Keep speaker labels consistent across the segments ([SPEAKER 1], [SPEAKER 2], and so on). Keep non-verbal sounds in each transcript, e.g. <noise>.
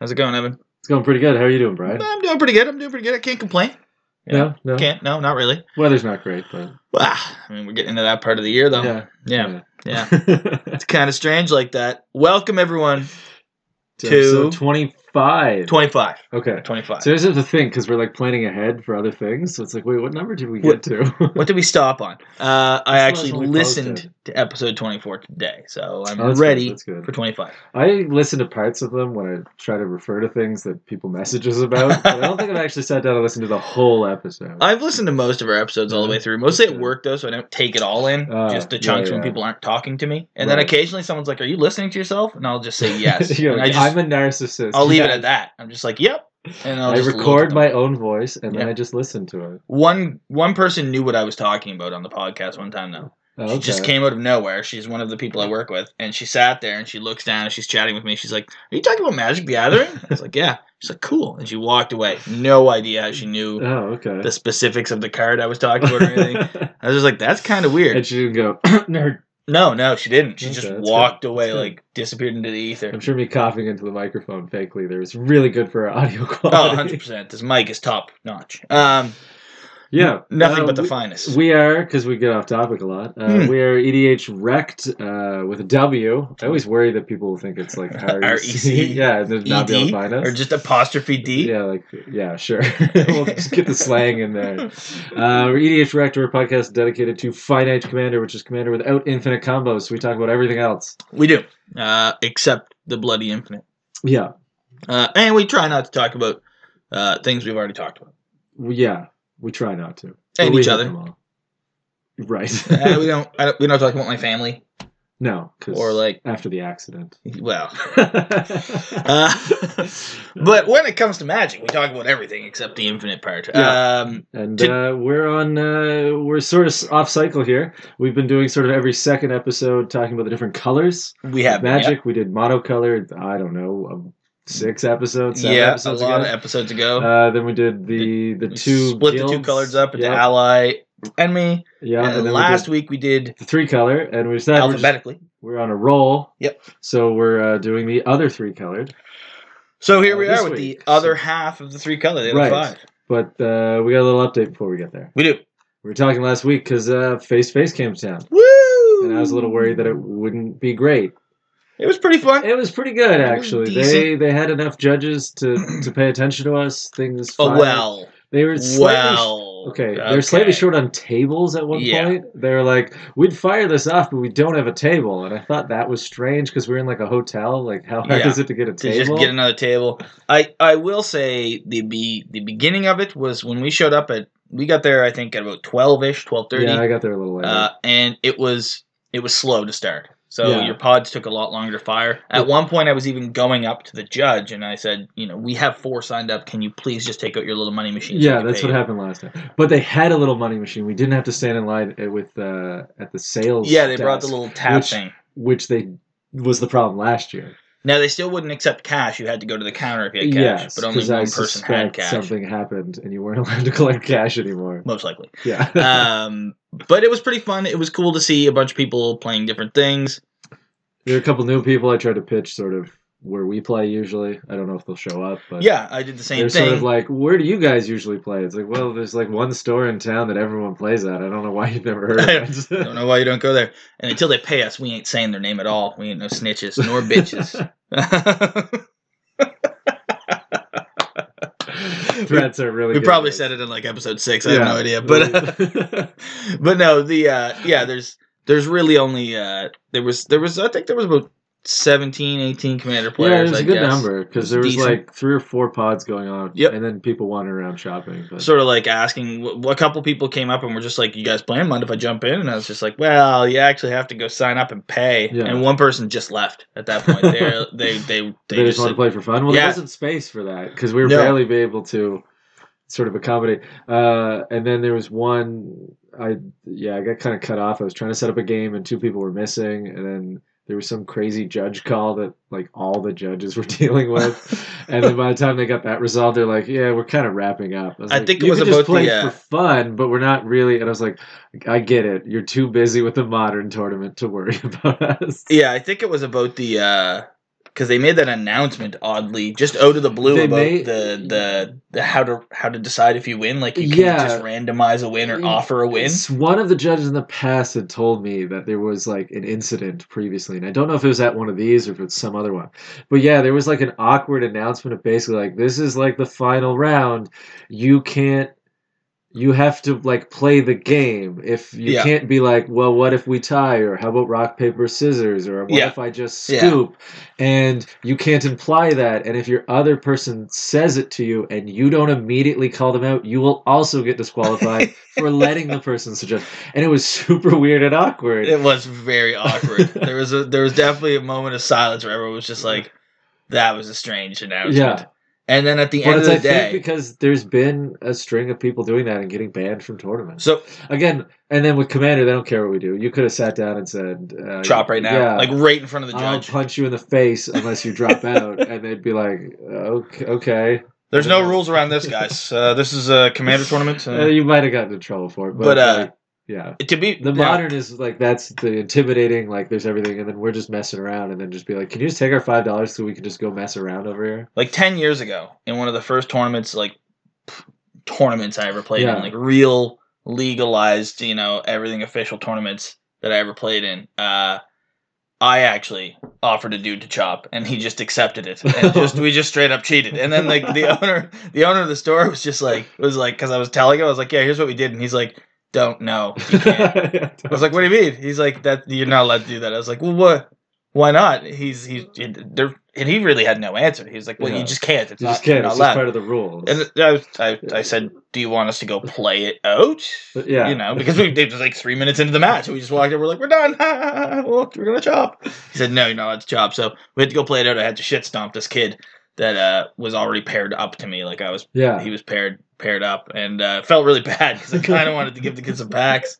[SPEAKER 1] How's it going, Evan?
[SPEAKER 2] It's going pretty good. How are you doing, Brian?
[SPEAKER 1] I'm doing pretty good. I'm doing pretty good. I can't complain. Yeah.
[SPEAKER 2] No, no.
[SPEAKER 1] Can't. No, not really.
[SPEAKER 2] Weather's not great, but
[SPEAKER 1] Well, I mean, we're getting into that part of the year, though.
[SPEAKER 2] yeah.
[SPEAKER 1] yeah.
[SPEAKER 2] <laughs>
[SPEAKER 1] yeah. It's kind of strange like that. Welcome, everyone.
[SPEAKER 2] To
[SPEAKER 1] Two.
[SPEAKER 2] episode 25.
[SPEAKER 1] 25.
[SPEAKER 2] Okay.
[SPEAKER 1] 25.
[SPEAKER 2] So here's the thing, because we're like planning ahead for other things. So it's like, wait, what number did we
[SPEAKER 1] What-
[SPEAKER 2] get to? <laughs>
[SPEAKER 1] what did we stop on? Uh, I
[SPEAKER 2] That's
[SPEAKER 1] actually
[SPEAKER 2] the last one we
[SPEAKER 1] listened to episode 24 today, so I'm
[SPEAKER 2] Oh, that's good,
[SPEAKER 1] ready
[SPEAKER 2] that's good.
[SPEAKER 1] for 25.
[SPEAKER 2] I listen to parts of them when I try to refer to things that people message us about. But I don't think I've actually sat down and listened to the whole episode.
[SPEAKER 1] I've listened to most of our episodes all the way through, mostly at
[SPEAKER 2] Okay.
[SPEAKER 1] work, though, so I don't take it all in,
[SPEAKER 2] Uh,
[SPEAKER 1] just the
[SPEAKER 2] yeah,
[SPEAKER 1] chunks when
[SPEAKER 2] yeah.
[SPEAKER 1] people aren't talking to me. And then
[SPEAKER 2] Right.
[SPEAKER 1] occasionally someone's like, Are you listening to yourself? And I'll just say yes.
[SPEAKER 2] <laughs> You're
[SPEAKER 1] and
[SPEAKER 2] like,
[SPEAKER 1] I just,
[SPEAKER 2] I'm a narcissist.
[SPEAKER 1] I'll leave it
[SPEAKER 2] Yeah.
[SPEAKER 1] at that. I'm just like, Yep. And I'll
[SPEAKER 2] i
[SPEAKER 1] just look at
[SPEAKER 2] record
[SPEAKER 1] them.
[SPEAKER 2] my own voice and then
[SPEAKER 1] Yeah.
[SPEAKER 2] I just listen to it.
[SPEAKER 1] one one person knew what I was talking about on the podcast one time though.
[SPEAKER 2] Oh,
[SPEAKER 1] She just
[SPEAKER 2] okay.
[SPEAKER 1] came out of nowhere. She's one of the people I work with, and she sat there and she looks down and she's chatting with me. She's like, "Are you talking about Magic the Gathering?" I was like, "Yeah." She's like, "Cool," and she walked away. No idea how she knew
[SPEAKER 2] Oh, okay.
[SPEAKER 1] <laughs> the specifics of the card I was talking about or
[SPEAKER 2] <laughs>
[SPEAKER 1] anything. I was just like, "That's kind of
[SPEAKER 2] and
[SPEAKER 1] weird."
[SPEAKER 2] she didn't go, <coughs> nerd.
[SPEAKER 1] No, no, she didn't. She
[SPEAKER 2] Okay,
[SPEAKER 1] just
[SPEAKER 2] that's good.
[SPEAKER 1] walked away,
[SPEAKER 2] That's good.
[SPEAKER 1] like disappeared into the ether.
[SPEAKER 2] I'm sure me coughing into the microphone fakely there was really good for our audio
[SPEAKER 1] Oh,
[SPEAKER 2] quality.
[SPEAKER 1] 100 percent. This mic is top notch. Um,
[SPEAKER 2] <laughs> yeah.
[SPEAKER 1] nothing
[SPEAKER 2] uh,
[SPEAKER 1] but the
[SPEAKER 2] we,
[SPEAKER 1] finest.
[SPEAKER 2] We are, because we get off topic a lot, uh,
[SPEAKER 1] Hmm.
[SPEAKER 2] we are EDH wrecked uh, with a W. I always worry that people will think
[SPEAKER 1] <laughs>
[SPEAKER 2] it's like
[SPEAKER 1] E
[SPEAKER 2] REC.
[SPEAKER 1] REC?
[SPEAKER 2] <laughs> yeah, and they'd not be able
[SPEAKER 1] ED?
[SPEAKER 2] to find us.
[SPEAKER 1] E or just E? apostrophe D.
[SPEAKER 2] Yeah, like yeah,
[SPEAKER 1] <laughs>
[SPEAKER 2] sure. <laughs> we'll just get the slang in there. Uh, we're EDH Reactor, a podcast dedicated to Finite Commander, which is Commander without infinite combos. So we talk about everything else.
[SPEAKER 1] We do, uh, except the bloody infinite,
[SPEAKER 2] Yeah,
[SPEAKER 1] uh, and we try not to talk about uh, things we've already talked about
[SPEAKER 2] we, yeah, we try not to. But
[SPEAKER 1] and
[SPEAKER 2] we
[SPEAKER 1] each
[SPEAKER 2] hit
[SPEAKER 1] other. <laughs>
[SPEAKER 2] them all. Right. <laughs>
[SPEAKER 1] Uh, we don't, I don't. We don't talk about my family
[SPEAKER 2] no, 'cause
[SPEAKER 1] or like
[SPEAKER 2] after
[SPEAKER 1] <laughs>
[SPEAKER 2] the accident.
[SPEAKER 1] well. Uh, <laughs> but when it comes to magic, we talk about everything except the infinite part.
[SPEAKER 2] Yeah.
[SPEAKER 1] Um,
[SPEAKER 2] And
[SPEAKER 1] Did-
[SPEAKER 2] uh, we're on, uh, we're sort of off cycle here. We've been doing sort of every second episode talking about the different colors.
[SPEAKER 1] we have
[SPEAKER 2] Magic, we did monocolored, I don't know, um, six episodes,
[SPEAKER 1] Yeah,
[SPEAKER 2] seven
[SPEAKER 1] yeah a
[SPEAKER 2] episodes
[SPEAKER 1] lot
[SPEAKER 2] ago.
[SPEAKER 1] of episodes ago.
[SPEAKER 2] uh, then we did the the
[SPEAKER 1] we
[SPEAKER 2] two
[SPEAKER 1] split the two
[SPEAKER 2] guilds.
[SPEAKER 1] colors up into
[SPEAKER 2] yeah,
[SPEAKER 1] ally, enemy,
[SPEAKER 2] yeah,
[SPEAKER 1] and,
[SPEAKER 2] and
[SPEAKER 1] then
[SPEAKER 2] then
[SPEAKER 1] last
[SPEAKER 2] we
[SPEAKER 1] week we did
[SPEAKER 2] did the three color, and we decided we're, just-
[SPEAKER 1] alphabetically.
[SPEAKER 2] we're on a roll.
[SPEAKER 1] Yep.
[SPEAKER 2] So we're uh, doing the other three colored,
[SPEAKER 1] So here
[SPEAKER 2] uh,
[SPEAKER 1] we
[SPEAKER 2] this
[SPEAKER 1] are with
[SPEAKER 2] week,
[SPEAKER 1] the other
[SPEAKER 2] so-
[SPEAKER 1] half of the three color, the other
[SPEAKER 2] Right.
[SPEAKER 1] five.
[SPEAKER 2] but uh, we got a little update before we get there.
[SPEAKER 1] We do.
[SPEAKER 2] We were talking last week because uh, Face to Face came to town,
[SPEAKER 1] Woo!
[SPEAKER 2] and I was a little worried that it wouldn't be great.
[SPEAKER 1] It was pretty fun.
[SPEAKER 2] It was pretty
[SPEAKER 1] It
[SPEAKER 2] good
[SPEAKER 1] was
[SPEAKER 2] actually. They
[SPEAKER 1] decent.
[SPEAKER 2] they had enough judges to to pay attention to us. Things.
[SPEAKER 1] Oh
[SPEAKER 2] fired.
[SPEAKER 1] well,
[SPEAKER 2] They were slightly
[SPEAKER 1] well.
[SPEAKER 2] Okay, they're slightly short on tables at one
[SPEAKER 1] Yeah.
[SPEAKER 2] point. They're like, we'd fire this off, but we don't have a table. And I thought that was strange because we're in like a hotel. Like, how hard
[SPEAKER 1] Yeah.
[SPEAKER 2] is it to get a
[SPEAKER 1] To
[SPEAKER 2] table?
[SPEAKER 1] just get another table, I I will say the be the beginning of it was when we showed up at we got there I think at about twelve ish twelve thirty,
[SPEAKER 2] yeah, I got there a little later.
[SPEAKER 1] uh, and it was it was slow to start. So
[SPEAKER 2] Yeah.
[SPEAKER 1] your pods took a lot longer to fire. At one point, I was even going up to the judge and I said, you know, we have four signed up. Can you please just take out your little money machine? so
[SPEAKER 2] yeah,
[SPEAKER 1] we can
[SPEAKER 2] that's
[SPEAKER 1] pay
[SPEAKER 2] what
[SPEAKER 1] you?"
[SPEAKER 2] happened last time. But they had a little money machine. We didn't have to stand in line at- with uh, at the sales.
[SPEAKER 1] Yeah, they brought the
[SPEAKER 2] desk,
[SPEAKER 1] little tap
[SPEAKER 2] which-
[SPEAKER 1] thing.
[SPEAKER 2] which they was the problem last year.
[SPEAKER 1] Now they still wouldn't accept cash. You had to go to the counter if you had cash,
[SPEAKER 2] yes,
[SPEAKER 1] but only
[SPEAKER 2] because
[SPEAKER 1] one
[SPEAKER 2] I
[SPEAKER 1] person had
[SPEAKER 2] suspect
[SPEAKER 1] cash,
[SPEAKER 2] something happened and you weren't <laughs> allowed to collect cash anymore.
[SPEAKER 1] most
[SPEAKER 2] <laughs>
[SPEAKER 1] likely.
[SPEAKER 2] Yeah,
[SPEAKER 1] um, but it was pretty fun. It was cool to see a bunch of people playing different things.
[SPEAKER 2] There are a couple new people I tried to pitch sort of where we play usually. I don't know if they'll show up, but
[SPEAKER 1] Yeah, I did the same
[SPEAKER 2] they're
[SPEAKER 1] thing.
[SPEAKER 2] sort of like, where do you guys usually play? It's like, well, there's like one store in town that everyone plays at. I don't know why you've never heard
[SPEAKER 1] <laughs>
[SPEAKER 2] of
[SPEAKER 1] I <laughs>
[SPEAKER 2] it.
[SPEAKER 1] don't know why you don't go there. And until they pay us, we ain't saying their name at all. We ain't no snitches nor
[SPEAKER 2] <laughs>
[SPEAKER 1] bitches. <laughs>
[SPEAKER 2] <laughs> Threats are really
[SPEAKER 1] we
[SPEAKER 2] good
[SPEAKER 1] probably
[SPEAKER 2] at
[SPEAKER 1] said it in like episode six. I
[SPEAKER 2] Yeah.
[SPEAKER 1] have no idea,
[SPEAKER 2] <laughs>
[SPEAKER 1] but uh, <laughs> but no, the uh, yeah, there's there's really only uh, there was there was I think there was about 17, 18 commander
[SPEAKER 2] Yeah,
[SPEAKER 1] players.
[SPEAKER 2] it was
[SPEAKER 1] I
[SPEAKER 2] a good
[SPEAKER 1] guess.
[SPEAKER 2] number because there was
[SPEAKER 1] Decent.
[SPEAKER 2] like three or four pods going on,
[SPEAKER 1] Yep.
[SPEAKER 2] and then people wandering around shopping. But
[SPEAKER 1] sort of like asking wh- a couple people came up and were just like you guys playing mind if i jump in and i was just like well you actually have to go sign up and pay
[SPEAKER 2] Yeah.
[SPEAKER 1] and one person just left at that point
[SPEAKER 2] <laughs>
[SPEAKER 1] they they they, they,
[SPEAKER 2] they, just, want to
[SPEAKER 1] said-
[SPEAKER 2] play for fun. Well,
[SPEAKER 1] Yeah.
[SPEAKER 2] there wasn't space for that because we were
[SPEAKER 1] No.
[SPEAKER 2] barely be able to sort of accommodate. Uh, and then there was one. I yeah, I got kind of cut off. I was trying to set up a game, and two people were missing, and then. There was some crazy judge call that like all the judges were <laughs> dealing with, and then by the time they got that resolved, they're like, "Yeah, we're kind of wrapping up." was
[SPEAKER 1] I
[SPEAKER 2] like,
[SPEAKER 1] think it
[SPEAKER 2] "You
[SPEAKER 1] was
[SPEAKER 2] could
[SPEAKER 1] about
[SPEAKER 2] just play
[SPEAKER 1] the, uh,
[SPEAKER 2] for fun, but we're not really. And I was like, "I get it. You're too busy with the modern tournament to worry <laughs> about us."
[SPEAKER 1] yeah i think it was about the uh because they made that announcement oddly, just out of the blue
[SPEAKER 2] They
[SPEAKER 1] about
[SPEAKER 2] made-
[SPEAKER 1] the, the the how to how to decide if you win. Like you can
[SPEAKER 2] Yeah.
[SPEAKER 1] just randomize a win or
[SPEAKER 2] Mm,
[SPEAKER 1] offer a win.
[SPEAKER 2] It's- One of the judges in the past had told me that there was like an incident previously, and I don't know if it was at one of these or if it's some other one. But yeah, there was like an awkward announcement of basically like this is like the final round. You can't. You have to like play the game. If you
[SPEAKER 1] Yeah.
[SPEAKER 2] can't be like, well, what if we tie, or how about rock paper scissors, or what
[SPEAKER 1] Yeah.
[SPEAKER 2] if I just
[SPEAKER 1] Yeah.
[SPEAKER 2] scoop, and you can't imply that. And if your other person says it to you and you don't immediately call them out, you will also get
[SPEAKER 1] <laughs>
[SPEAKER 2] disqualified for letting the person suggest. And it was super weird and awkward.
[SPEAKER 1] It was very
[SPEAKER 2] <laughs>
[SPEAKER 1] awkward. there was a there was definitely a moment of silence where everyone was just like, "That was a strange announcement."
[SPEAKER 2] Yeah.
[SPEAKER 1] And then at the
[SPEAKER 2] But
[SPEAKER 1] end of
[SPEAKER 2] it's,
[SPEAKER 1] the
[SPEAKER 2] I
[SPEAKER 1] day,
[SPEAKER 2] think, because there's been a string of people doing that and getting banned from tournaments.
[SPEAKER 1] so
[SPEAKER 2] Again, and then with Commander, they don't care what we do. You could have sat down and said, uh,
[SPEAKER 1] chop right now,
[SPEAKER 2] yeah,
[SPEAKER 1] like right in front of the
[SPEAKER 2] I'll
[SPEAKER 1] judge.
[SPEAKER 2] punch you in the face unless you drop out. And they'd be like, okay. okay.
[SPEAKER 1] There's no rules around this,
[SPEAKER 2] <laughs>
[SPEAKER 1] guys. Uh, this is a commander tournament.
[SPEAKER 2] Uh,
[SPEAKER 1] Uh,
[SPEAKER 2] you might have gotten in trouble for it. But,
[SPEAKER 1] But, uh,
[SPEAKER 2] like, yeah.
[SPEAKER 1] to be
[SPEAKER 2] The
[SPEAKER 1] yeah.
[SPEAKER 2] modern is like that's the intimidating, like there's everything, and then we're just messing around, and then just be like, "Can you just take our five dollars so we can just go mess around over here?"
[SPEAKER 1] like 10 years ago in one of the first tournaments like p- tournaments i ever played
[SPEAKER 2] Yeah.
[SPEAKER 1] in like real legalized you know everything official tournaments that i ever played in uh i actually offered a dude to chop and he just accepted it and just we just straight up cheated and then like the owner the owner of the store was just like was like because i was telling him i was like yeah here's what we did and he's like don't know you can't
[SPEAKER 2] <laughs>
[SPEAKER 1] I was like, "What do you mean?" He's like, "That you're not allowed to do that." I was like, "Well, what? Why not?" He's he's there, and he really had no answer. He was like, "Well,
[SPEAKER 2] Yeah.
[SPEAKER 1] you just can't. It's
[SPEAKER 2] You
[SPEAKER 1] not,
[SPEAKER 2] just can't.
[SPEAKER 1] not
[SPEAKER 2] It's just
[SPEAKER 1] allowed."
[SPEAKER 2] part of the rules.
[SPEAKER 1] And uh, I, I, I said, "Do you want us to go play it out?"
[SPEAKER 2] But yeah.
[SPEAKER 1] you know, because we it was like three minutes into the match, and we just walked in. We're like, "We're done. <laughs> Well, we're gonna chop." He said, "No, you're not allowed to chop." So we had to go play it out. I had to shit stomp this kid that uh, was already paired up to me. Like I was
[SPEAKER 2] yeah.
[SPEAKER 1] he was paired paired up and uh, felt really <laughs> bad because I kind of wanted to give the kid some packs.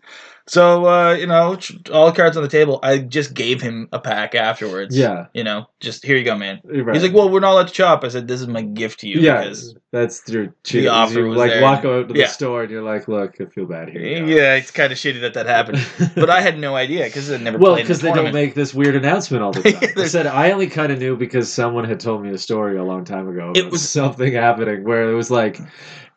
[SPEAKER 1] So uh, you know, tr- all cards on the table. I just gave him a pack afterwards.
[SPEAKER 2] Yeah.
[SPEAKER 1] you know, just here you go, man.
[SPEAKER 2] You're right.
[SPEAKER 1] He's like, well, we're not allowed to chop. I said, this is my gift to you.
[SPEAKER 2] yeah,
[SPEAKER 1] because,
[SPEAKER 2] that's through cheating.
[SPEAKER 1] offer
[SPEAKER 2] You
[SPEAKER 1] was
[SPEAKER 2] like
[SPEAKER 1] there.
[SPEAKER 2] walk out to the
[SPEAKER 1] Yeah.
[SPEAKER 2] store and you're like, look, I feel bad here.
[SPEAKER 1] yeah. it's kind of shitty that that happened.
[SPEAKER 2] <laughs>
[SPEAKER 1] but I had no idea because I never
[SPEAKER 2] well,
[SPEAKER 1] played
[SPEAKER 2] because
[SPEAKER 1] because
[SPEAKER 2] they don't make this weird announcement all
[SPEAKER 1] <laughs>
[SPEAKER 2] the time. I
[SPEAKER 1] There's-
[SPEAKER 2] said I only kind of knew because someone had told me a story a long time ago.
[SPEAKER 1] It
[SPEAKER 2] about
[SPEAKER 1] was-
[SPEAKER 2] something happening where it was like,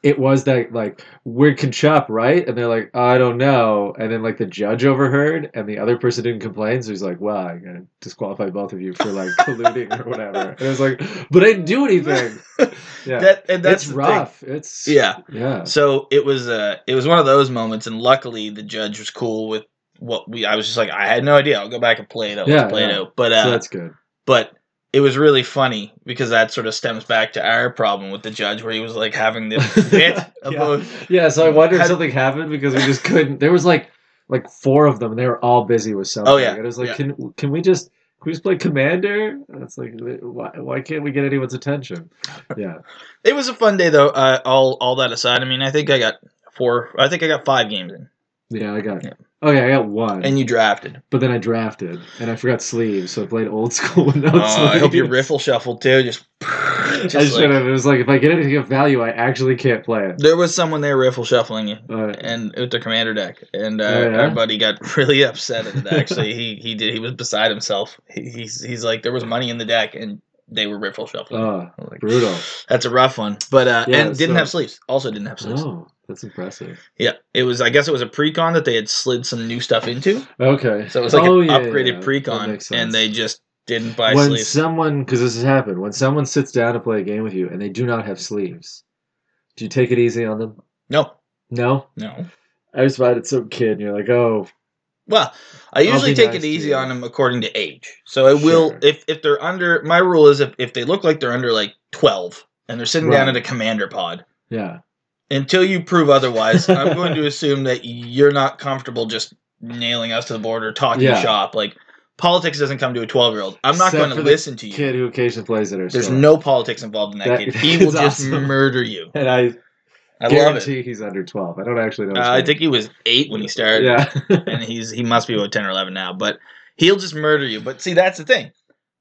[SPEAKER 2] it was that like we can chop right, and they're like, I don't know, and then like the judge overheard, and the other person didn't complain, so he's like, well, I gotta disqualify both of you
[SPEAKER 1] <laughs>
[SPEAKER 2] for like colluding or whatever. And it was like, but I didn't
[SPEAKER 1] <laughs>
[SPEAKER 2] do anything. Yeah,
[SPEAKER 1] that. And that's
[SPEAKER 2] that's
[SPEAKER 1] the thing.
[SPEAKER 2] rough. It's
[SPEAKER 1] Yeah.
[SPEAKER 2] yeah.
[SPEAKER 1] So it was uh it was one of those moments, and luckily the judge was cool with what we. I was just like, I had no idea. I'll go back and play it out.
[SPEAKER 2] Yeah,
[SPEAKER 1] Let's play it
[SPEAKER 2] yeah.
[SPEAKER 1] out. But uh,
[SPEAKER 2] so that's good.
[SPEAKER 1] but it was really funny because that sort of stems back to our problem with the judge, where he was like having
[SPEAKER 2] <laughs>
[SPEAKER 1] this fit about.
[SPEAKER 2] Yeah, so I wondered if
[SPEAKER 1] Had-
[SPEAKER 2] something happened because we just couldn't. There was like like four of them, and they were all busy with something.
[SPEAKER 1] Oh, yeah.
[SPEAKER 2] and it was like,
[SPEAKER 1] Yeah.
[SPEAKER 2] can can we just can we just play Commander? And it's like, why why can't we get
[SPEAKER 1] <laughs>
[SPEAKER 2] anyone's attention? Yeah,
[SPEAKER 1] It was a fun day though. Uh, all all that aside, I mean, I think I got four. I think I got five games in,
[SPEAKER 2] yeah, I got
[SPEAKER 1] Yeah.
[SPEAKER 2] okay, I got one,
[SPEAKER 1] and you
[SPEAKER 2] <laughs>
[SPEAKER 1] drafted.
[SPEAKER 2] but then I drafted and I forgot sleeves, so I played old <laughs> school with no
[SPEAKER 1] Oh, I hope your
[SPEAKER 2] sleeves.
[SPEAKER 1] riffle shuffled too. Just, <laughs>
[SPEAKER 2] I
[SPEAKER 1] just
[SPEAKER 2] should
[SPEAKER 1] like-
[SPEAKER 2] have. It was like if I get anything of value, I actually can't play it.
[SPEAKER 1] there was someone there riffle shuffling you.
[SPEAKER 2] Uh,
[SPEAKER 1] and with the commander deck, and uh,
[SPEAKER 2] Oh, yeah?
[SPEAKER 1] our buddy got <laughs> really upset at it. Actually, he he did. He was beside himself. He, he's he's like there was money in the deck, and they were riffle shuffling.
[SPEAKER 2] oh,
[SPEAKER 1] I'm like,
[SPEAKER 2] brutal.
[SPEAKER 1] That's a rough one, but uh,
[SPEAKER 2] Yeah,
[SPEAKER 1] and didn't
[SPEAKER 2] so-
[SPEAKER 1] have sleeves. Also didn't have sleeves.
[SPEAKER 2] Oh, that's impressive.
[SPEAKER 1] Yeah, it was. I guess it was a pre-con that they had slid some new stuff into,
[SPEAKER 2] Okay,
[SPEAKER 1] so it was like
[SPEAKER 2] Oh,
[SPEAKER 1] an
[SPEAKER 2] yeah, yeah,
[SPEAKER 1] upgraded
[SPEAKER 2] yeah. That
[SPEAKER 1] pre-con,
[SPEAKER 2] makes sense.
[SPEAKER 1] and they just didn't buy
[SPEAKER 2] when
[SPEAKER 1] sleeves.
[SPEAKER 2] someone because this has happened when someone sits down to play a game with you and they do not have sleeves do you take it easy on them
[SPEAKER 1] No,
[SPEAKER 2] no
[SPEAKER 1] no.
[SPEAKER 2] i just invited some kid and you're like oh
[SPEAKER 1] Well, I
[SPEAKER 2] I'll
[SPEAKER 1] usually
[SPEAKER 2] be
[SPEAKER 1] take
[SPEAKER 2] nice
[SPEAKER 1] it
[SPEAKER 2] to
[SPEAKER 1] easy
[SPEAKER 2] you.
[SPEAKER 1] on them according to age. So I will
[SPEAKER 2] Sure.
[SPEAKER 1] if if they're under my rule is if, if they look like they're under like twelve and they're sitting down
[SPEAKER 2] Right.
[SPEAKER 1] at a commander pod,
[SPEAKER 2] yeah
[SPEAKER 1] until you prove otherwise, I'm going to assume that you're not comfortable just nailing us to the board or talking
[SPEAKER 2] Yeah.
[SPEAKER 1] shop. Like politics doesn't come to a twelve year old. I'm not
[SPEAKER 2] Except
[SPEAKER 1] going
[SPEAKER 2] for
[SPEAKER 1] to
[SPEAKER 2] the
[SPEAKER 1] listen to you.
[SPEAKER 2] kid who occasionally plays it or
[SPEAKER 1] There's no politics involved in that,
[SPEAKER 2] That <laughs>
[SPEAKER 1] kid. He
[SPEAKER 2] is
[SPEAKER 1] will just
[SPEAKER 2] awesome.
[SPEAKER 1] murder you.
[SPEAKER 2] and i,
[SPEAKER 1] I love it.
[SPEAKER 2] guarantee he's under 12 i don't actually know
[SPEAKER 1] Uh, I think he was eight when he started.
[SPEAKER 2] yeah <laughs>
[SPEAKER 1] and he's he must be about 10 or 11 now but he'll just murder you but see that's the thing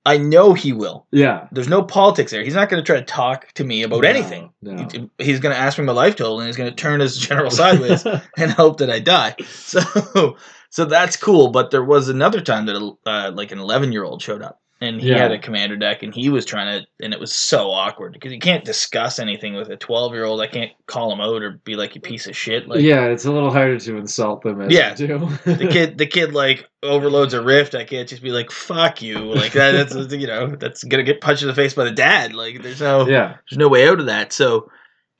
[SPEAKER 1] i know he will
[SPEAKER 2] yeah
[SPEAKER 1] there's no politics there he's not going to try to talk to me about
[SPEAKER 2] No,
[SPEAKER 1] anything
[SPEAKER 2] no.
[SPEAKER 1] He- he's going to ask me my life total and he's going to turn his general
[SPEAKER 2] <laughs>
[SPEAKER 1] sideways and hope that i die <laughs> so so that's cool but there was another time that a, uh, like an 11 year old showed up and he
[SPEAKER 2] Yeah.
[SPEAKER 1] had a commander deck and he was trying to and it was so awkward because you can't discuss anything with a 12 year old i can't call him out or be like you piece of shit like
[SPEAKER 2] yeah, it's a little harder to insult them as
[SPEAKER 1] Yeah.
[SPEAKER 2] you do.
[SPEAKER 1] the
[SPEAKER 2] <laughs>
[SPEAKER 1] kid the kid like overloads a rift i can't just be like fuck you like that that's you know that's gonna get punched in the face by the dad like there's no
[SPEAKER 2] yeah,
[SPEAKER 1] there's no way out of that so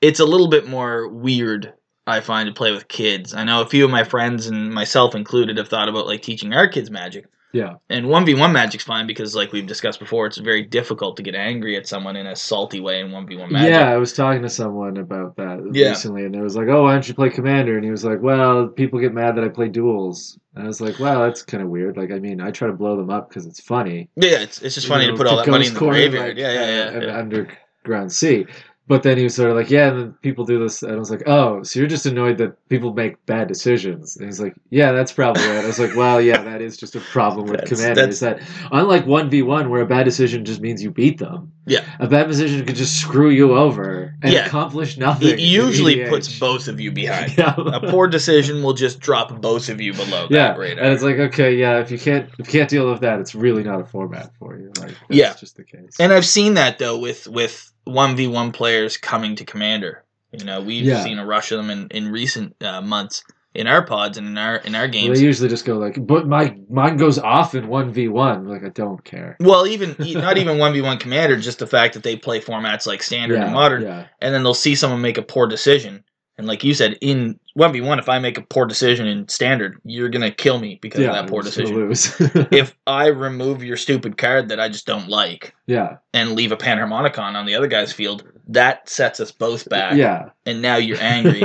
[SPEAKER 1] it's a little bit more weird i find to play with kids i know a few of my friends and myself included have thought about like teaching our kids magic
[SPEAKER 2] yeah,
[SPEAKER 1] and 1v1 magic's fine because like we've discussed before it's very difficult to get angry at someone in a salty way in 1v1 magic
[SPEAKER 2] yeah. I was talking to someone about that
[SPEAKER 1] Yeah.
[SPEAKER 2] recently, and they was like, "Oh, why don't you play commander?" And he was like, "Well, people get mad that I play duels." And I was like, "Wow, that's kind of weird. Like, I mean, I try to blow them up because it's funny.
[SPEAKER 1] yeah yeah, it's, it's just
[SPEAKER 2] you
[SPEAKER 1] funny
[SPEAKER 2] know,
[SPEAKER 1] to put all that money in the
[SPEAKER 2] ghost coin,
[SPEAKER 1] graveyard
[SPEAKER 2] like,
[SPEAKER 1] yeah yeah
[SPEAKER 2] uh,
[SPEAKER 1] yeah,
[SPEAKER 2] and
[SPEAKER 1] yeah.
[SPEAKER 2] Underground sea." But then he was sort of like, "Yeah." And then people do this, and I was like, "Oh, so you're just annoyed that people make bad decisions?" And he's like, "Yeah, that's probably it." I was like, "Well, yeah, that is just a problem with
[SPEAKER 1] <laughs> That's-
[SPEAKER 2] commander. Is that unlike one v one where a bad decision just means you beat them?
[SPEAKER 1] Yeah.
[SPEAKER 2] a bad decision could just screw you over and E
[SPEAKER 1] Yeah.
[SPEAKER 2] accomplish nothing.
[SPEAKER 1] it
[SPEAKER 2] in
[SPEAKER 1] usually
[SPEAKER 2] EDH.
[SPEAKER 1] puts both of you behind
[SPEAKER 2] <laughs> Yeah.
[SPEAKER 1] a poor decision will just drop both of you below
[SPEAKER 2] Yeah,
[SPEAKER 1] that radar.
[SPEAKER 2] and it's like okay, yeah. If you can't if you can't deal with that, it's really not a format for you. Like, that's
[SPEAKER 1] Yeah.
[SPEAKER 2] just the case.
[SPEAKER 1] and I've seen that though with with one v one players coming to commander. You know, we've
[SPEAKER 2] Yeah.
[SPEAKER 1] seen a rush of them in in recent uh, months in our pods and in our in our
[SPEAKER 2] Well,
[SPEAKER 1] games.
[SPEAKER 2] They usually just go like, but my mine goes off in one v one. Like I don't care.
[SPEAKER 1] Well, even e- not even one v one commander, just the fact that they play formats like standard
[SPEAKER 2] yeah,
[SPEAKER 1] and modern,
[SPEAKER 2] Yeah,
[SPEAKER 1] and then they'll see someone make a poor decision. And like you said, in one v one, if I make a poor decision in standard, you're gonna kill me because
[SPEAKER 2] yeah.
[SPEAKER 1] of that
[SPEAKER 2] I'm
[SPEAKER 1] poor
[SPEAKER 2] just gonna
[SPEAKER 1] decision.
[SPEAKER 2] Lose. <laughs>
[SPEAKER 1] If I remove your stupid card that I just don't like,
[SPEAKER 2] yeah,
[SPEAKER 1] and leave a panharmonicon on the other guy's field, that sets us both back.
[SPEAKER 2] yeah.
[SPEAKER 1] And now you're
[SPEAKER 2] <laughs>
[SPEAKER 1] angry.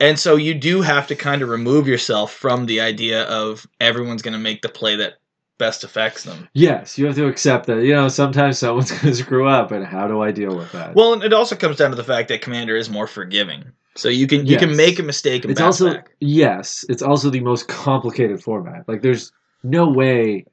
[SPEAKER 1] and so you do have to kind of remove yourself from the idea of everyone's going to make the play that best affects them.
[SPEAKER 2] yes, you have to accept that. You know, sometimes someone's <laughs> gonna screw up, and how do I deal with that?
[SPEAKER 1] Well, and it also comes down to the fact that commander is more forgiving. So you can you can
[SPEAKER 2] Yes.
[SPEAKER 1] make a mistake and
[SPEAKER 2] it's
[SPEAKER 1] bounce
[SPEAKER 2] also
[SPEAKER 1] back.
[SPEAKER 2] yes, it's also the most complicated format. Like, there's no way.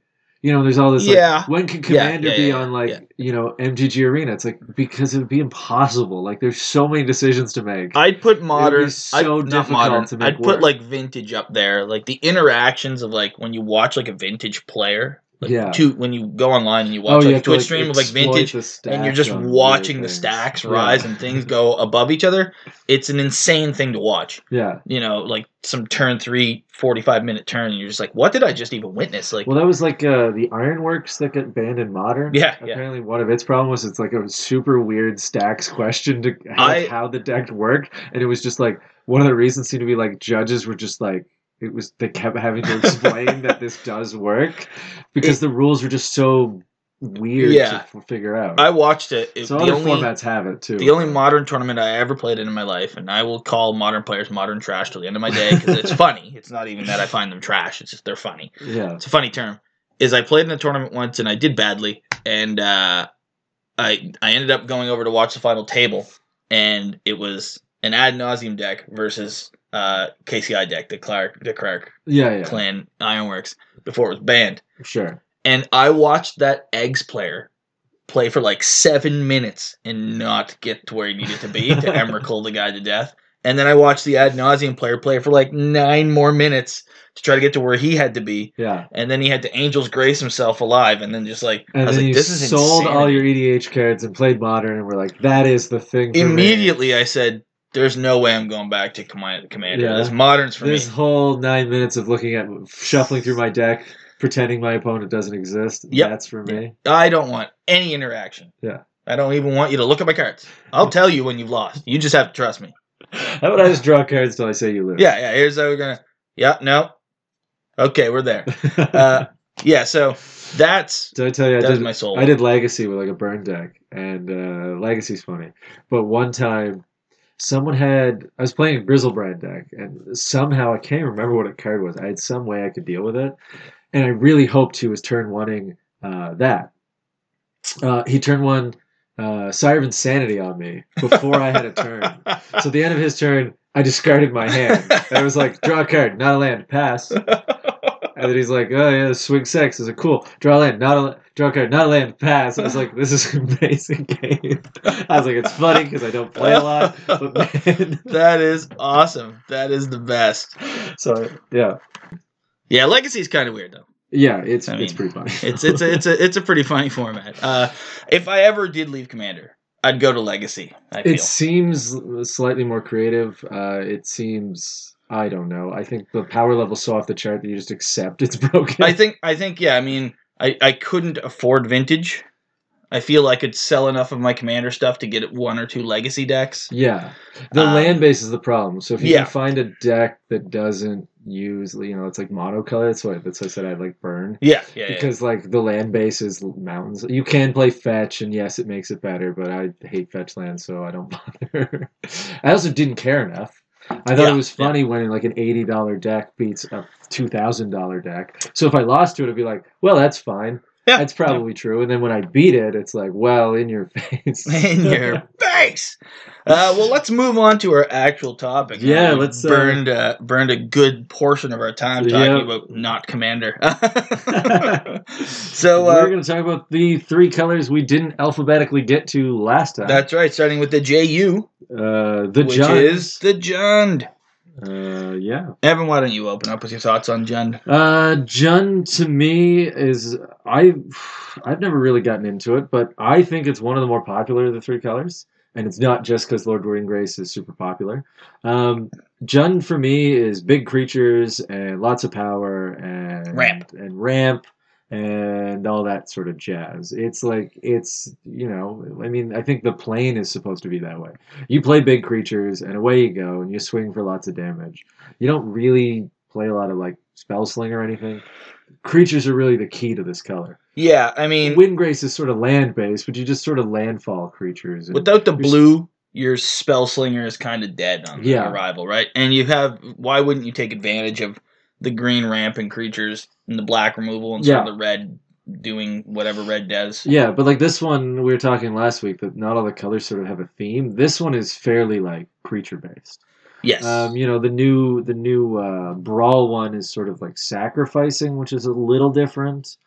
[SPEAKER 2] You know, there's all this. Like,
[SPEAKER 1] Yeah.
[SPEAKER 2] When can
[SPEAKER 1] Yeah,
[SPEAKER 2] Commander
[SPEAKER 1] yeah,
[SPEAKER 2] be
[SPEAKER 1] yeah,
[SPEAKER 2] on like
[SPEAKER 1] yeah.
[SPEAKER 2] you know MTG Arena? It's like because it would be impossible. Like there's so many decisions to make.
[SPEAKER 1] I'd put
[SPEAKER 2] It would
[SPEAKER 1] modern,
[SPEAKER 2] be so
[SPEAKER 1] I'd, not
[SPEAKER 2] difficult
[SPEAKER 1] modern.
[SPEAKER 2] to make
[SPEAKER 1] I'd
[SPEAKER 2] work.
[SPEAKER 1] put like vintage up there, like the interactions of like when you watch like a vintage player, like
[SPEAKER 2] Yeah. Oh,
[SPEAKER 1] two when you go online and you
[SPEAKER 2] you
[SPEAKER 1] watch like a
[SPEAKER 2] have to,
[SPEAKER 1] Twitch stream of like
[SPEAKER 2] exploit
[SPEAKER 1] vintage,
[SPEAKER 2] the
[SPEAKER 1] and you're
[SPEAKER 2] stacks
[SPEAKER 1] just
[SPEAKER 2] on weird
[SPEAKER 1] watching the
[SPEAKER 2] things.
[SPEAKER 1] stacks
[SPEAKER 2] Yeah.
[SPEAKER 1] rise and things go above each other. It's an insane thing to watch.
[SPEAKER 2] Yeah.
[SPEAKER 1] You know, like some turn three, 45 minute turn, and you're just like, what did I just even witness? Like,
[SPEAKER 2] Well, that was like uh, the Ironworks that got banned in modern.
[SPEAKER 1] Yeah, yeah.
[SPEAKER 2] Apparently, one of its problems was it's like a super weird stacks question to <laughs> like, how,
[SPEAKER 1] I-
[SPEAKER 2] the deck worked, and it was just like one of the reasons seemed to be like judges were just like it was they kept having to explain that this
[SPEAKER 1] <laughs>
[SPEAKER 2] does work because the rules were just so weird
[SPEAKER 1] Yeah.
[SPEAKER 2] to f- figure out.
[SPEAKER 1] I watched it. it
[SPEAKER 2] so
[SPEAKER 1] the
[SPEAKER 2] other
[SPEAKER 1] only,
[SPEAKER 2] formats have it too.
[SPEAKER 1] The only modern tournament I ever played in in my life, and I will call modern players modern trash till the end of my day because
[SPEAKER 2] <laughs>
[SPEAKER 1] it's funny. It's not even that I find them trash; it's just they're funny.
[SPEAKER 2] yeah,
[SPEAKER 1] It's a funny term. Is I played in a tournament once and I did badly, and uh, I I ended up going over to watch the final table, and it was an ad nauseum deck versus uh, KCI deck, the Clark the Clark
[SPEAKER 2] yeah, yeah,
[SPEAKER 1] clan Ironworks before it was banned,
[SPEAKER 2] sure.
[SPEAKER 1] and I watched that eggs player play for like seven minutes and not get to where he needed to be to emrakul the guy to death. And then I watched the ad nauseum player play for like nine more minutes to try to get to where he had to be.
[SPEAKER 2] Yeah,
[SPEAKER 1] And then he had to angels grace himself alive. And then just like I
[SPEAKER 2] and
[SPEAKER 1] was
[SPEAKER 2] then
[SPEAKER 1] like,
[SPEAKER 2] you
[SPEAKER 1] this is
[SPEAKER 2] sold
[SPEAKER 1] insane.
[SPEAKER 2] all your EDH cards and played modern, and we're like, that is the thing. for me.
[SPEAKER 1] Immediately, I said, "There's no way I'm going back to command- commander.
[SPEAKER 2] Yeah.
[SPEAKER 1] This modern's for
[SPEAKER 2] this
[SPEAKER 1] me."
[SPEAKER 2] whole nine minutes of looking at shuffling through my deck pretending my opponent doesn't exist
[SPEAKER 1] Yep.
[SPEAKER 2] that's for me
[SPEAKER 1] I don't want any interaction.
[SPEAKER 2] Yeah.
[SPEAKER 1] I don't even want you to look at my cards. I'll tell you when you've lost. You just have to trust me.
[SPEAKER 2] how about i just draw cards till i say you lose <laughs>
[SPEAKER 1] Yeah, yeah. Here's how we're gonna. Yeah, no. Okay, we're
[SPEAKER 2] <laughs>
[SPEAKER 1] there. Uh, yeah. So that's
[SPEAKER 2] did i tell you i
[SPEAKER 1] that was
[SPEAKER 2] did
[SPEAKER 1] my soul.
[SPEAKER 2] i did legacy with like a burn deck and uh, legacy's funny but one time someone had i was playing a grizzlebrand deck and somehow i can't remember what a card was i had some way i could deal with it and i really hoped he was turn wanting uh, that uh, he turned one uh, Sire of Insanity on me before I had a turn. So at the end of his turn, I discarded my hand. And I was like, draw a card, not a land, pass. And then he's like, oh yeah, swing sex. is a cool. Draw a land, not a la- draw a card, not a land, pass. I was like, this is <laughs> an amazing game. I was like, it's funny because I don't play a lot, but man.
[SPEAKER 1] that is awesome. That is the best.
[SPEAKER 2] So yeah,
[SPEAKER 1] Yeah, legacy's kind of weird though.
[SPEAKER 2] Yeah, it's
[SPEAKER 1] I
[SPEAKER 2] it's
[SPEAKER 1] mean,
[SPEAKER 2] pretty funny.
[SPEAKER 1] It's
[SPEAKER 2] <laughs>
[SPEAKER 1] it's a, it's a it's a pretty funny format. Uh, if I ever did leave Commander, I'd go to Legacy. I feel
[SPEAKER 2] it seems slightly more creative. Uh, it seems I don't know. I think the power level's so off the chart that you just accept it's <laughs> broken.
[SPEAKER 1] I think I think yeah. I mean, I I couldn't afford vintage. I feel I could sell enough of my commander stuff to get one or two legacy decks.
[SPEAKER 2] yeah, the
[SPEAKER 1] Um,
[SPEAKER 2] land base is the problem. So if you
[SPEAKER 1] yeah.
[SPEAKER 2] can find a deck that doesn't use, you know, it's like monocolor. That's what that's what I said. I like burn.
[SPEAKER 1] Yeah, yeah, yeah.
[SPEAKER 2] Because like the land base is l- mountains. You can play fetch, and yes, it makes it better. But I hate fetch land, so I don't <laughs> bother. I also didn't care enough. I thought
[SPEAKER 1] Yeah,
[SPEAKER 2] it was funny when like an eighty dollar deck beats a two thousand dollar deck. So if I lost to it, I'd be like, well, that's fine.
[SPEAKER 1] Yeah,
[SPEAKER 2] that's probably true. And then when I beat it, it's like, well, in your <laughs> face.
[SPEAKER 1] <laughs> in
[SPEAKER 2] <laughs>
[SPEAKER 1] your face. Uh, well, let's move on to our actual topic.
[SPEAKER 2] Yeah,
[SPEAKER 1] We've
[SPEAKER 2] let's, uh,
[SPEAKER 1] burned uh, burned a good portion of our time talking
[SPEAKER 2] Yeah.
[SPEAKER 1] about not
[SPEAKER 2] <laughs>
[SPEAKER 1] commander. <laughs> so
[SPEAKER 2] we're
[SPEAKER 1] uh,
[SPEAKER 2] going to talk about the three colors we didn't alphabetically get to last time.
[SPEAKER 1] that's right. Starting with the Ju,
[SPEAKER 2] uh, the
[SPEAKER 1] which
[SPEAKER 2] Jund.
[SPEAKER 1] is the Jund.
[SPEAKER 2] Uh, yeah.
[SPEAKER 1] Evan, why don't you open up with your thoughts on Jund?
[SPEAKER 2] Uh, Jun to me is I I've never really gotten into it, but I think it's one of the more popular of the three colors, and it's not just because Lord Dorian Grace is super popular. Um, Jun for me is big creatures and lots of power and
[SPEAKER 1] Ramp.
[SPEAKER 2] and ramp and all that sort of jazz. It's like it's you know I mean I think the plane is supposed to be that way. You play big creatures and away you go and you swing for lots of damage you don't really play a lot of like spell sling or anything. Creatures are really the key to this color.
[SPEAKER 1] Yeah, I mean,
[SPEAKER 2] Wind grace is sort of land based, but you just sort of landfall creatures. And,
[SPEAKER 1] without the
[SPEAKER 2] You're-
[SPEAKER 1] blue, your spell slinger is kind of dead on
[SPEAKER 2] Yeah.
[SPEAKER 1] arrival, right? And you have why wouldn't you take advantage of the green ramp and creatures and the black removal instead of
[SPEAKER 2] Yeah.
[SPEAKER 1] the red doing whatever red does?
[SPEAKER 2] yeah, but like this one we were talking last week that not all the colors sort of have a theme. This one is fairly like creature based.
[SPEAKER 1] Yes.
[SPEAKER 2] Um, you know the new the new uh, brawl one is sort of like sacrificing, which is a little different.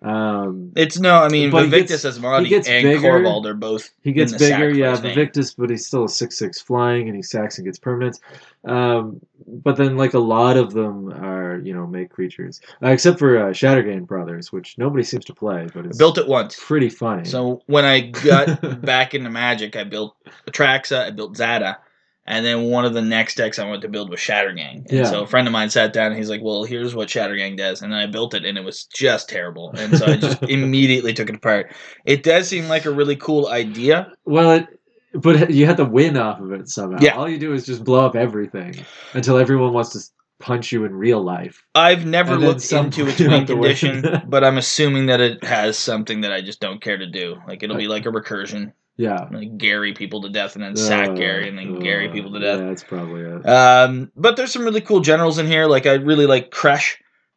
[SPEAKER 2] Um,
[SPEAKER 1] it's no, I mean
[SPEAKER 2] but he
[SPEAKER 1] Vivictus
[SPEAKER 2] gets-
[SPEAKER 1] Esmeralda
[SPEAKER 2] he gets
[SPEAKER 1] and
[SPEAKER 2] bigger.
[SPEAKER 1] Corvald are both
[SPEAKER 2] He gets
[SPEAKER 1] in the
[SPEAKER 2] bigger, yeah,
[SPEAKER 1] sacrifice
[SPEAKER 2] Invictus, but he's still a six six flying, and he sacks and gets permanents. Um, but then, like a lot of them are, you know, make creatures, uh, except for uh, Shattergain Brothers, which nobody seems to play, but it's
[SPEAKER 1] built at once.
[SPEAKER 2] pretty funny.
[SPEAKER 1] So when I
[SPEAKER 2] <laughs>
[SPEAKER 1] got back into Magic, I built Atraxa, I built Zada, and then one of the next decks I went to build was Shattergang. And
[SPEAKER 2] Yeah.
[SPEAKER 1] so a friend of mine sat down and he's like, "Well, here's what Shattergang does," and then I built it, and it was just terrible. And so I
[SPEAKER 2] <laughs>
[SPEAKER 1] just immediately took it apart. It does seem like a really cool idea.
[SPEAKER 2] well, it, but you have to win off of it somehow.
[SPEAKER 1] Yeah.
[SPEAKER 2] All you do is just blow up everything until everyone wants to s- punch you in real life.
[SPEAKER 1] I've never
[SPEAKER 2] And then
[SPEAKER 1] looked
[SPEAKER 2] some
[SPEAKER 1] into its
[SPEAKER 2] point you
[SPEAKER 1] win
[SPEAKER 2] have to win.
[SPEAKER 1] condition, but I'm assuming that it has something that I just don't care to do. Like it'll be
[SPEAKER 2] Uh,
[SPEAKER 1] like a recursion,
[SPEAKER 2] Yeah.
[SPEAKER 1] like Gary people to death, and then sack
[SPEAKER 2] Uh,
[SPEAKER 1] Gary, and then Gary
[SPEAKER 2] uh,
[SPEAKER 1] people to death.
[SPEAKER 2] Yeah, that's probably it.
[SPEAKER 1] Um, but there's some really cool generals in here. Like I really like Kresh.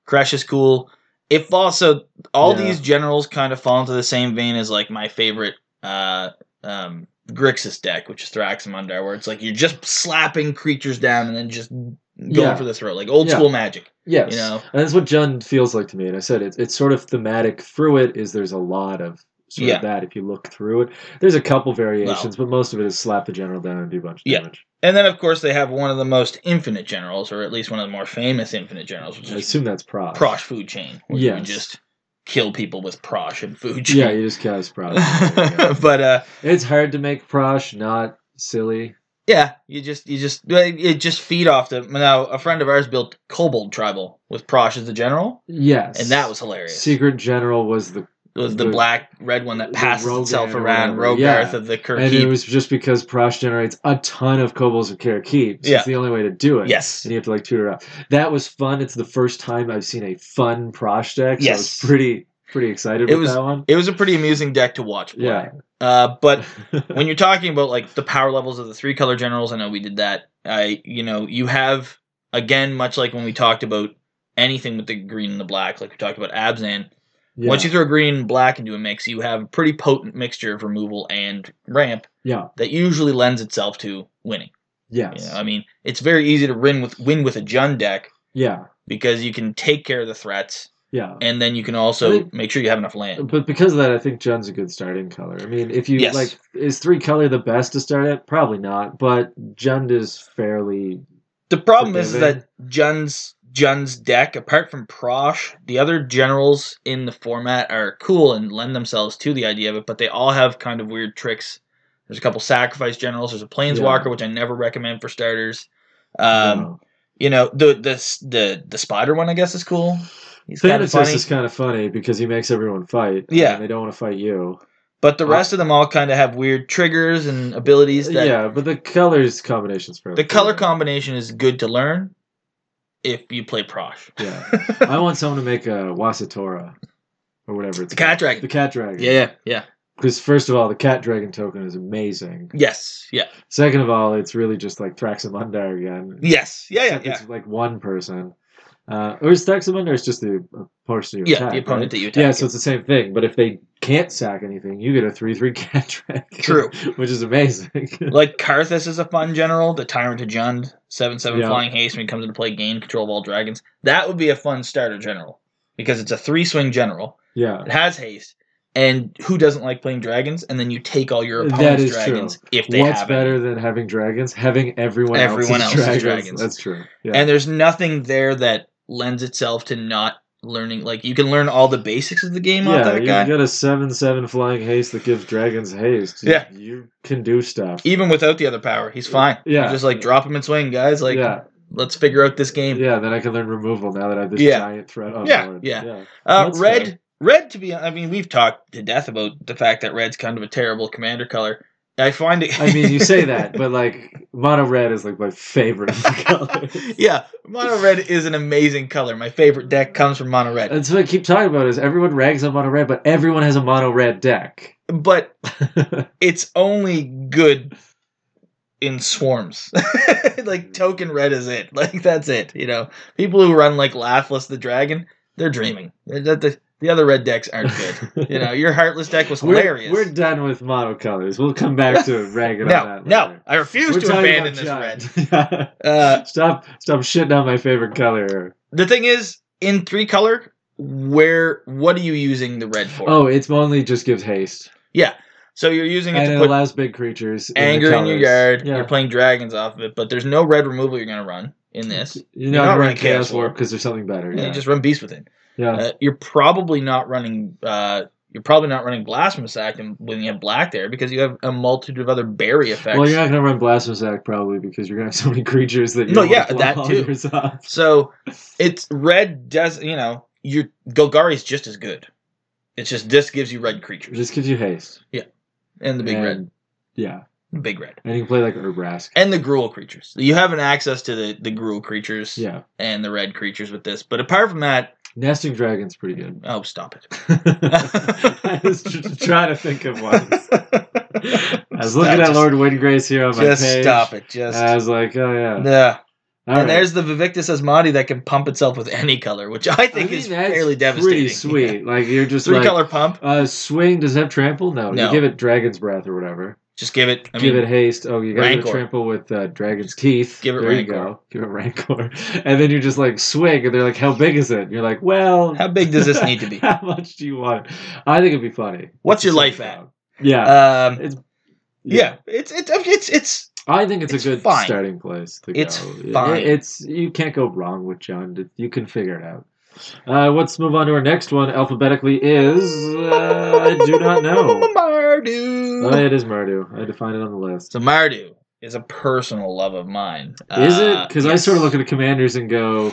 [SPEAKER 1] Kresh is cool. If also all
[SPEAKER 2] Yeah.
[SPEAKER 1] these generals kind of fall into the same vein as like my favorite uh um Grixis deck, which is Thraxamundar, where it's like you're just slapping creatures down and then just going
[SPEAKER 2] Yeah.
[SPEAKER 1] for the throat, like old
[SPEAKER 2] Yeah.
[SPEAKER 1] school magic.
[SPEAKER 2] Yes.
[SPEAKER 1] You know?
[SPEAKER 2] And that's what Jun feels like to me. And I said it's it's sort of thematic through it is there's a lot of sort
[SPEAKER 1] Yeah.
[SPEAKER 2] of that if you look through it. There's a couple variations, but most of it is slap the general down and do a bunch of
[SPEAKER 1] Yeah.
[SPEAKER 2] damage.
[SPEAKER 1] And then of course they have one of the most infinite generals, or at least one of the more famous infinite generals, which
[SPEAKER 2] I
[SPEAKER 1] is
[SPEAKER 2] assume that's Prosh.
[SPEAKER 1] Prosh Food Chain, where you
[SPEAKER 2] Yes.
[SPEAKER 1] just kill people with Prosh and Food
[SPEAKER 2] Yeah,
[SPEAKER 1] Chain.
[SPEAKER 2] you just
[SPEAKER 1] <laughs>
[SPEAKER 2] cast Prosh.
[SPEAKER 1] but uh
[SPEAKER 2] it's hard to make Prosh not silly.
[SPEAKER 1] Yeah, you just you just you just feed off them. Now a friend of ours built Kobold Tribal with Prosh as the general,
[SPEAKER 2] Yes.
[SPEAKER 1] and that was hilarious.
[SPEAKER 2] Secret General was the
[SPEAKER 1] it was the,
[SPEAKER 2] the-
[SPEAKER 1] black red one that
[SPEAKER 2] the
[SPEAKER 1] passes
[SPEAKER 2] Rogan
[SPEAKER 1] itself
[SPEAKER 2] or
[SPEAKER 1] around
[SPEAKER 2] whatever,
[SPEAKER 1] Rogarth
[SPEAKER 2] yeah.
[SPEAKER 1] of the
[SPEAKER 2] and it
[SPEAKER 1] Kirkheep.
[SPEAKER 2] was just because Prosh generates a ton of kobolds of Karakeep. So
[SPEAKER 1] Yeah.
[SPEAKER 2] It's the only way to do it.
[SPEAKER 1] yes,
[SPEAKER 2] and you have to like tutor it up. That was fun. It's the first time I've seen a fun Prosh deck. So I was
[SPEAKER 1] Yes.
[SPEAKER 2] pretty pretty excited
[SPEAKER 1] It
[SPEAKER 2] with
[SPEAKER 1] was- <laughs>
[SPEAKER 2] that one.
[SPEAKER 1] it was a pretty amusing deck to watch. Play.
[SPEAKER 2] Yeah.
[SPEAKER 1] Uh, but
[SPEAKER 2] <laughs>
[SPEAKER 1] when you're talking about like the power levels of the three color generals, I know we did that. I you know you have again much like when we talked about anything with the green and the black, like we talked about Abzan.
[SPEAKER 2] yeah.
[SPEAKER 1] Once you throw green and black into a mix, you have a pretty potent mixture of removal and ramp
[SPEAKER 2] yeah.
[SPEAKER 1] that usually lends itself to winning. You
[SPEAKER 2] Yes.
[SPEAKER 1] know, I mean, it's very easy to win with win with a Jun deck
[SPEAKER 2] Yeah.
[SPEAKER 1] because you can take care of the threats,
[SPEAKER 2] Yeah.
[SPEAKER 1] and then you can also
[SPEAKER 2] I think-
[SPEAKER 1] make sure you have enough land.
[SPEAKER 2] But because of that, I think Jun's a good starting color. I mean, if you
[SPEAKER 1] Yes.
[SPEAKER 2] like, is three color the best to start at? Probably not, but Jund is fairly.
[SPEAKER 1] The problem is, is
[SPEAKER 2] Forgiving.
[SPEAKER 1] that Jun's Jun's deck, apart from Prosh, the other generals in the format are cool and lend themselves to the idea of it, but they all have kind of weird tricks. There's a couple sacrifice generals. There's a planeswalker, which I never recommend for starters. Um,
[SPEAKER 2] No.
[SPEAKER 1] You know, the the the the spider one, I guess, is cool. He's kind of
[SPEAKER 2] Thanatos
[SPEAKER 1] funny,
[SPEAKER 2] is kind of funny because he makes everyone fight. and
[SPEAKER 1] Yeah.
[SPEAKER 2] they don't want to fight you.
[SPEAKER 1] but the rest of them all kind of have weird triggers and abilities that
[SPEAKER 2] yeah, but the colors combinations.
[SPEAKER 1] The color combination is good to learn if you play Prosh. <laughs>
[SPEAKER 2] Yeah, I want someone to make a Wasatora or whatever it's
[SPEAKER 1] The cat
[SPEAKER 2] called. The
[SPEAKER 1] dragon.
[SPEAKER 2] cat dragon.
[SPEAKER 1] Yeah, yeah, yeah.
[SPEAKER 2] Because first of all, the cat dragon token is amazing.
[SPEAKER 1] Yes, yeah,
[SPEAKER 2] Second of all, it's really just like Thraxamundar again.
[SPEAKER 1] yes, yeah, yeah,
[SPEAKER 2] Except
[SPEAKER 1] yeah.
[SPEAKER 2] It's like one person. Uh, or is Thraxamundar is just the uh, person you
[SPEAKER 1] Yeah,
[SPEAKER 2] attack,
[SPEAKER 1] the opponent
[SPEAKER 2] right?
[SPEAKER 1] that you attack.
[SPEAKER 2] Yeah, so it's the same thing. But if they can't sack anything, you get a three-three <laughs> cat dragon.
[SPEAKER 1] True.
[SPEAKER 2] which is amazing.
[SPEAKER 1] like Karthus is a fun general. The Tyrant of Jund, seven seven
[SPEAKER 2] Yeah.
[SPEAKER 1] flying haste when he comes into play, gain control of all dragons. That would be a fun starter general because it's a three swing general.
[SPEAKER 2] yeah.
[SPEAKER 1] It has haste, and who doesn't like playing dragons? And then you take all your
[SPEAKER 2] That
[SPEAKER 1] opponent's
[SPEAKER 2] is true.
[SPEAKER 1] dragons if they
[SPEAKER 2] What's
[SPEAKER 1] have any.
[SPEAKER 2] better than having dragons? Having everyone,
[SPEAKER 1] Everyone
[SPEAKER 2] else's,
[SPEAKER 1] else's
[SPEAKER 2] dragons.
[SPEAKER 1] dragons.
[SPEAKER 2] That's true. Yeah.
[SPEAKER 1] and there's nothing there that lends itself to not learning like you can learn all the basics of the game off
[SPEAKER 2] yeah,
[SPEAKER 1] that
[SPEAKER 2] you
[SPEAKER 1] guy
[SPEAKER 2] get a seven-seven flying haste that gives dragons haste. You-
[SPEAKER 1] Yeah.
[SPEAKER 2] you, can do stuff.
[SPEAKER 1] even without the other power he's fine
[SPEAKER 2] Yeah.
[SPEAKER 1] You just like drop him and swing guys like
[SPEAKER 2] yeah,
[SPEAKER 1] let's figure out this game
[SPEAKER 2] yeah. Then I can learn removal now that I have this
[SPEAKER 1] Yeah.
[SPEAKER 2] giant threat on
[SPEAKER 1] Yeah,
[SPEAKER 2] board.
[SPEAKER 1] yeah.
[SPEAKER 2] yeah.
[SPEAKER 1] uh
[SPEAKER 2] That's
[SPEAKER 1] red
[SPEAKER 2] fair.
[SPEAKER 1] red to be i mean we've talked to death about the fact that red's kind of a terrible commander color i find it
[SPEAKER 2] I mean, you say that, but like mono red is like my favorite <laughs> of the colors.
[SPEAKER 1] <laughs> yeah mono red is an amazing color my favorite deck comes from mono red
[SPEAKER 2] That's what I keep talking about. Is everyone rags on mono red, but everyone has a mono red deck.
[SPEAKER 1] but it's only good in swarms. <laughs>
[SPEAKER 2] Mm.
[SPEAKER 1] like token red is it. <laughs> Like that's it. You know, people who run like Lathless the Dragon, they're dreaming. They're- The, the- the other red decks aren't
[SPEAKER 2] <laughs>
[SPEAKER 1] good. You know, your Heartless deck was hilarious.
[SPEAKER 2] We're, we're done with monocolors. We'll come back to ragging
[SPEAKER 1] <laughs>
[SPEAKER 2] on
[SPEAKER 1] no,
[SPEAKER 2] that.
[SPEAKER 1] no,
[SPEAKER 2] later.
[SPEAKER 1] I refuse
[SPEAKER 2] We're
[SPEAKER 1] to
[SPEAKER 2] talking
[SPEAKER 1] abandon
[SPEAKER 2] about
[SPEAKER 1] this red.
[SPEAKER 2] giant. <laughs> Yeah.
[SPEAKER 1] Uh,
[SPEAKER 2] stop, stop shitting on my favorite color.
[SPEAKER 1] the thing is, in three color, where what are you using the red for?
[SPEAKER 2] Oh, it's only just gives haste,
[SPEAKER 1] yeah. So you're using it
[SPEAKER 2] and
[SPEAKER 1] to
[SPEAKER 2] it
[SPEAKER 1] put
[SPEAKER 2] allows big creatures. in the
[SPEAKER 1] anger in your
[SPEAKER 2] colors.
[SPEAKER 1] yard.
[SPEAKER 2] Yeah.
[SPEAKER 1] You're playing dragons off of it, but there's no red removal you're gonna run in this.
[SPEAKER 2] You're
[SPEAKER 1] not
[SPEAKER 2] not, running
[SPEAKER 1] running Chaos
[SPEAKER 2] Chaos
[SPEAKER 1] Warp.
[SPEAKER 2] Warp because there's something better.
[SPEAKER 1] Yeah,
[SPEAKER 2] Yeah,
[SPEAKER 1] you just run beast with it.
[SPEAKER 2] yeah.
[SPEAKER 1] Uh, you're probably not running. Uh, you're probably not running Blasphemous Act and- when you have black there because you have a multitude of other berry effects.
[SPEAKER 2] Well, you're not gonna run Blasphemous Act probably because you're gonna have so many creatures that you
[SPEAKER 1] No,
[SPEAKER 2] don't wanna
[SPEAKER 1] yeah,
[SPEAKER 2] block
[SPEAKER 1] that
[SPEAKER 2] all
[SPEAKER 1] too.
[SPEAKER 2] yours off.
[SPEAKER 1] so it's red. Does you know your Golgari's just as good. It's just this gives you red
[SPEAKER 2] It
[SPEAKER 1] creatures
[SPEAKER 2] just gives you haste.
[SPEAKER 1] and the big
[SPEAKER 2] And- Yeah,
[SPEAKER 1] red, big red,
[SPEAKER 2] and you can play like Urbrask.
[SPEAKER 1] and the gruel creatures. You have an access to the the gruel creatures
[SPEAKER 2] Yeah,
[SPEAKER 1] and the red creatures with this. But apart from that,
[SPEAKER 2] nesting dragon's pretty good. <laughs>
[SPEAKER 1] oh stop it.
[SPEAKER 2] I was tr- trying to think of
[SPEAKER 1] <laughs>
[SPEAKER 2] one. I was looking
[SPEAKER 1] Stop,
[SPEAKER 2] at
[SPEAKER 1] just-
[SPEAKER 2] Lord Wingrace here on my
[SPEAKER 1] Just
[SPEAKER 2] page.
[SPEAKER 1] stop it.
[SPEAKER 2] and
[SPEAKER 1] Just
[SPEAKER 2] I was like, oh yeah.
[SPEAKER 1] Nah.
[SPEAKER 2] All
[SPEAKER 1] and
[SPEAKER 2] right.
[SPEAKER 1] there's the Vivictus Asmati that can pump itself with any color, which I think
[SPEAKER 2] mean,
[SPEAKER 1] is
[SPEAKER 2] that's
[SPEAKER 1] fairly devastating.
[SPEAKER 2] Pretty
[SPEAKER 1] <laughs>
[SPEAKER 2] sweet. Like you're just
[SPEAKER 1] Three
[SPEAKER 2] like
[SPEAKER 1] color pump.
[SPEAKER 2] uh, swing. Does it have trample? No.
[SPEAKER 1] No.
[SPEAKER 2] You give it dragon's breath or whatever.
[SPEAKER 1] Just give it. I
[SPEAKER 2] give
[SPEAKER 1] mean,
[SPEAKER 2] it haste. Oh, you got to
[SPEAKER 1] Rancor.
[SPEAKER 2] trample with uh, dragon's teeth.
[SPEAKER 1] Give it
[SPEAKER 2] there
[SPEAKER 1] Rancor.
[SPEAKER 2] You go. Give it rancor, <laughs> and then you're just like swing, and they're like, "How big is it?" And you're like, "Well,
[SPEAKER 1] how big does this need to be?
[SPEAKER 2] <laughs> how much do you want?" it? I think it'd be funny.
[SPEAKER 1] What's your life at?
[SPEAKER 2] at? Yeah,
[SPEAKER 1] Um,
[SPEAKER 2] It's-
[SPEAKER 1] yeah, it's it's it's it's
[SPEAKER 2] I think it's,
[SPEAKER 1] it's
[SPEAKER 2] a good
[SPEAKER 1] fine.
[SPEAKER 2] starting place. To
[SPEAKER 1] It's
[SPEAKER 2] go.
[SPEAKER 1] fine.
[SPEAKER 2] It- It's you can't go wrong with John. You can figure it out. Uh, let's move on to our next one. Alphabetically is uh, I do not know.
[SPEAKER 1] <laughs> Mardu.
[SPEAKER 2] Oh, it is Mardu. I had to find it on the list.
[SPEAKER 1] So Mardu is a personal love of mine.
[SPEAKER 2] Is
[SPEAKER 1] Uh,
[SPEAKER 2] it? Because I
[SPEAKER 1] yes.
[SPEAKER 2] sort of look at the commanders and go,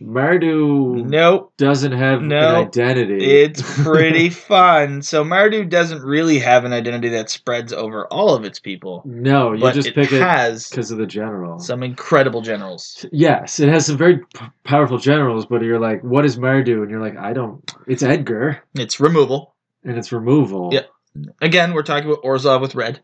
[SPEAKER 2] Mardu
[SPEAKER 1] Nope.
[SPEAKER 2] doesn't have
[SPEAKER 1] No.
[SPEAKER 2] an identity. <laughs>
[SPEAKER 1] It's pretty fun. So Mardu doesn't really have an identity that spreads over all of its people,
[SPEAKER 2] no, you
[SPEAKER 1] but
[SPEAKER 2] just
[SPEAKER 1] it
[SPEAKER 2] pick it
[SPEAKER 1] has
[SPEAKER 2] because of the general.
[SPEAKER 1] some incredible generals.
[SPEAKER 2] Yes, it has some very p- powerful generals, but you're like, what is Mardu? And you're like, I don't. It's Edgar,
[SPEAKER 1] It's removal.
[SPEAKER 2] and it's removal.
[SPEAKER 1] Yeah. Again, we're talking about Orzov with red.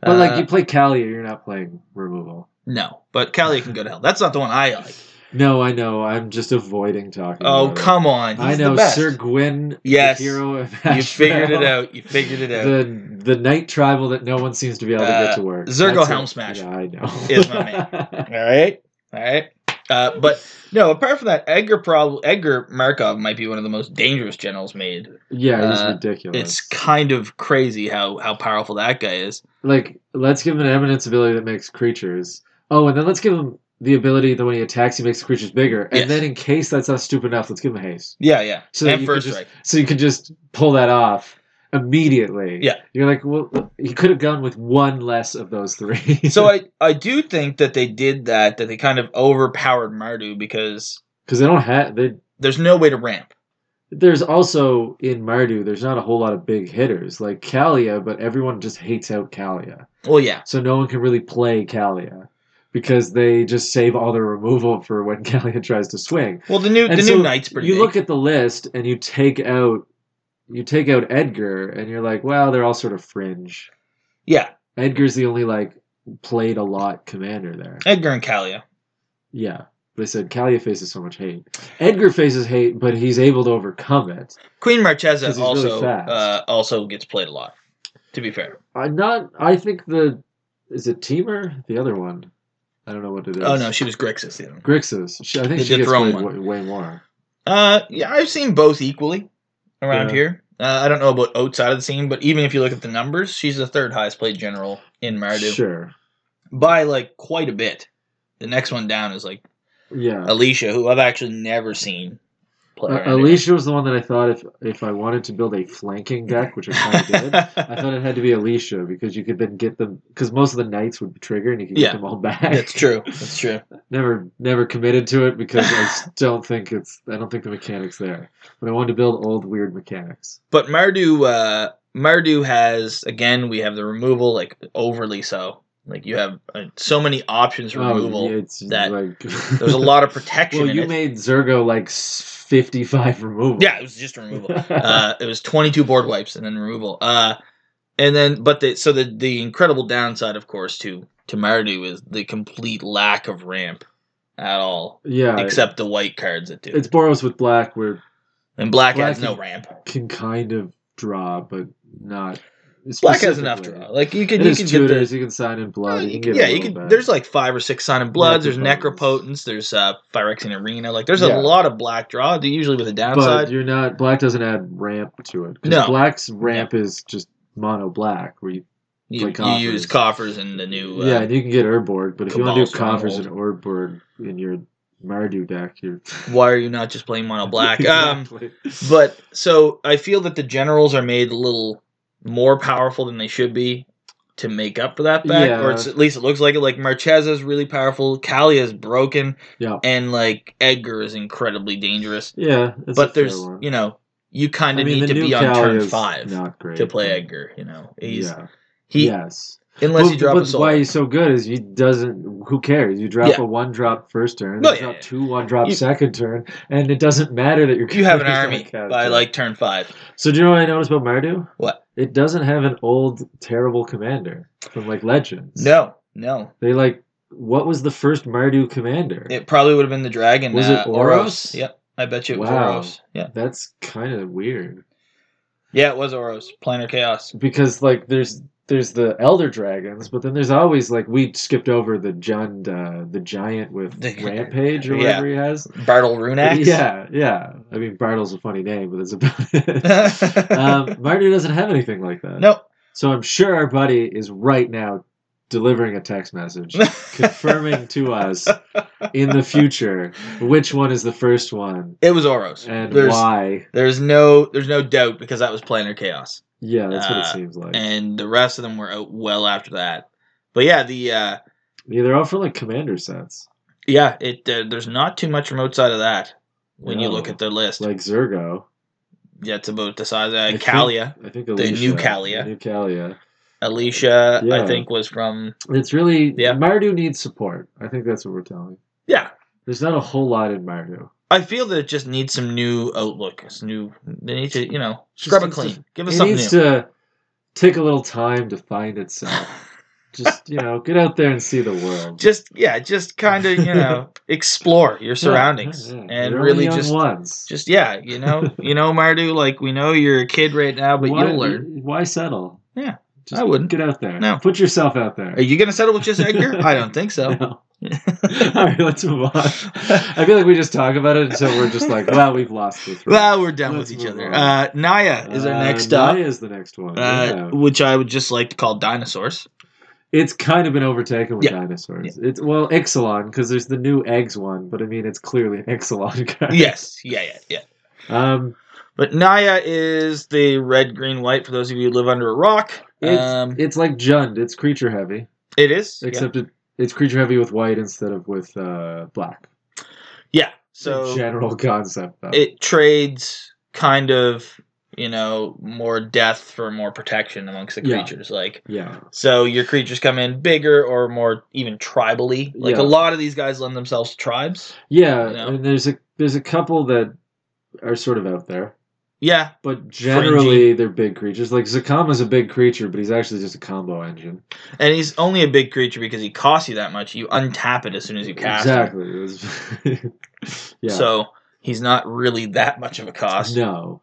[SPEAKER 2] But
[SPEAKER 1] Uh,
[SPEAKER 2] like, you play Callia, you're not playing removal.
[SPEAKER 1] no, but Kalia can go to hell. That's not the one I like.
[SPEAKER 2] No, I know. I'm just avoiding talking.
[SPEAKER 1] Oh
[SPEAKER 2] about it.
[SPEAKER 1] come on!
[SPEAKER 2] I
[SPEAKER 1] He's
[SPEAKER 2] know
[SPEAKER 1] the best.
[SPEAKER 2] Sir Gwyn.
[SPEAKER 1] Yes.
[SPEAKER 2] the hero of
[SPEAKER 1] You figured it
[SPEAKER 2] Ashvale.
[SPEAKER 1] out. You figured it out.
[SPEAKER 2] the the night tribal that no one seems to be able to
[SPEAKER 1] Uh,
[SPEAKER 2] get to work.
[SPEAKER 1] Zergo
[SPEAKER 2] That's it.
[SPEAKER 1] Helm Smash
[SPEAKER 2] Yeah, I know.
[SPEAKER 1] <laughs> is my man. all right, all right. Uh, but no, apart from that, Edgar probably Edgar Markov might be one of the most dangerous generals made.
[SPEAKER 2] <laughs> yeah, he's
[SPEAKER 1] Uh,
[SPEAKER 2] ridiculous.
[SPEAKER 1] It's kind of crazy how how powerful that guy is.
[SPEAKER 2] like let's give him an eminence ability that makes creatures. Oh, and then let's give him the ability that when he attacks, he makes the creatures bigger. And
[SPEAKER 1] Yes.
[SPEAKER 2] then in case that's not stupid enough, let's give him haste.
[SPEAKER 1] Yeah, yeah.
[SPEAKER 2] So that
[SPEAKER 1] and
[SPEAKER 2] you could
[SPEAKER 1] first
[SPEAKER 2] just,
[SPEAKER 1] strike.
[SPEAKER 2] so you can just pull that off immediately.
[SPEAKER 1] Yeah.
[SPEAKER 2] You're like, well, he could have gone with one less of those three. <laughs>
[SPEAKER 1] so I, I do think that they did that, that they kind of overpowered Mardu because
[SPEAKER 2] because they don't have they.
[SPEAKER 1] there's no way to ramp.
[SPEAKER 2] There's also in Mardu, there's not a whole lot of big hitters like Kalia, but everyone just hates out Kalia,
[SPEAKER 1] Well, yeah.
[SPEAKER 2] so no one can really play Kalia because they just save all their removal for when <laughs> Kalia tries to swing.
[SPEAKER 1] Well, the new
[SPEAKER 2] And
[SPEAKER 1] the
[SPEAKER 2] so
[SPEAKER 1] new knight's pretty
[SPEAKER 2] you
[SPEAKER 1] big.
[SPEAKER 2] look at the list and you take out you take out Edgar and you're like, wow, they're all sort of fringe.
[SPEAKER 1] yeah,
[SPEAKER 2] Edgar's the only like played a lot commander there.
[SPEAKER 1] Edgar and Kalia.
[SPEAKER 2] Yeah. They said Kalia faces so much hate. Edgar faces hate, but he's able to overcome it.
[SPEAKER 1] Queen
[SPEAKER 2] 'Cause
[SPEAKER 1] Marchesa
[SPEAKER 2] he's really
[SPEAKER 1] also
[SPEAKER 2] fast.
[SPEAKER 1] uh, also gets played a lot, to be fair.
[SPEAKER 2] I'm not I think the is it Teamer? The other one. I don't know what it is.
[SPEAKER 1] Oh, no, she was Grixis. the other one.
[SPEAKER 2] Grixis. She, I think
[SPEAKER 1] The
[SPEAKER 2] she gets
[SPEAKER 1] dethroned
[SPEAKER 2] played way, way more.
[SPEAKER 1] Uh, yeah, I've seen both equally around
[SPEAKER 2] Yeah.
[SPEAKER 1] here. Uh, I don't know about outside of the scene, but even if you look at the numbers, she's the third highest played general in Mardu
[SPEAKER 2] Sure.
[SPEAKER 1] by like quite a bit. The next one down is like
[SPEAKER 2] Yeah.
[SPEAKER 1] Alicia, who I've actually never seen play.
[SPEAKER 2] Uh,
[SPEAKER 1] around here. <laughs>
[SPEAKER 2] Alicia was the one that I thought if if I wanted to build a flanking deck, which I kind of did, I thought it had to be Alicia because you could then get them because most of the knights would trigger and you could
[SPEAKER 1] Yeah.
[SPEAKER 2] get them all back.
[SPEAKER 1] That's true. That's true.
[SPEAKER 2] Never, never committed to it because
[SPEAKER 1] <laughs>
[SPEAKER 2] I s- don't think it's. I don't think the mechanics there. But I wanted to build old weird mechanics.
[SPEAKER 1] But Mardu, uh, Mardu has again. We have the removal, like overly so. Like you have uh, so many options for removal.
[SPEAKER 2] yeah, Oh, it's
[SPEAKER 1] that- <laughs>
[SPEAKER 2] like
[SPEAKER 1] There's a lot of protection.
[SPEAKER 2] <laughs> Well,
[SPEAKER 1] in
[SPEAKER 2] you
[SPEAKER 1] it.
[SPEAKER 2] made Zergo like fifty five removal. <laughs>
[SPEAKER 1] Yeah, it was just removal. uh, it was 22 board wipes and then removal. Uh, and then, but the so the the incredible downside, of course, to to Mardu is the complete lack of ramp at all,
[SPEAKER 2] yeah.
[SPEAKER 1] except the white cards that do.
[SPEAKER 2] it's Boros with black where
[SPEAKER 1] And black,
[SPEAKER 2] Black
[SPEAKER 1] has no
[SPEAKER 2] is-
[SPEAKER 1] ramp.
[SPEAKER 2] can kind of draw, but not.
[SPEAKER 1] Black has enough
[SPEAKER 2] specifically.
[SPEAKER 1] draw. Like you
[SPEAKER 2] It
[SPEAKER 1] can you
[SPEAKER 2] is
[SPEAKER 1] can get the Uh,
[SPEAKER 2] tutors. you can sign in blood. You can get
[SPEAKER 1] yeah,
[SPEAKER 2] a
[SPEAKER 1] you
[SPEAKER 2] little
[SPEAKER 1] could.
[SPEAKER 2] bit.
[SPEAKER 1] There's like five or six Sonic Bloods. There's
[SPEAKER 2] Necropotence.
[SPEAKER 1] Necropotence. There's uh, Phyrexian Arena. Like there's
[SPEAKER 2] Yeah.
[SPEAKER 1] a lot of black draw. Usually with a
[SPEAKER 2] but
[SPEAKER 1] downside.
[SPEAKER 2] you're not black doesn't add ramp to it. 'Cause
[SPEAKER 1] No.
[SPEAKER 2] black's ramp is just mono black where you
[SPEAKER 1] You,
[SPEAKER 2] like
[SPEAKER 1] you use coffers and the new. Uh,
[SPEAKER 2] yeah, and you can get Urborg, but if you want to do
[SPEAKER 1] Cabal
[SPEAKER 2] coffers and Urborg in your Mardu deck, you're <laughs>
[SPEAKER 1] Why are you not just playing mono black? Um,
[SPEAKER 2] Exactly.
[SPEAKER 1] but so I feel that the generals are made a little more powerful than they should be to make up for that fact,
[SPEAKER 2] Yeah.
[SPEAKER 1] or it's, at least it looks like it. Like Marchesa's really powerful, Kalia is broken,
[SPEAKER 2] Yeah.
[SPEAKER 1] and like Edgar is incredibly dangerous.
[SPEAKER 2] yeah, that's a
[SPEAKER 1] but
[SPEAKER 2] fair
[SPEAKER 1] there's
[SPEAKER 2] one.
[SPEAKER 1] you know you kind
[SPEAKER 2] I
[SPEAKER 1] of
[SPEAKER 2] mean,
[SPEAKER 1] need
[SPEAKER 2] the
[SPEAKER 1] to
[SPEAKER 2] new
[SPEAKER 1] be on
[SPEAKER 2] Cali
[SPEAKER 1] turn
[SPEAKER 2] is
[SPEAKER 1] five
[SPEAKER 2] not great,
[SPEAKER 1] to play
[SPEAKER 2] but-
[SPEAKER 1] Edgar. You know he's
[SPEAKER 2] yeah.
[SPEAKER 1] he
[SPEAKER 2] yes.
[SPEAKER 1] unless
[SPEAKER 2] Well,
[SPEAKER 1] you drop
[SPEAKER 2] but
[SPEAKER 1] a soul.
[SPEAKER 2] why he's so good is he doesn't. Who cares? You drop
[SPEAKER 1] Yeah.
[SPEAKER 2] a one drop first turn,
[SPEAKER 1] No,
[SPEAKER 2] you
[SPEAKER 1] yeah,
[SPEAKER 2] drop
[SPEAKER 1] yeah.
[SPEAKER 2] two one drop
[SPEAKER 1] You-
[SPEAKER 2] second turn, and it doesn't matter that you're.
[SPEAKER 1] you
[SPEAKER 2] <laughs>
[SPEAKER 1] have an
[SPEAKER 2] gonna
[SPEAKER 1] army
[SPEAKER 2] count
[SPEAKER 1] by
[SPEAKER 2] it.
[SPEAKER 1] like turn five.
[SPEAKER 2] So do you know what I noticed about Mardu?
[SPEAKER 1] What?
[SPEAKER 2] It doesn't have an old terrible commander from like Legends.
[SPEAKER 1] No, no,
[SPEAKER 2] They like what was the first Mardu commander?
[SPEAKER 1] it probably would have been the dragon.
[SPEAKER 2] Was
[SPEAKER 1] uh,
[SPEAKER 2] it Oros?
[SPEAKER 1] Yep, I bet you it was
[SPEAKER 2] Wow.
[SPEAKER 1] Oros. Yeah,
[SPEAKER 2] That's kind of weird
[SPEAKER 1] yeah, it was Oros. Planar chaos.
[SPEAKER 2] because like there's there's the elder dragons, but then there's always like we skipped over the Jund, uh, the giant with
[SPEAKER 1] The-
[SPEAKER 2] rampage or
[SPEAKER 1] yeah.
[SPEAKER 2] whatever he has.
[SPEAKER 1] Bartle Runax. <laughs>
[SPEAKER 2] Yeah, yeah. I mean, Bartle's a funny name, but that's about
[SPEAKER 1] <laughs>
[SPEAKER 2] it. <laughs> um, Mardu doesn't have anything like that.
[SPEAKER 1] no.
[SPEAKER 2] So I'm sure our buddy is right now delivering a text
[SPEAKER 1] <laughs>
[SPEAKER 2] message confirming to us in the future which one is the first one
[SPEAKER 1] It was Oros.
[SPEAKER 2] and
[SPEAKER 1] there's
[SPEAKER 2] why.
[SPEAKER 1] there's no there's no doubt because that was planar chaos.
[SPEAKER 2] Yeah, that's what it
[SPEAKER 1] uh,
[SPEAKER 2] seems like.
[SPEAKER 1] And the rest of them were out well after that. But yeah, the uh
[SPEAKER 2] yeah, they're all from like commander sets,
[SPEAKER 1] yeah, it uh, there's not too much from outside of that when you
[SPEAKER 2] No.
[SPEAKER 1] look at the list.
[SPEAKER 2] like Zergo.
[SPEAKER 1] That's about the size
[SPEAKER 2] I
[SPEAKER 1] of
[SPEAKER 2] think-
[SPEAKER 1] Kalia.
[SPEAKER 2] I think
[SPEAKER 1] new
[SPEAKER 2] Alicia-
[SPEAKER 1] Kalia.
[SPEAKER 2] the new Kalia.
[SPEAKER 1] Alicia,
[SPEAKER 2] Yeah.
[SPEAKER 1] I think, was from
[SPEAKER 2] It's really
[SPEAKER 1] Yeah.
[SPEAKER 2] Mardu needs support. I think that's what we're telling.
[SPEAKER 1] yeah.
[SPEAKER 2] There's not a whole lot in Mardu.
[SPEAKER 1] I feel that it just needs some new outlook. It's new. They need to, you know, scrub it
[SPEAKER 2] needs to-
[SPEAKER 1] clean. Give us
[SPEAKER 2] It
[SPEAKER 1] something
[SPEAKER 2] needs
[SPEAKER 1] new.
[SPEAKER 2] to take a little time to find
[SPEAKER 1] <laughs>
[SPEAKER 2] itself. Just you know, get out there and see the world.
[SPEAKER 1] just yeah, just kind of you
[SPEAKER 2] <laughs>
[SPEAKER 1] know explore your surroundings
[SPEAKER 2] Yeah, yeah, yeah.
[SPEAKER 1] and
[SPEAKER 2] You're only
[SPEAKER 1] really
[SPEAKER 2] young
[SPEAKER 1] just
[SPEAKER 2] once.
[SPEAKER 1] just yeah, you
[SPEAKER 2] <laughs>
[SPEAKER 1] know, you know, Mardu. Like we know you're a kid right now, but
[SPEAKER 2] why,
[SPEAKER 1] you'll learn.
[SPEAKER 2] Why settle?
[SPEAKER 1] Yeah,
[SPEAKER 2] Just
[SPEAKER 1] I wouldn't.
[SPEAKER 2] get out there.
[SPEAKER 1] No.
[SPEAKER 2] put yourself out there.
[SPEAKER 1] Are you gonna settle with just Edgar? I don't think
[SPEAKER 2] <laughs>
[SPEAKER 1] so.
[SPEAKER 2] No. All right, let's move on. I feel like we just talk about it until we're just like, well, we've lost the thread.
[SPEAKER 1] Well, we're done
[SPEAKER 2] Let's
[SPEAKER 1] with each
[SPEAKER 2] move
[SPEAKER 1] other.
[SPEAKER 2] on.
[SPEAKER 1] Uh, Naya is our
[SPEAKER 2] Uh,
[SPEAKER 1] next
[SPEAKER 2] Naya
[SPEAKER 1] up,
[SPEAKER 2] is the next one.
[SPEAKER 1] uh,
[SPEAKER 2] yeah.
[SPEAKER 1] which I would just like to call dinosaurs.
[SPEAKER 2] It's kind of been overtaken with
[SPEAKER 1] Yeah.
[SPEAKER 2] dinosaurs. It's well, Ixalan because there's the new eggs one, but I mean it's clearly an Ixalan <laughs> guy.
[SPEAKER 1] yes, yeah, yeah, yeah.
[SPEAKER 2] Um,
[SPEAKER 1] But Naya is the red, green, white. For those of you who live under a rock,
[SPEAKER 2] It's-
[SPEAKER 1] um,
[SPEAKER 2] it's like Jund. It's creature heavy,
[SPEAKER 1] it is. yeah.
[SPEAKER 2] except it, it's creature heavy with white instead of with uh, black.
[SPEAKER 1] yeah. So
[SPEAKER 2] general <laughs> concept though.
[SPEAKER 1] it trades kind of you know more death for more protection amongst the
[SPEAKER 2] Yeah.
[SPEAKER 1] creatures like
[SPEAKER 2] yeah.
[SPEAKER 1] so your creatures come in bigger or more even tribally like
[SPEAKER 2] Yeah.
[SPEAKER 1] a lot of these guys lend themselves to tribes
[SPEAKER 2] Yeah,
[SPEAKER 1] You know?
[SPEAKER 2] and there's a there's a couple that are sort of out there,
[SPEAKER 1] yeah
[SPEAKER 2] but generally they're big creatures. Like Zakama's a big creature, but he's actually just a combo engine.
[SPEAKER 1] and he's only a big creature because he costs you that much you untap it as soon as you cast him.
[SPEAKER 2] exactly. It was <laughs> yeah.
[SPEAKER 1] so he's not really that much of a cost
[SPEAKER 2] no.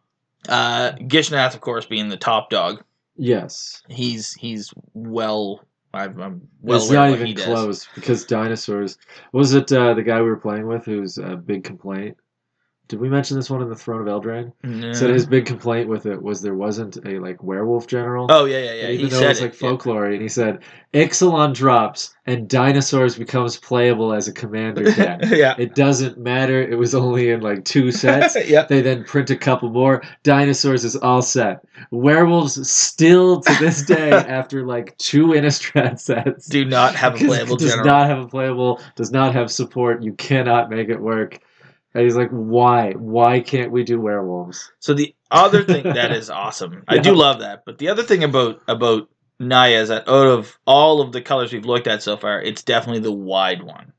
[SPEAKER 1] uh gishnath of course being the top dog
[SPEAKER 2] Yes.
[SPEAKER 1] he's he's well i'm, I'm well
[SPEAKER 2] Well, it's
[SPEAKER 1] aware
[SPEAKER 2] not
[SPEAKER 1] of what
[SPEAKER 2] even
[SPEAKER 1] he does.
[SPEAKER 2] close because dinosaurs. Was it uh, the guy we were playing with who's a big complaint? Did we mention this one in the Throne of Eldraine?
[SPEAKER 1] No.
[SPEAKER 2] Said his big complaint with it was there wasn't a like werewolf general.
[SPEAKER 1] oh yeah yeah yeah
[SPEAKER 2] And even
[SPEAKER 1] he
[SPEAKER 2] though
[SPEAKER 1] said
[SPEAKER 2] it's like
[SPEAKER 1] it, yeah.
[SPEAKER 2] folklore, and he said, "Ixalan drops and dinosaurs becomes playable as
[SPEAKER 1] <laughs>
[SPEAKER 2] a commander deck.
[SPEAKER 1] <laughs> yeah.
[SPEAKER 2] it doesn't matter. It was only in like
[SPEAKER 1] <laughs>
[SPEAKER 2] two sets.
[SPEAKER 1] yeah.
[SPEAKER 2] They then print a couple more. Dinosaurs is all set. Werewolves still to
[SPEAKER 1] <laughs>
[SPEAKER 2] this day, after like two Innistrad sets,
[SPEAKER 1] Do not have a playable
[SPEAKER 2] does
[SPEAKER 1] general.
[SPEAKER 2] not have a playable. Does not have support. You cannot make it work. And he's like, why? Why can't we do werewolves?
[SPEAKER 1] so the other thing that is awesome. I do
[SPEAKER 2] Yeah.
[SPEAKER 1] love that. But the other thing about about Naya is that out of all of the colors we've looked at so far, it's definitely the wide one.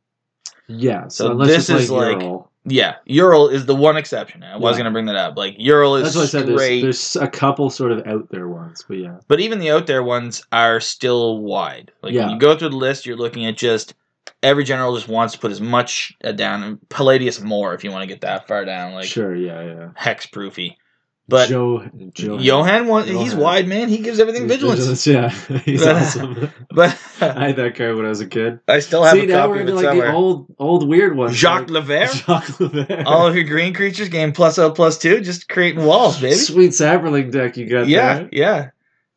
[SPEAKER 2] Yeah. So,
[SPEAKER 1] So
[SPEAKER 2] unless
[SPEAKER 1] this
[SPEAKER 2] you're
[SPEAKER 1] is
[SPEAKER 2] playing
[SPEAKER 1] like-
[SPEAKER 2] Ural.
[SPEAKER 1] Yeah, Ural is the one exception. I was
[SPEAKER 2] Yeah.
[SPEAKER 1] going to bring that up. Like Ural is
[SPEAKER 2] That's what I said. There's,
[SPEAKER 1] straight,
[SPEAKER 2] there's a couple sort of out there ones, but yeah,
[SPEAKER 1] but even the out there ones are still wide. Like when
[SPEAKER 2] Yeah.
[SPEAKER 1] you go through the list, you're looking at just every general just wants to put as much uh, down. And Palladius more if you want to get that far down, like
[SPEAKER 2] sure, yeah, yeah.
[SPEAKER 1] hex proofy. But
[SPEAKER 2] Joe, Joe,
[SPEAKER 1] Johan, wa- he's
[SPEAKER 2] Johan.
[SPEAKER 1] wide man. He gives everything vigilance.
[SPEAKER 2] Yeah, <laughs> he's awesome.
[SPEAKER 1] <laughs> But
[SPEAKER 2] <laughs>
[SPEAKER 1] <laughs>
[SPEAKER 2] I had that card when I was a kid.
[SPEAKER 1] I still have
[SPEAKER 2] See,
[SPEAKER 1] a
[SPEAKER 2] now
[SPEAKER 1] copy
[SPEAKER 2] we're
[SPEAKER 1] of
[SPEAKER 2] into
[SPEAKER 1] it
[SPEAKER 2] like
[SPEAKER 1] somewhere.
[SPEAKER 2] the old, old weird ones.
[SPEAKER 1] Jacques Oh,
[SPEAKER 2] like,
[SPEAKER 1] Levert.
[SPEAKER 2] <laughs> Jacques Levert.
[SPEAKER 1] All of your green creatures gain plus L plus two, just creating walls, baby.
[SPEAKER 2] Sweet Sapperling deck you got
[SPEAKER 1] yeah,
[SPEAKER 2] there.
[SPEAKER 1] yeah.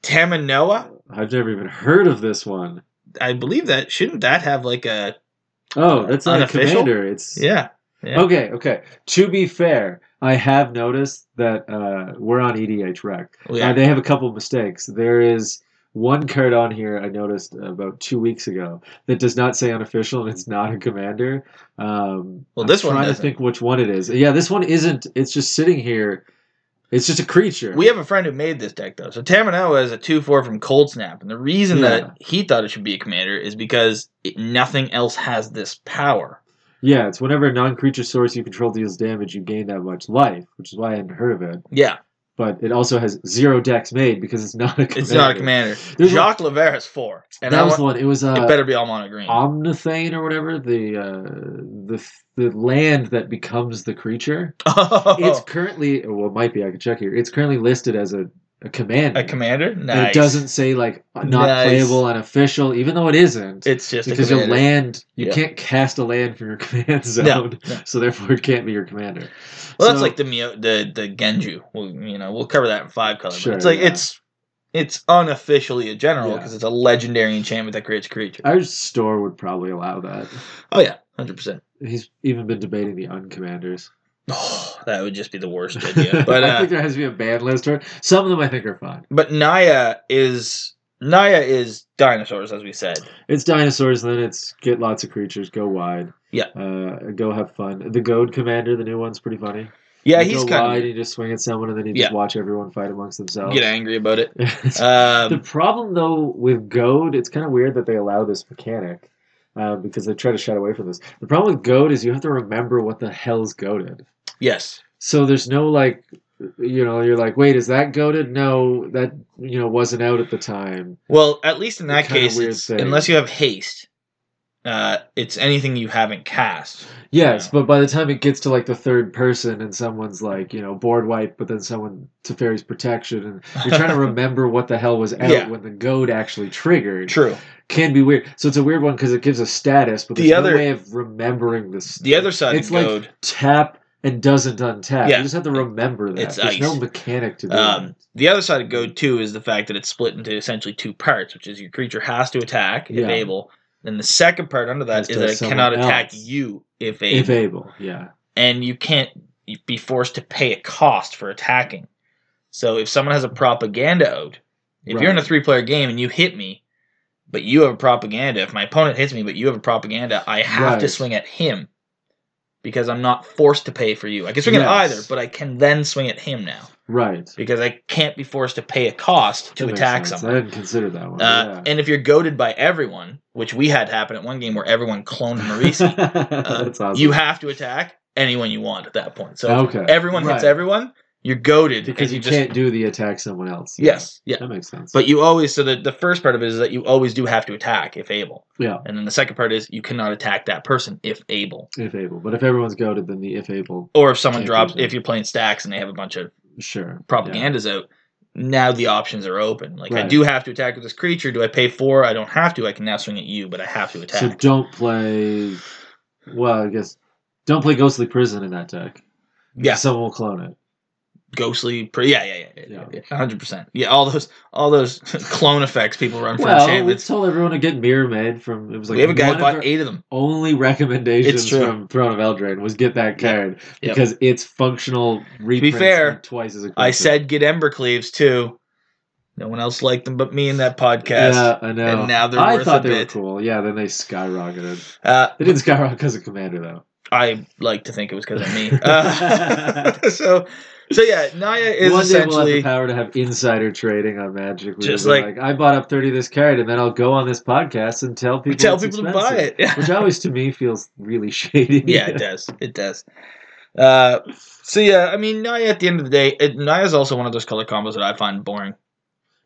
[SPEAKER 1] Tamanoa,
[SPEAKER 2] I've never even heard of this one.
[SPEAKER 1] I believe that shouldn't that have like a
[SPEAKER 2] Oh, that's not a
[SPEAKER 1] Unofficial?
[SPEAKER 2] commander. It's
[SPEAKER 1] yeah? Yeah.
[SPEAKER 2] okay, okay. To be fair, I have noticed that uh, we're on EDH Rec.
[SPEAKER 1] Well,
[SPEAKER 2] Uh,
[SPEAKER 1] yeah.
[SPEAKER 2] they have a couple of mistakes. There is one card on here I noticed about two weeks ago that does not say unofficial and it's not a commander. Um,
[SPEAKER 1] Well, this
[SPEAKER 2] I'm
[SPEAKER 1] one
[SPEAKER 2] trying to
[SPEAKER 1] doesn't.
[SPEAKER 2] think which one it is. Yeah, this one isn't. It's just sitting here. It's just a creature.
[SPEAKER 1] We have a friend who made this deck though. So Tamanoa is a two four from Cold Snap, and the reason
[SPEAKER 2] Yeah.
[SPEAKER 1] that he thought it should be a commander is because it, nothing else has this power.
[SPEAKER 2] yeah, it's whenever a non-creature source you control deals damage, you gain that much life, which is why I hadn't heard of it.
[SPEAKER 1] Yeah,
[SPEAKER 2] But it also has zero decks made because it's not a commander.
[SPEAKER 1] it's not a commander.
[SPEAKER 2] There's a-
[SPEAKER 1] Jacques Levert has four, and
[SPEAKER 2] that
[SPEAKER 1] I want,
[SPEAKER 2] was the one. It was uh,
[SPEAKER 1] it better be all mono green. <laughs>
[SPEAKER 2] Omnithane or whatever the uh, the the land that becomes the creature.
[SPEAKER 1] Oh, <laughs>
[SPEAKER 2] It's currently well, it might be. I can check here. It's currently listed as a a command.
[SPEAKER 1] a commander? Nice.
[SPEAKER 2] And it doesn't say like not
[SPEAKER 1] Nice.
[SPEAKER 2] playable and official, even though it isn't.
[SPEAKER 1] It's just
[SPEAKER 2] because
[SPEAKER 1] a
[SPEAKER 2] your
[SPEAKER 1] commander.
[SPEAKER 2] land, you
[SPEAKER 1] Yeah.
[SPEAKER 2] can't cast a land from your <laughs> command zone,
[SPEAKER 1] no.
[SPEAKER 2] so therefore it can't be your commander.
[SPEAKER 1] Well, that's
[SPEAKER 2] So-
[SPEAKER 1] like the Mio, the the Genju. We'll you know we'll cover that in five color.
[SPEAKER 2] Sure,
[SPEAKER 1] but it's like
[SPEAKER 2] yeah.
[SPEAKER 1] it's it's unofficially a general
[SPEAKER 2] Yeah.
[SPEAKER 1] because it's a legendary enchantment that creates a creature.
[SPEAKER 2] Our store would probably allow that.
[SPEAKER 1] oh yeah, hundred percent.
[SPEAKER 2] He's even been debating the
[SPEAKER 1] <laughs>
[SPEAKER 2] uncommanders.
[SPEAKER 1] Oh, that would just be the
[SPEAKER 2] <laughs>
[SPEAKER 1] worst idea. But
[SPEAKER 2] I
[SPEAKER 1] uh,
[SPEAKER 2] think there has to be a ban list. Or some of them I think are fine.
[SPEAKER 1] but Naya is Naya is dinosaurs as we said.
[SPEAKER 2] It's dinosaurs, then it's get lots of creatures, go wide.
[SPEAKER 1] Yeah.
[SPEAKER 2] Uh, go have fun. The goad commander, the new one's pretty funny.
[SPEAKER 1] Yeah,
[SPEAKER 2] You
[SPEAKER 1] he's
[SPEAKER 2] go wide,
[SPEAKER 1] kind
[SPEAKER 2] you just swing at someone, and then you just watch everyone fight amongst
[SPEAKER 1] of
[SPEAKER 2] <laughs> themselves.
[SPEAKER 1] get angry about it.
[SPEAKER 2] the
[SPEAKER 1] Um,
[SPEAKER 2] problem though with goad, it's kind of weird that they allow this mechanic. Uh, because they try to shut away from this. The problem with goad is you have to remember what the hell's goaded.
[SPEAKER 1] yes.
[SPEAKER 2] So there's no like, you know, you're like, wait, is that goaded? No, that you know wasn't out at the time.
[SPEAKER 1] Well, at least in that
[SPEAKER 2] Kinda
[SPEAKER 1] case,
[SPEAKER 2] weird
[SPEAKER 1] it's,
[SPEAKER 2] thing.
[SPEAKER 1] unless you have haste, uh, it's anything you haven't cast.
[SPEAKER 2] Yes,
[SPEAKER 1] Yeah.
[SPEAKER 2] but by the time it gets to like the third person and someone's like, you know, board wipe, but then someone to fairy's protection, and you're
[SPEAKER 1] <laughs>
[SPEAKER 2] trying to remember what the hell was out
[SPEAKER 1] Yeah.
[SPEAKER 2] when the goad actually triggered.
[SPEAKER 1] True.
[SPEAKER 2] can be weird. So it's a weird one because it gives a status, but
[SPEAKER 1] The
[SPEAKER 2] there's no
[SPEAKER 1] other-
[SPEAKER 2] way of remembering this.
[SPEAKER 1] The other side
[SPEAKER 2] It's
[SPEAKER 1] of
[SPEAKER 2] like-
[SPEAKER 1] Goad.
[SPEAKER 2] tap and doesn't untap.
[SPEAKER 1] Yeah.
[SPEAKER 2] You just have to remember that.
[SPEAKER 1] It's
[SPEAKER 2] There's no
[SPEAKER 1] ice.
[SPEAKER 2] mechanic to that.
[SPEAKER 1] Um, the other side of Go 2 is the fact that it's split into essentially two parts, which is your creature has to attack if
[SPEAKER 2] Yeah.
[SPEAKER 1] able. Then the second part under
[SPEAKER 2] Has
[SPEAKER 1] that is
[SPEAKER 2] to
[SPEAKER 1] that it
[SPEAKER 2] someone
[SPEAKER 1] cannot attack
[SPEAKER 2] else.
[SPEAKER 1] you if able.
[SPEAKER 2] if able, yeah.
[SPEAKER 1] and you can't be forced to pay a cost for attacking. So if someone has a propaganda out, if you're in a
[SPEAKER 2] Right.
[SPEAKER 1] three player game and you hit me, but you have a propaganda, if my opponent hits me, but you have a propaganda, I have to
[SPEAKER 2] Right.
[SPEAKER 1] swing at him because I'm not forced to pay for you. I can swing at
[SPEAKER 2] Yes.
[SPEAKER 1] either, but I can then swing at him now
[SPEAKER 2] Right.
[SPEAKER 1] because I can't be forced to pay a cost to
[SPEAKER 2] That makes
[SPEAKER 1] attack
[SPEAKER 2] sense.
[SPEAKER 1] someone.
[SPEAKER 2] I didn't consider that one.
[SPEAKER 1] Uh,
[SPEAKER 2] yeah.
[SPEAKER 1] And if you're goaded by everyone, which we had happen at one game where everyone
[SPEAKER 2] <laughs>
[SPEAKER 1] cloned Marisi, uh,
[SPEAKER 2] That's awesome.
[SPEAKER 1] you have to attack anyone you want at that point. So if
[SPEAKER 2] okay.
[SPEAKER 1] everyone hits
[SPEAKER 2] Right.
[SPEAKER 1] everyone, you're goaded
[SPEAKER 2] because you,
[SPEAKER 1] just,
[SPEAKER 2] can't do the attack someone else.
[SPEAKER 1] Yes, yeah.
[SPEAKER 2] That makes sense.
[SPEAKER 1] But you always so the the first part of it is that you always do have to attack if able,
[SPEAKER 2] yeah,
[SPEAKER 1] and then the second part is you cannot attack that person if able,
[SPEAKER 2] if able. But if everyone's goaded, then the if able,
[SPEAKER 1] or if someone
[SPEAKER 2] Can't
[SPEAKER 1] drops
[SPEAKER 2] use it.
[SPEAKER 1] if you're playing stacks and they have a bunch of
[SPEAKER 2] sure.
[SPEAKER 1] propagandas out. Now the options are open. Like I
[SPEAKER 2] Right.
[SPEAKER 1] do have to attack with this creature. Do I pay four? I don't have to. I can now swing at you, but I have to
[SPEAKER 2] Yeah. So
[SPEAKER 1] attack.
[SPEAKER 2] don't play. Well, I guess don't play Ghostly Prison in that deck.
[SPEAKER 1] yeah,
[SPEAKER 2] someone will clone it.
[SPEAKER 1] ghostly. Pre- yeah, yeah, yeah,
[SPEAKER 2] Yeah.
[SPEAKER 1] yeah, hundred percent. Yeah, all those, all those <laughs> clone effects people run from
[SPEAKER 2] Well, we
[SPEAKER 1] enchantments.
[SPEAKER 2] told everyone to get Mirror Made from. It was like
[SPEAKER 1] we have a guy
[SPEAKER 2] one
[SPEAKER 1] who
[SPEAKER 2] of
[SPEAKER 1] bought
[SPEAKER 2] our
[SPEAKER 1] eight of them.
[SPEAKER 2] only recommendations
[SPEAKER 1] It's true.
[SPEAKER 2] from Throne of Eldraine was get that
[SPEAKER 1] Yeah.
[SPEAKER 2] card
[SPEAKER 1] Yeah.
[SPEAKER 2] because it's functional. reprints
[SPEAKER 1] fair,
[SPEAKER 2] are twice as
[SPEAKER 1] I
[SPEAKER 2] expensive.
[SPEAKER 1] said get Ember Cleaves too. No one else liked them but me in that podcast.
[SPEAKER 2] Yeah, I know.
[SPEAKER 1] and now they're
[SPEAKER 2] I
[SPEAKER 1] worth
[SPEAKER 2] thought
[SPEAKER 1] a
[SPEAKER 2] they
[SPEAKER 1] bit.
[SPEAKER 2] were cool. Yeah, then they skyrocketed.
[SPEAKER 1] Uh, <laughs>
[SPEAKER 2] They didn't skyrocket because of Commander though.
[SPEAKER 1] I like to think it was because of
[SPEAKER 2] <laughs>
[SPEAKER 1] me. Uh, <laughs> so, so yeah, Naya is
[SPEAKER 2] One day we'll have
[SPEAKER 1] essentially
[SPEAKER 2] the power to have insider trading on Magic. We
[SPEAKER 1] Just
[SPEAKER 2] can be
[SPEAKER 1] like-
[SPEAKER 2] I bought up thirty of this card, and then I'll go on this podcast and tell people.
[SPEAKER 1] we tell
[SPEAKER 2] it's
[SPEAKER 1] people to buy it.
[SPEAKER 2] expensive.
[SPEAKER 1] <laughs> Yeah,
[SPEAKER 2] which always to me feels really <laughs> shady.
[SPEAKER 1] yeah, it does. It does. Uh, so yeah, I mean Naya. At the end of the day, it, Naya's also one of those color combos that I find boring.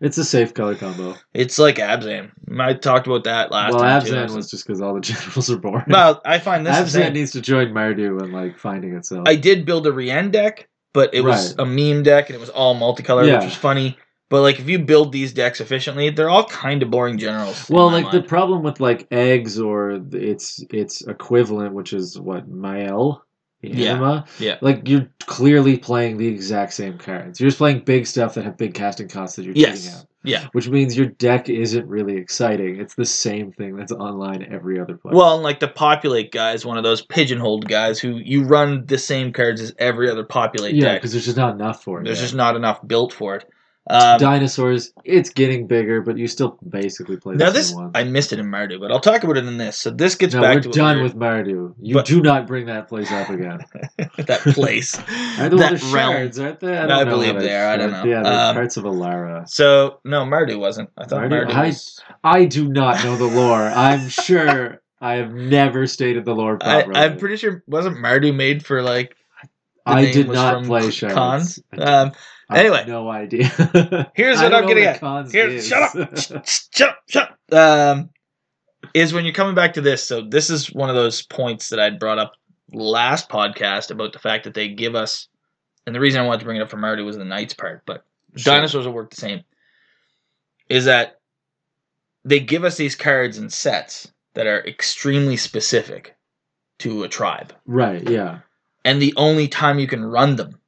[SPEAKER 2] it's a safe color combo.
[SPEAKER 1] It's like Abzan. I talked about that last
[SPEAKER 2] well,
[SPEAKER 1] time. too.
[SPEAKER 2] Abzan was just because all the <laughs> generals are boring.
[SPEAKER 1] well, I find this. is the
[SPEAKER 2] Abzan
[SPEAKER 1] thing.
[SPEAKER 2] needs to join Mardu and like finding itself.
[SPEAKER 1] I did build a Rien deck, but it was a
[SPEAKER 2] Right.
[SPEAKER 1] meme deck and it was all multicolor,
[SPEAKER 2] Yeah.
[SPEAKER 1] which was funny. But like if you build these decks efficiently, they're all kind of boring generals. in
[SPEAKER 2] well,
[SPEAKER 1] my
[SPEAKER 2] like the
[SPEAKER 1] mind.
[SPEAKER 2] problem with like eggs or th- its its equivalent, which is what Mael, the
[SPEAKER 1] Yeah.
[SPEAKER 2] anima.
[SPEAKER 1] Yeah.
[SPEAKER 2] Like you're clearly playing the exact same cards. You're just playing big stuff that have big casting costs that you're taking
[SPEAKER 1] yes,
[SPEAKER 2] out.
[SPEAKER 1] yeah.
[SPEAKER 2] Which means your deck isn't really exciting. It's the same thing that's online every other place.
[SPEAKER 1] Well, and like the populate guy is one of those pigeonholed guys who you run the same cards as every other populate
[SPEAKER 2] yeah,
[SPEAKER 1] deck.
[SPEAKER 2] because there's just not enough for it.
[SPEAKER 1] There's
[SPEAKER 2] yet.
[SPEAKER 1] just not enough built for it. Um,
[SPEAKER 2] dinosaurs. It's getting bigger, but you still basically play the
[SPEAKER 1] now
[SPEAKER 2] same
[SPEAKER 1] this
[SPEAKER 2] one.
[SPEAKER 1] I missed it in Mardu, but I'll talk about it in this. So this gets
[SPEAKER 2] no,
[SPEAKER 1] back
[SPEAKER 2] we're
[SPEAKER 1] to what
[SPEAKER 2] done
[SPEAKER 1] we were-
[SPEAKER 2] with Mardu. You
[SPEAKER 1] But-
[SPEAKER 2] do not bring that place up again.
[SPEAKER 1] <laughs> that place,
[SPEAKER 2] <laughs> Are there
[SPEAKER 1] that
[SPEAKER 2] other
[SPEAKER 1] realm.
[SPEAKER 2] shards, aren't there?
[SPEAKER 1] No, I
[SPEAKER 2] know
[SPEAKER 1] believe
[SPEAKER 2] what
[SPEAKER 1] there are. I don't
[SPEAKER 2] said.
[SPEAKER 1] know.
[SPEAKER 2] Yeah, they're
[SPEAKER 1] Um,
[SPEAKER 2] parts of Alara.
[SPEAKER 1] So no, Mardu wasn't. I thought
[SPEAKER 2] Mardu-
[SPEAKER 1] Mardu,
[SPEAKER 2] I-
[SPEAKER 1] was.
[SPEAKER 2] I do not know the lore. I'm sure I have never stated the lore
[SPEAKER 1] I,
[SPEAKER 2] properly.
[SPEAKER 1] I'm pretty sure wasn't Mardu made for like the
[SPEAKER 2] I
[SPEAKER 1] name
[SPEAKER 2] did
[SPEAKER 1] was
[SPEAKER 2] not
[SPEAKER 1] from
[SPEAKER 2] play
[SPEAKER 1] K-
[SPEAKER 2] shards.
[SPEAKER 1] Cons.
[SPEAKER 2] I did-
[SPEAKER 1] <laughs> Um,
[SPEAKER 2] I
[SPEAKER 1] anyway.
[SPEAKER 2] have no idea. <laughs>
[SPEAKER 1] here's
[SPEAKER 2] I
[SPEAKER 1] what
[SPEAKER 2] don't
[SPEAKER 1] I'm
[SPEAKER 2] know
[SPEAKER 1] getting
[SPEAKER 2] what
[SPEAKER 1] at.
[SPEAKER 2] Cons
[SPEAKER 1] Here,
[SPEAKER 2] is.
[SPEAKER 1] shut
[SPEAKER 2] <laughs>
[SPEAKER 1] up. shut up, shut up. Um, is when you're coming back to this. So this is one of those points that I'd brought up last podcast about the fact that they give us, and the reason I wanted to bring it up for Mardu was the Knights part, but
[SPEAKER 2] Sure.
[SPEAKER 1] dinosaurs will work the same. Is that they give us these cards and sets that are extremely specific to a tribe.
[SPEAKER 2] Right? Yeah.
[SPEAKER 1] and the only time you can run them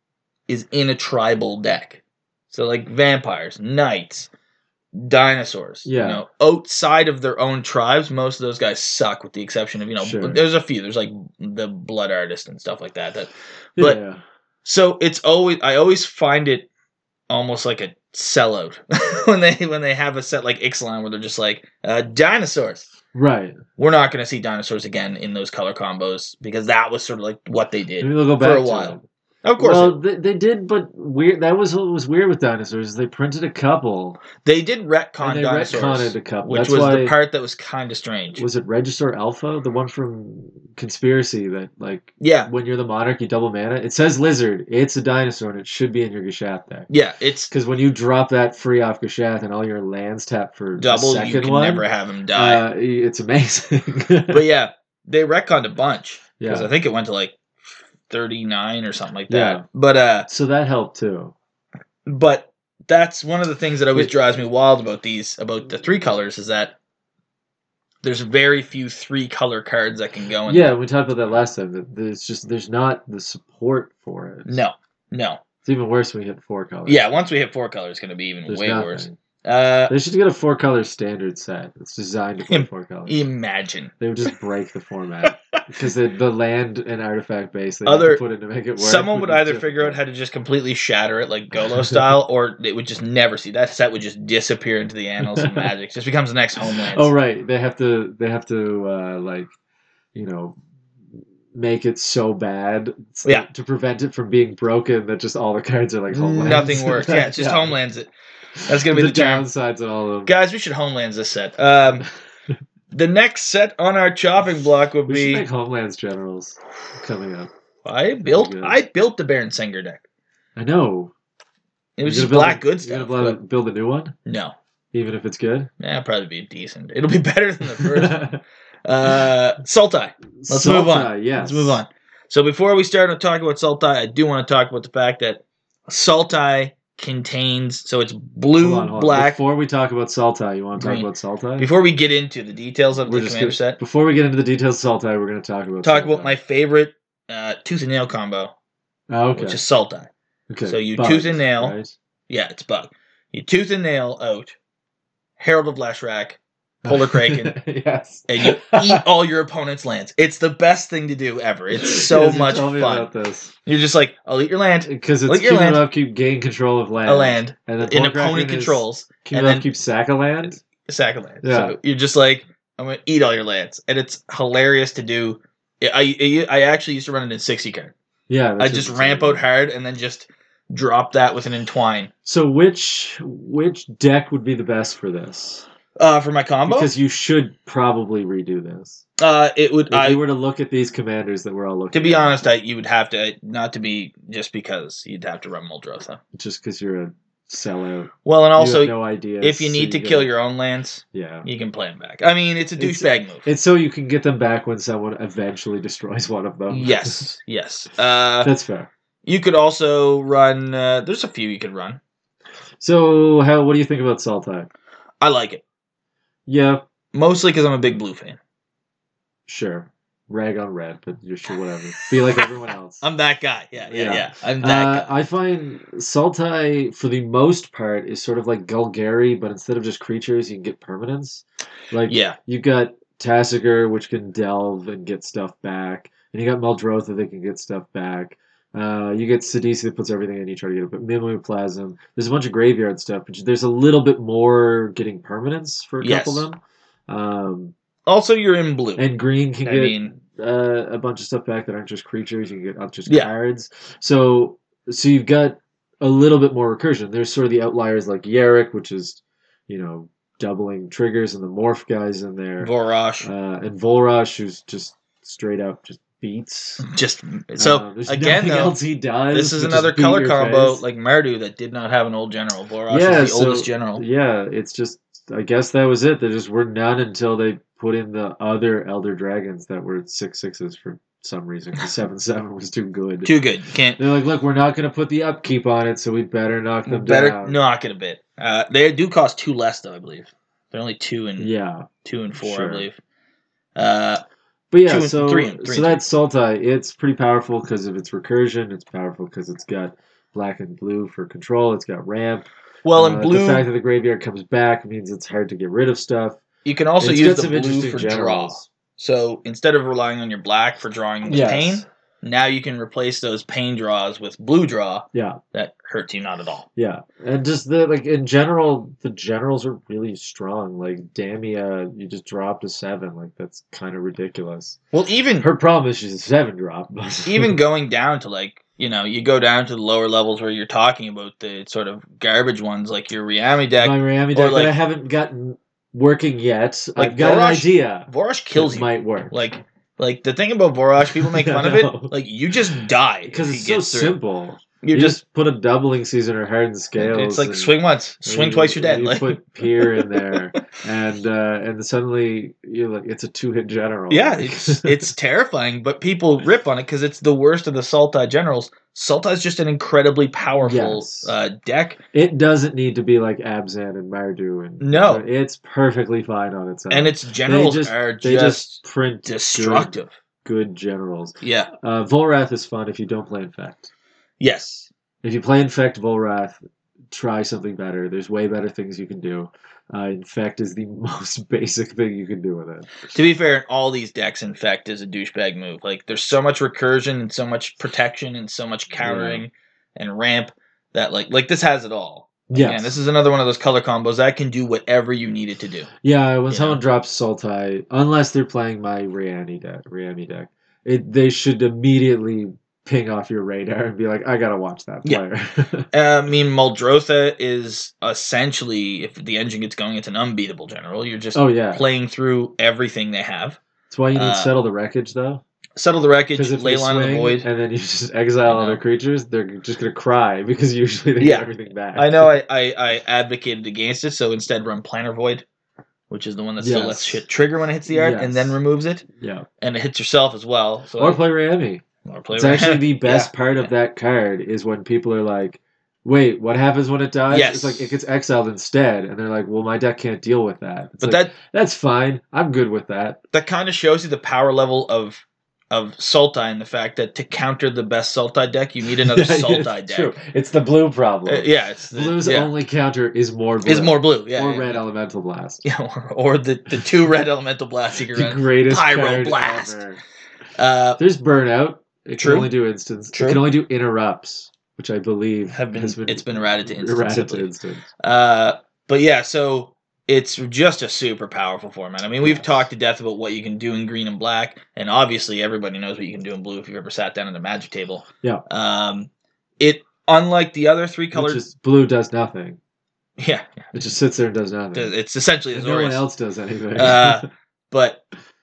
[SPEAKER 1] is in a tribal deck. So like vampires, knights, dinosaurs.
[SPEAKER 2] Yeah.
[SPEAKER 1] You know, outside of their own tribes, most of those guys suck, with the exception of you know.
[SPEAKER 2] Sure.
[SPEAKER 1] There's a few. There's like the blood artist and stuff like that. That But-
[SPEAKER 2] yeah.
[SPEAKER 1] so it's always I always find it almost like a sellout <laughs> when they when they have a set like Ixalan where they're just like uh, dinosaurs.
[SPEAKER 2] Right.
[SPEAKER 1] We're not going to see dinosaurs again in those color combos because that was sort of like what they
[SPEAKER 2] Maybe
[SPEAKER 1] did.
[SPEAKER 2] they'll go
[SPEAKER 1] for a
[SPEAKER 2] back to
[SPEAKER 1] while.
[SPEAKER 2] it.
[SPEAKER 1] Of course,
[SPEAKER 2] Mm. Well, they, they did, but weird. That was what was weird with dinosaurs. Is they printed a couple,
[SPEAKER 1] They did retcon
[SPEAKER 2] and they
[SPEAKER 1] dinosaurs,
[SPEAKER 2] retconned a couple.
[SPEAKER 1] which
[SPEAKER 2] That's
[SPEAKER 1] was
[SPEAKER 2] why
[SPEAKER 1] the part that was kind of strange.
[SPEAKER 2] was it Regisaur Alpha, the one from Conspiracy that like
[SPEAKER 1] yeah,
[SPEAKER 2] when you're the monarch you double mana. It says lizard. It's a dinosaur, and it should be in your Gashath deck.
[SPEAKER 1] yeah, it's
[SPEAKER 2] Because when you drop that free off Gashath and all your lands tap for the
[SPEAKER 1] double.
[SPEAKER 2] second
[SPEAKER 1] You can
[SPEAKER 2] one,
[SPEAKER 1] never have him die.
[SPEAKER 2] uh, <laughs> it's amazing. <laughs>
[SPEAKER 1] but yeah, they retconned a bunch because
[SPEAKER 2] yeah,
[SPEAKER 1] I think it went to like thirty nine or something like that.
[SPEAKER 2] Yeah.
[SPEAKER 1] But uh,
[SPEAKER 2] so that helped too.
[SPEAKER 1] but that's one of the things that always
[SPEAKER 2] It-
[SPEAKER 1] drives me wild about these about the three colors is that there's very few three color cards that can go in.
[SPEAKER 2] Yeah, we talked about that last time. That there's just there's not the support for it.
[SPEAKER 1] No, no.
[SPEAKER 2] it's even worse when you hit four colors.
[SPEAKER 1] Yeah, once we hit four color, it's going to be even
[SPEAKER 2] there's
[SPEAKER 1] way
[SPEAKER 2] nothing.
[SPEAKER 1] worse. Uh,
[SPEAKER 2] They should get a four color standard set. It's designed to play four colors.
[SPEAKER 1] imagine
[SPEAKER 2] They
[SPEAKER 1] <laughs>
[SPEAKER 2] would just break the format because the, the land and artifact base they
[SPEAKER 1] Other-
[SPEAKER 2] have to put in to make it work.
[SPEAKER 1] someone would
[SPEAKER 2] be
[SPEAKER 1] either figure out
[SPEAKER 2] <laughs> difficult.
[SPEAKER 1] how to just completely shatter it like
[SPEAKER 2] <laughs>
[SPEAKER 1] Golo style, or it would just never see that set would just disappear into the annals
[SPEAKER 2] <laughs>
[SPEAKER 1] of Magic. Just becomes the next homeland.
[SPEAKER 2] Oh right, they have to they have to uh, like you know make it so bad s-
[SPEAKER 1] Yeah. Mm,
[SPEAKER 2] to prevent it from being broken that just all the cards are like homelands. <laughs>
[SPEAKER 1] Nothing works. Yeah, it's just homelands. It That's gonna be the term.
[SPEAKER 2] downsides of all of them.
[SPEAKER 1] guys, we should homelands this set.
[SPEAKER 2] <laughs>
[SPEAKER 1] Um, the next set on our chopping block would
[SPEAKER 2] We should
[SPEAKER 1] be
[SPEAKER 2] make homelands generals coming up.
[SPEAKER 1] I built
[SPEAKER 2] good.
[SPEAKER 1] I built the Baron Singer deck.
[SPEAKER 2] I know.
[SPEAKER 1] It was just
[SPEAKER 2] You're gonna build
[SPEAKER 1] black
[SPEAKER 2] a-
[SPEAKER 1] good
[SPEAKER 2] You're
[SPEAKER 1] stuff.
[SPEAKER 2] gonna build,
[SPEAKER 1] but
[SPEAKER 2] a- build a new one,
[SPEAKER 1] no,
[SPEAKER 2] even if it's good.
[SPEAKER 1] yeah, it'll probably be decent. It'll be <laughs> better than the
[SPEAKER 2] <laughs>
[SPEAKER 1] first. one. uh, Sultai. Let's move on.
[SPEAKER 2] Sultai, Yes.
[SPEAKER 1] Let's move on. So before we start to talk about Sultai, I do want to talk about the fact that Sultai contains so it's blue,
[SPEAKER 2] Hold on, hold on.
[SPEAKER 1] black. Before,
[SPEAKER 2] Before we talk about Saltai, you want to talk
[SPEAKER 1] Green.
[SPEAKER 2] about Saltai?
[SPEAKER 1] we get into the details of the commander
[SPEAKER 2] gonna,
[SPEAKER 1] set,
[SPEAKER 2] Before we get into the details of Saltai, we're going to talk about
[SPEAKER 1] talk
[SPEAKER 2] Sultai.
[SPEAKER 1] about my favorite uh, tooth and nail combo,
[SPEAKER 2] oh, okay.
[SPEAKER 1] which is Sultai.
[SPEAKER 2] okay.
[SPEAKER 1] so you
[SPEAKER 2] Bugs,
[SPEAKER 1] tooth and nail.
[SPEAKER 2] right?
[SPEAKER 1] Yeah, it's bug. You tooth and nail out, Herald of Lashrak,
[SPEAKER 2] <laughs>
[SPEAKER 1] Polar Kraken,
[SPEAKER 2] yes.
[SPEAKER 1] and you eat all your opponent's lands. It's the best thing to do ever. It's so
[SPEAKER 2] <laughs> Yes, you
[SPEAKER 1] much
[SPEAKER 2] told me
[SPEAKER 1] fun.
[SPEAKER 2] about this
[SPEAKER 1] You're just like, I'll eat your land,
[SPEAKER 2] because it's
[SPEAKER 1] Look at your
[SPEAKER 2] keeping
[SPEAKER 1] land.
[SPEAKER 2] up, keep gain control of land.
[SPEAKER 1] a land,
[SPEAKER 2] and then
[SPEAKER 1] an
[SPEAKER 2] Polar Kraken
[SPEAKER 1] opponent
[SPEAKER 2] is
[SPEAKER 1] controls.
[SPEAKER 2] Keep
[SPEAKER 1] and
[SPEAKER 2] up,
[SPEAKER 1] then-
[SPEAKER 2] keep sack a land.
[SPEAKER 1] sack of lands.
[SPEAKER 2] Yeah.
[SPEAKER 1] So you're just like, I'm gonna eat all your lands, and it's hilarious to do. I I, I actually used to run it in sixty card.
[SPEAKER 2] Yeah,
[SPEAKER 1] I
[SPEAKER 2] that's
[SPEAKER 1] just
[SPEAKER 2] what it's
[SPEAKER 1] ramp
[SPEAKER 2] like.
[SPEAKER 1] out hard and then just drop that with an entwine.
[SPEAKER 2] So which which deck would be the best for this?
[SPEAKER 1] Uh, for my combo,
[SPEAKER 2] Because you should probably redo this.
[SPEAKER 1] uh, it would.
[SPEAKER 2] If
[SPEAKER 1] I
[SPEAKER 2] you were to look at these commanders that we're all looking
[SPEAKER 1] to be
[SPEAKER 2] at,
[SPEAKER 1] honest, I you would have to not to be just because you'd have to run Muldrotha.
[SPEAKER 2] just because you're a sellout,
[SPEAKER 1] Well, and
[SPEAKER 2] you
[SPEAKER 1] also
[SPEAKER 2] have no idea.
[SPEAKER 1] if you need to kill your own lands,
[SPEAKER 2] yeah,
[SPEAKER 1] you can play them back. I mean, it's a
[SPEAKER 2] It's-
[SPEAKER 1] douchebag move.
[SPEAKER 2] it's so you can get them back when someone eventually destroys one of them.
[SPEAKER 1] yes, yes. Uh,
[SPEAKER 2] <laughs> that's fair.
[SPEAKER 1] you could also run. Uh, there's a few you could run.
[SPEAKER 2] So how what do you think about Sultai?
[SPEAKER 1] I like it
[SPEAKER 2] Yeah,
[SPEAKER 1] mostly because I'm a big blue fan.
[SPEAKER 2] sure, rag on red, but you're sure whatever.
[SPEAKER 1] <laughs>
[SPEAKER 2] Be like everyone else.
[SPEAKER 1] I'm that guy. Yeah, yeah, yeah.
[SPEAKER 2] Yeah.
[SPEAKER 1] I'm that
[SPEAKER 2] Uh,
[SPEAKER 1] guy.
[SPEAKER 2] I find Sultai, for the most part, is sort of like Golgari, but instead of just creatures, you can get permanents. Like
[SPEAKER 1] Yeah,
[SPEAKER 2] you got Tassiger, which can delve and get stuff back, and you got Meldrotha that can get stuff back. Uh, you get Sidisi that puts everything in, you try to get it, but Mimoplasm. There's a bunch of graveyard stuff, but there's a little bit more getting permanents for a couple
[SPEAKER 1] Yes.
[SPEAKER 2] of them. Um,
[SPEAKER 1] Also, you're in blue.
[SPEAKER 2] and green can
[SPEAKER 1] I
[SPEAKER 2] get
[SPEAKER 1] mean,
[SPEAKER 2] uh, a bunch of stuff back that aren't just creatures. You can get up just
[SPEAKER 1] Yeah.
[SPEAKER 2] cards. So so you've got a little bit more recursion. There's sort of the outliers like Yarick, which is you know doubling triggers, and the morph guys in there,
[SPEAKER 1] Vorosh.
[SPEAKER 2] uh, and Volrush, who's just straight up just beats.
[SPEAKER 1] Just so
[SPEAKER 2] Uh, there's
[SPEAKER 1] again,
[SPEAKER 2] nothing
[SPEAKER 1] though,
[SPEAKER 2] else he does.
[SPEAKER 1] this is
[SPEAKER 2] but just
[SPEAKER 1] another
[SPEAKER 2] beat
[SPEAKER 1] color
[SPEAKER 2] your
[SPEAKER 1] combo
[SPEAKER 2] face.
[SPEAKER 1] like Mardu that did not have an old general. Vorosh
[SPEAKER 2] Yeah,
[SPEAKER 1] is the
[SPEAKER 2] so-
[SPEAKER 1] oldest general.
[SPEAKER 2] yeah, it's just I guess that was it. There just were none until they put in the other Elder Dragons that were six sixes for some reason.
[SPEAKER 1] <laughs>
[SPEAKER 2] The seven seven was too good.
[SPEAKER 1] Too good. You can't.
[SPEAKER 2] They're like, look, we're not going to put the upkeep on it, so we better knock them
[SPEAKER 1] Better
[SPEAKER 2] down.
[SPEAKER 1] knock it a bit. Uh, they do cost two less though, I believe. They're only two and
[SPEAKER 2] Yeah,
[SPEAKER 1] two and four,
[SPEAKER 2] sure.
[SPEAKER 1] I believe. Uh,
[SPEAKER 2] but
[SPEAKER 1] Two
[SPEAKER 2] yeah,
[SPEAKER 1] and-
[SPEAKER 2] so
[SPEAKER 1] three and- three
[SPEAKER 2] so
[SPEAKER 1] and
[SPEAKER 2] that's Sultai. It's pretty powerful because of its recursion. It's powerful because it's got black and blue for control. It's got ramp.
[SPEAKER 1] well,
[SPEAKER 2] Uh,
[SPEAKER 1] in blue,
[SPEAKER 2] the fact that the graveyard comes back means it's hard to get rid of stuff.
[SPEAKER 1] you can also
[SPEAKER 2] It's
[SPEAKER 1] use
[SPEAKER 2] got
[SPEAKER 1] the
[SPEAKER 2] some
[SPEAKER 1] blue
[SPEAKER 2] interesting
[SPEAKER 1] for draw.
[SPEAKER 2] generals.
[SPEAKER 1] So instead of relying on your black for drawing with
[SPEAKER 2] Yes.
[SPEAKER 1] pain, now you can replace those pain draws with blue draw.
[SPEAKER 2] Yeah.
[SPEAKER 1] that hurts you not at all.
[SPEAKER 2] Yeah, and just the like in general, the generals are really strong. Like Damia, you just dropped a seven. Like that's kind of ridiculous.
[SPEAKER 1] Well, even
[SPEAKER 2] Her problem is she's a seven drop. <laughs> but-
[SPEAKER 1] even going down to like you know you go down to the lower levels where you're talking about the sort of garbage ones like your Riami deck.
[SPEAKER 2] my Miami
[SPEAKER 1] or
[SPEAKER 2] deck
[SPEAKER 1] like-
[SPEAKER 2] that I haven't gotten working yet.
[SPEAKER 1] Like
[SPEAKER 2] I've got an
[SPEAKER 1] Borash
[SPEAKER 2] idea.
[SPEAKER 1] Vorosh kills
[SPEAKER 2] that
[SPEAKER 1] you.
[SPEAKER 2] might work.
[SPEAKER 1] Like
[SPEAKER 2] <laughs>
[SPEAKER 1] like the thing about Vorosh, people make fun of
[SPEAKER 2] I know.
[SPEAKER 1] it. Like you just die
[SPEAKER 2] because
[SPEAKER 1] if he
[SPEAKER 2] it's so
[SPEAKER 1] gets through.
[SPEAKER 2] simple.
[SPEAKER 1] You just
[SPEAKER 2] put a doubling seasoner hard and scales.
[SPEAKER 1] it's like
[SPEAKER 2] and-
[SPEAKER 1] swing once, swing
[SPEAKER 2] you-
[SPEAKER 1] twice, you're dead.
[SPEAKER 2] You
[SPEAKER 1] Like,
[SPEAKER 2] put peer in there, and uh, and suddenly you're like, it's a two hit general.
[SPEAKER 1] <laughs>
[SPEAKER 2] <laughs>
[SPEAKER 1] yeah,
[SPEAKER 2] Like,
[SPEAKER 1] it's it's terrifying, but people rip on it because it's the worst of the Sultai generals. Sultai is just an incredibly powerful
[SPEAKER 2] Yes.
[SPEAKER 1] uh, deck.
[SPEAKER 2] it doesn't need to be like Abzan and Mardu and
[SPEAKER 1] No.
[SPEAKER 2] it's perfectly fine on its own.
[SPEAKER 1] and its generals
[SPEAKER 2] just-
[SPEAKER 1] are
[SPEAKER 2] they just,
[SPEAKER 1] just,
[SPEAKER 2] print good-
[SPEAKER 1] destructive.
[SPEAKER 2] Good, generals.
[SPEAKER 1] Yeah.
[SPEAKER 2] Uh, Volrath is fun if you don't play Infect.
[SPEAKER 1] Yes.
[SPEAKER 2] If you play Infect Volrath, try something better. There's way better things you can do. Uh, Infect is the <laughs> most basic thing you can do with it.
[SPEAKER 1] To be fair, in all these decks, in fact, is a douchebag move. Like there's so much recursion and so much protection and so much countering and ramp that like like this has it all.
[SPEAKER 2] Yes.
[SPEAKER 1] Yeah. And this is another one of those color combos that can do whatever you need it to do.
[SPEAKER 2] Yeah, when
[SPEAKER 1] You
[SPEAKER 2] someone
[SPEAKER 1] know?
[SPEAKER 2] drops Sultai, unless they're playing my Riani deck, Riani deck, it they should immediately ping off your radar and be like, I gotta watch that
[SPEAKER 1] Yeah.
[SPEAKER 2] player. <laughs>
[SPEAKER 1] Uh, I mean, Muldrotha is essentially, if the engine gets going, it's an unbeatable general. You're just
[SPEAKER 2] oh yeah,
[SPEAKER 1] playing through everything they have.
[SPEAKER 2] that's why you need
[SPEAKER 1] uh,
[SPEAKER 2] settle the wreckage though,
[SPEAKER 1] Settle the wreckage,
[SPEAKER 2] because if
[SPEAKER 1] ley
[SPEAKER 2] you
[SPEAKER 1] line of the
[SPEAKER 2] swing
[SPEAKER 1] void.
[SPEAKER 2] and then you just exile
[SPEAKER 1] I know.
[SPEAKER 2] other creatures, they're just gonna cry <laughs> because usually they get
[SPEAKER 1] Yeah.
[SPEAKER 2] everything back.
[SPEAKER 1] I know I, I, I advocated against it, so instead run Planar Void, which is the one that still
[SPEAKER 2] Yes.
[SPEAKER 1] lets shit trigger when it hits the yard and then
[SPEAKER 2] Yes.
[SPEAKER 1] removes it,
[SPEAKER 2] Yeah,
[SPEAKER 1] and it hits yourself as well. So
[SPEAKER 2] or play Riani.
[SPEAKER 1] or play
[SPEAKER 2] It's
[SPEAKER 1] with-
[SPEAKER 2] actually the best part of
[SPEAKER 1] yeah.
[SPEAKER 2] that card is when people are like. Wait, what happens when it dies?
[SPEAKER 1] Yes.
[SPEAKER 2] It's like it gets exiled instead, and they're like, "Well, my deck can't deal with that."
[SPEAKER 1] <laughs>
[SPEAKER 2] It's
[SPEAKER 1] but
[SPEAKER 2] like,
[SPEAKER 1] that
[SPEAKER 2] That's fine. I'm good with that.
[SPEAKER 1] that kind of shows you the power level of of Sultai and the fact that to counter the best Sultai deck, you need another
[SPEAKER 2] <laughs> Yeah, yeah,
[SPEAKER 1] Sultai
[SPEAKER 2] it's
[SPEAKER 1] deck.
[SPEAKER 2] True. It's the blue problem.
[SPEAKER 1] Uh, yeah, it's the,
[SPEAKER 2] Blue's
[SPEAKER 1] yeah.
[SPEAKER 2] only counter is more blue.
[SPEAKER 1] is more blue. Yeah,
[SPEAKER 2] or
[SPEAKER 1] yeah.
[SPEAKER 2] red elemental blast.
[SPEAKER 1] <laughs> Yeah, or, or the, the two red elemental blasts you can
[SPEAKER 2] The
[SPEAKER 1] run.
[SPEAKER 2] greatest
[SPEAKER 1] Pyro
[SPEAKER 2] card
[SPEAKER 1] blast.
[SPEAKER 2] ever.
[SPEAKER 1] Uh,
[SPEAKER 2] There's burnout. It
[SPEAKER 1] True.
[SPEAKER 2] can only do instants.
[SPEAKER 1] True.
[SPEAKER 2] It can only do interrupts, which I believe
[SPEAKER 1] have been,
[SPEAKER 2] has been
[SPEAKER 1] it's been routed to instance. I
[SPEAKER 2] errated to
[SPEAKER 1] believe.
[SPEAKER 2] instants.
[SPEAKER 1] Uh, but yeah, so it's just a super powerful format. I mean, we've
[SPEAKER 2] Yes.
[SPEAKER 1] talked to death about what you can do in green and black, and obviously everybody knows what you can do in blue if you've ever sat down at a magic table.
[SPEAKER 2] Yeah.
[SPEAKER 1] Um, it unlike the other three colors.
[SPEAKER 2] Which is blue does nothing.
[SPEAKER 1] <laughs> yeah, yeah,
[SPEAKER 2] It just sits there and does nothing.
[SPEAKER 1] it's essentially
[SPEAKER 2] And
[SPEAKER 1] Azorius.
[SPEAKER 2] no one else does anything.
[SPEAKER 1] Uh, But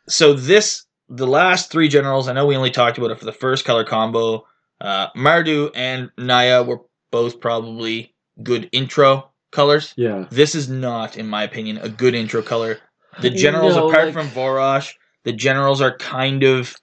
[SPEAKER 1] so this, the last three generals, I know we only talked about it for the first color combo. Uh, Mardu and Naya were both probably good intro colors.
[SPEAKER 2] <laughs> yeah.
[SPEAKER 1] This is not, in my opinion, a good intro color. The generals,
[SPEAKER 2] No,
[SPEAKER 1] apart
[SPEAKER 2] like-
[SPEAKER 1] from Vorosh, the generals are kind of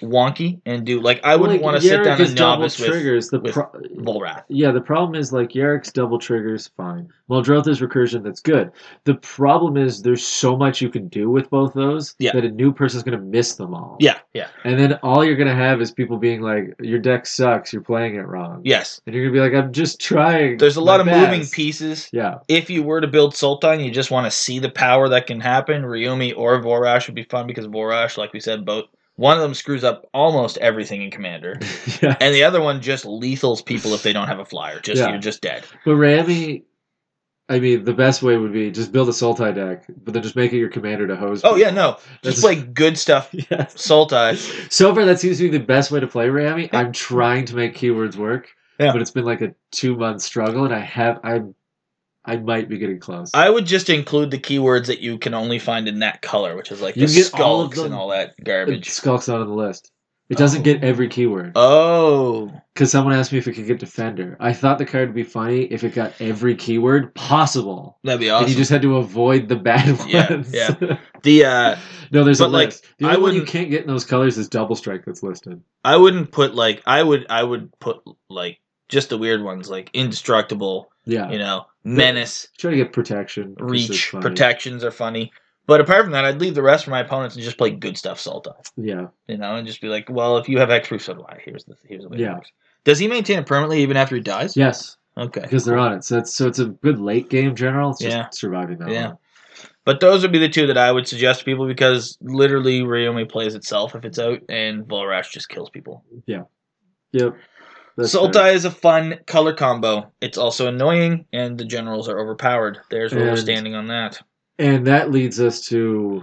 [SPEAKER 1] wonky and do like I wouldn't
[SPEAKER 2] Like,
[SPEAKER 1] want to sit down
[SPEAKER 2] Yarick
[SPEAKER 1] a
[SPEAKER 2] is double
[SPEAKER 1] novice with
[SPEAKER 2] triggers. The
[SPEAKER 1] with
[SPEAKER 2] pro-
[SPEAKER 1] Volrath.
[SPEAKER 2] Yeah, the problem is like Yarick's double triggers, fine. Muldrotha's recursion, that's good. The problem is there's so much you can do with both those
[SPEAKER 1] Yeah.
[SPEAKER 2] that a new person's gonna miss them all.
[SPEAKER 1] Yeah, yeah,
[SPEAKER 2] And then all you're gonna have is people being like, Your deck sucks, you're playing it wrong.
[SPEAKER 1] yes.
[SPEAKER 2] And you're gonna be like, I'm just trying.
[SPEAKER 1] There's a
[SPEAKER 2] my
[SPEAKER 1] lot of moving
[SPEAKER 2] best."
[SPEAKER 1] pieces.
[SPEAKER 2] Yeah. <laughs>
[SPEAKER 1] if you were to build Sultan, you just want to see the power that can happen. Ryumi or Vorash would be fun because Vorash, like we said, both one of them screws up almost everything in Commander,
[SPEAKER 2] yeah.
[SPEAKER 1] and the other one just lethals people if they don't have a flyer. Just
[SPEAKER 2] Yeah.
[SPEAKER 1] you're just dead.
[SPEAKER 2] But Rami I mean, the best way would be just build a Sultai deck, but then just make it your commander to hose.
[SPEAKER 1] Oh yeah,
[SPEAKER 2] <laughs> people.
[SPEAKER 1] no, just
[SPEAKER 2] That's-
[SPEAKER 1] play good stuff.
[SPEAKER 2] Yes.
[SPEAKER 1] Sultai.
[SPEAKER 2] So far, that seems to be the best way to play Rami. I'm trying to make keywords work,
[SPEAKER 1] Yeah.
[SPEAKER 2] but it's been like a two month struggle, and I have I'm I might be getting close.
[SPEAKER 1] I would just include the keywords that you can only find in that color, which is like
[SPEAKER 2] You
[SPEAKER 1] the
[SPEAKER 2] get all of
[SPEAKER 1] skulks and
[SPEAKER 2] them.
[SPEAKER 1] all that
[SPEAKER 2] It-
[SPEAKER 1] garbage.
[SPEAKER 2] Skulk's not on the list. It doesn't
[SPEAKER 1] Oh.
[SPEAKER 2] get every keyword
[SPEAKER 1] Oh,
[SPEAKER 2] because someone asked me if it could get Defender. I thought the card would be funny if it got every keyword possible,
[SPEAKER 1] that'd be
[SPEAKER 2] and you
[SPEAKER 1] awesome.
[SPEAKER 2] just had to avoid the bad ones.
[SPEAKER 1] Yeah, yeah. the uh,
[SPEAKER 2] <laughs> no, there's a
[SPEAKER 1] But, like,
[SPEAKER 2] list. the
[SPEAKER 1] I
[SPEAKER 2] only one you
[SPEAKER 1] wouldn't-
[SPEAKER 2] can't get in those colors is Double Strike that's listed.
[SPEAKER 1] I wouldn't put like I would I would put like just the weird ones like indestructible,
[SPEAKER 2] Yeah,
[SPEAKER 1] you know, menace,
[SPEAKER 2] try to get protection, because it's
[SPEAKER 1] reach,
[SPEAKER 2] funny.
[SPEAKER 1] protections are funny. But apart from that, I'd leave the rest for my opponents and just play good stuff Sulta,
[SPEAKER 2] Yeah,
[SPEAKER 1] you know, and just be like, well, if you have X proof, so do I. Here's the here's the way
[SPEAKER 2] Yeah.
[SPEAKER 1] it works. Does he maintain it permanently even after he dies?
[SPEAKER 2] yes.
[SPEAKER 1] Okay.
[SPEAKER 2] because they're on it. So it's so it's a good late game general. It's just
[SPEAKER 1] Yeah.
[SPEAKER 2] surviving that.
[SPEAKER 1] Yeah.
[SPEAKER 2] one.
[SPEAKER 1] But those would be the two that I would suggest to people because literally Ryumi plays itself if it's out, and Volrash just kills people.
[SPEAKER 2] Yep. That's
[SPEAKER 1] Sultai
[SPEAKER 2] fair.
[SPEAKER 1] is a fun color combo. It's also annoying, and the generals are overpowered. There's where we're
[SPEAKER 2] And-
[SPEAKER 1] standing on that.
[SPEAKER 2] And that leads us to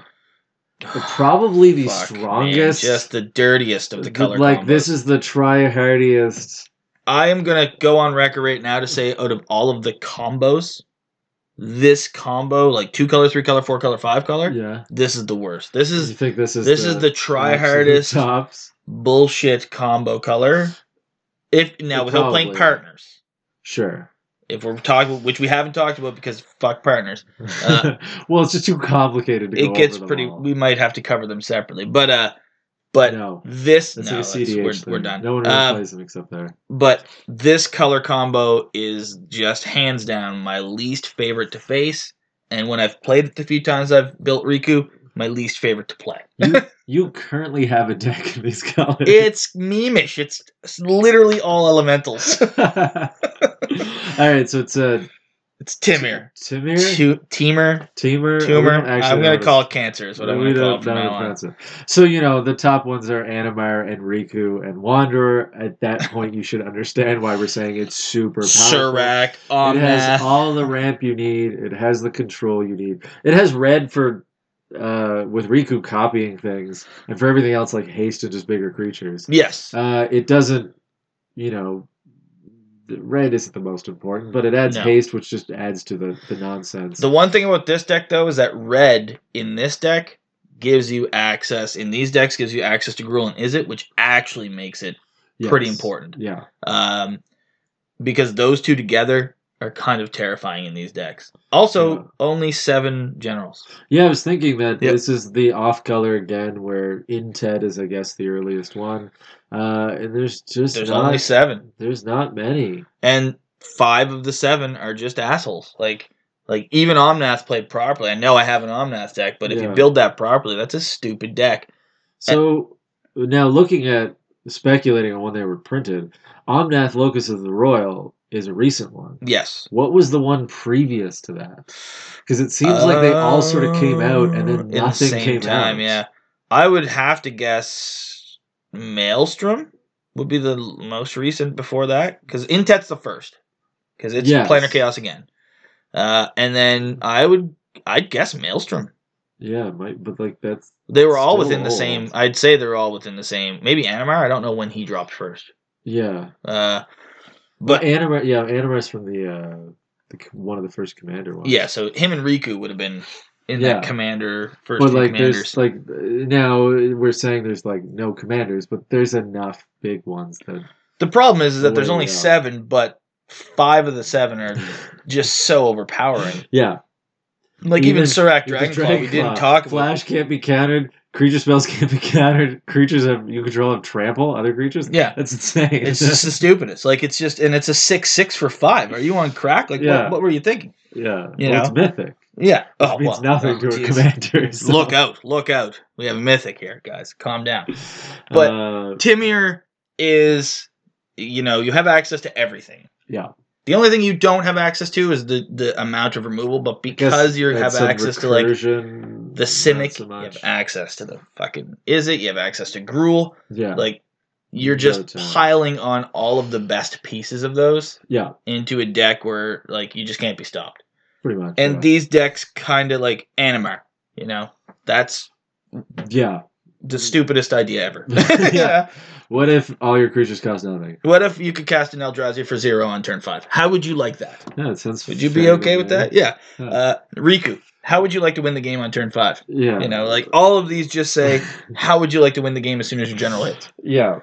[SPEAKER 2] probably <sighs> the
[SPEAKER 1] Fuck, man,
[SPEAKER 2] strongest.
[SPEAKER 1] just the dirtiest of the
[SPEAKER 2] th-
[SPEAKER 1] color.
[SPEAKER 2] like
[SPEAKER 1] combos.
[SPEAKER 2] this is the try hardiest.
[SPEAKER 1] I am gonna go on record right now to say, out of all of the combos, this combo, like two color, three color, four color, five color,
[SPEAKER 2] Yeah.
[SPEAKER 1] this is the worst. This
[SPEAKER 2] You
[SPEAKER 1] is
[SPEAKER 2] think this is
[SPEAKER 1] this is the try hardest
[SPEAKER 2] tops?
[SPEAKER 1] bullshit combo color. If now without playing
[SPEAKER 2] Probably.
[SPEAKER 1] partners,
[SPEAKER 2] Sure.
[SPEAKER 1] if we're talking, which we haven't talked about because fuck partners, Uh,
[SPEAKER 2] <laughs> well, it's just too complicated to go
[SPEAKER 1] it gets
[SPEAKER 2] over them
[SPEAKER 1] pretty.
[SPEAKER 2] all.
[SPEAKER 1] We might have to cover them separately, but uh, but
[SPEAKER 2] no,
[SPEAKER 1] this
[SPEAKER 2] that's
[SPEAKER 1] no,
[SPEAKER 2] like a
[SPEAKER 1] that's-
[SPEAKER 2] CDH
[SPEAKER 1] we're,
[SPEAKER 2] thing.
[SPEAKER 1] we're done.
[SPEAKER 2] No one really
[SPEAKER 1] Um,
[SPEAKER 2] plays them except there.
[SPEAKER 1] but this color combo is just hands down my least favorite to face. And when I've played it the few times I've built Riku, my least favorite to play.
[SPEAKER 2] You, <laughs> you currently have a deck in these <laughs> colors.
[SPEAKER 1] <laughs> It's memeish. It's, it's literally all
[SPEAKER 2] <laughs>
[SPEAKER 1] elementals.
[SPEAKER 2] all right, so it's a
[SPEAKER 1] It's Timir.
[SPEAKER 2] Timir,
[SPEAKER 1] Tu- Teamer.
[SPEAKER 2] Timur,
[SPEAKER 1] Tumor. I'm gonna call it cancer. Is what I'm
[SPEAKER 2] We
[SPEAKER 1] gonna call
[SPEAKER 2] don't-
[SPEAKER 1] it from
[SPEAKER 2] don't
[SPEAKER 1] now on.
[SPEAKER 2] pronounce it. So you know the top ones are Animar and Riku and Wanderer. At that point, you should understand why we're saying it's super powerful.
[SPEAKER 1] Sirac.
[SPEAKER 2] it has
[SPEAKER 1] Omnath.
[SPEAKER 2] all the ramp you need. It has the control you need. It has red for uh, with Riku copying things, and for everything else like haste and just bigger creatures.
[SPEAKER 1] Yes.
[SPEAKER 2] Uh, it doesn't, you know, the red isn't the most important, but it adds
[SPEAKER 1] No.
[SPEAKER 2] haste, which just adds to the, the nonsense.
[SPEAKER 1] The one thing about this deck though is that red in this deck gives you access in these decks gives you access to Gruul and Is it, which actually makes it pretty important.
[SPEAKER 2] Yeah.
[SPEAKER 1] Um, because those two together are kind of terrifying in these decks. Also,
[SPEAKER 2] Yeah.
[SPEAKER 1] only seven generals.
[SPEAKER 2] Yeah, I was thinking that
[SPEAKER 1] Yep.
[SPEAKER 2] this is the off color again, where Inted is, I guess, the earliest one. Uh, and there's just
[SPEAKER 1] There's
[SPEAKER 2] not,
[SPEAKER 1] only Eh. seven,
[SPEAKER 2] there's not many.
[SPEAKER 1] and five of the seven are just assholes. Like, like even Omnath played properly. I know I have an Omnath deck, but if
[SPEAKER 2] Yeah.
[SPEAKER 1] you build that properly, that's a stupid deck.
[SPEAKER 2] So now looking at speculating on when they were printed, Omnath Locus of the Royal is a recent one.
[SPEAKER 1] Yes.
[SPEAKER 2] What was the one previous to that? Because it seems like they all sort of came out and
[SPEAKER 1] Uh, in
[SPEAKER 2] then
[SPEAKER 1] the
[SPEAKER 2] nothing
[SPEAKER 1] same
[SPEAKER 2] came
[SPEAKER 1] time.
[SPEAKER 2] out.
[SPEAKER 1] Yeah, I would have to guess Maelstrom would be the l- most recent before that because Intet's the first because it's
[SPEAKER 2] Yes.
[SPEAKER 1] Planar Chaos again, uh, and then I would I'd guess Maelstrom.
[SPEAKER 2] Yeah, it might, but like that's
[SPEAKER 1] They were all
[SPEAKER 2] Still
[SPEAKER 1] within the
[SPEAKER 2] old.
[SPEAKER 1] same. I'd say they're all within the same. Maybe Animar. I don't know when he dropped first.
[SPEAKER 2] yeah.
[SPEAKER 1] Uh, but
[SPEAKER 2] Anima, yeah, Animar's from the uh, the c- one of the first commander ones.
[SPEAKER 1] yeah, so him and Riku would have been in
[SPEAKER 2] Yeah.
[SPEAKER 1] that commander first.
[SPEAKER 2] but
[SPEAKER 1] two
[SPEAKER 2] like
[SPEAKER 1] commanders.
[SPEAKER 2] there's like uh, now we're saying there's like no commanders, but there's enough big ones that
[SPEAKER 1] The problem is, is that there's
[SPEAKER 2] Way
[SPEAKER 1] only
[SPEAKER 2] out.
[SPEAKER 1] seven, but five of the seven
[SPEAKER 2] <laughs>
[SPEAKER 1] are just so overpowering.
[SPEAKER 2] yeah.
[SPEAKER 1] Like even,
[SPEAKER 2] Even-
[SPEAKER 1] Serac
[SPEAKER 2] The
[SPEAKER 1] Dragon,
[SPEAKER 2] Dragon
[SPEAKER 1] we didn't
[SPEAKER 2] Claw.
[SPEAKER 1] talk
[SPEAKER 2] Flash can't be countered. Creature spells <laughs> can't be countered. Creatures have you control have trample other creatures.
[SPEAKER 1] about. Yeah,
[SPEAKER 2] That's insane. <laughs>
[SPEAKER 1] it's just the stupidest. Like it's just, and it's a six six for five. Are you on crack? Like
[SPEAKER 2] Yeah.
[SPEAKER 1] what, what were you thinking?
[SPEAKER 2] yeah. Well,
[SPEAKER 1] you
[SPEAKER 2] it's mythic.
[SPEAKER 1] Yeah,
[SPEAKER 2] Which means
[SPEAKER 1] well,
[SPEAKER 2] nothing
[SPEAKER 1] oh,
[SPEAKER 2] to
[SPEAKER 1] geez.
[SPEAKER 2] a commander.
[SPEAKER 1] <laughs>
[SPEAKER 2] so-
[SPEAKER 1] Look out! Look out! We have a mythic here, guys. Calm down. But-
[SPEAKER 2] Uh,
[SPEAKER 1] Timir is, you know, you have access to everything.
[SPEAKER 2] yeah,
[SPEAKER 1] The only thing you don't have access to is the the amount of removal. But because you have access to like
[SPEAKER 2] to
[SPEAKER 1] the cynic you have access to the fucking is it you have access to gruel
[SPEAKER 2] yeah,
[SPEAKER 1] like you're
[SPEAKER 2] No
[SPEAKER 1] just
[SPEAKER 2] time.
[SPEAKER 1] piling on all of the best pieces of those
[SPEAKER 2] yeah,
[SPEAKER 1] into a deck where like you just can't be stopped
[SPEAKER 2] pretty much.
[SPEAKER 1] and these decks kind of like animar you know that's
[SPEAKER 2] yeah.
[SPEAKER 1] the stupidest idea ever
[SPEAKER 2] Mm. <laughs> Yeah.
[SPEAKER 1] <laughs> Yeah.
[SPEAKER 2] yeah. What if all your creatures cost nothing?
[SPEAKER 1] what if you could cast an eldrazi for zero on turn five how would you like that
[SPEAKER 2] Yeah, it sounds.
[SPEAKER 1] would you be
[SPEAKER 2] fair to
[SPEAKER 1] okay
[SPEAKER 2] me.
[SPEAKER 1] with that yeah
[SPEAKER 2] Yeah.
[SPEAKER 1] uh riku how would you like to win the game on turn five
[SPEAKER 2] Yeah,
[SPEAKER 1] you know like all of these just
[SPEAKER 2] <laughs>
[SPEAKER 1] say how would you like to win the game as soon as your general hits
[SPEAKER 2] Yeah.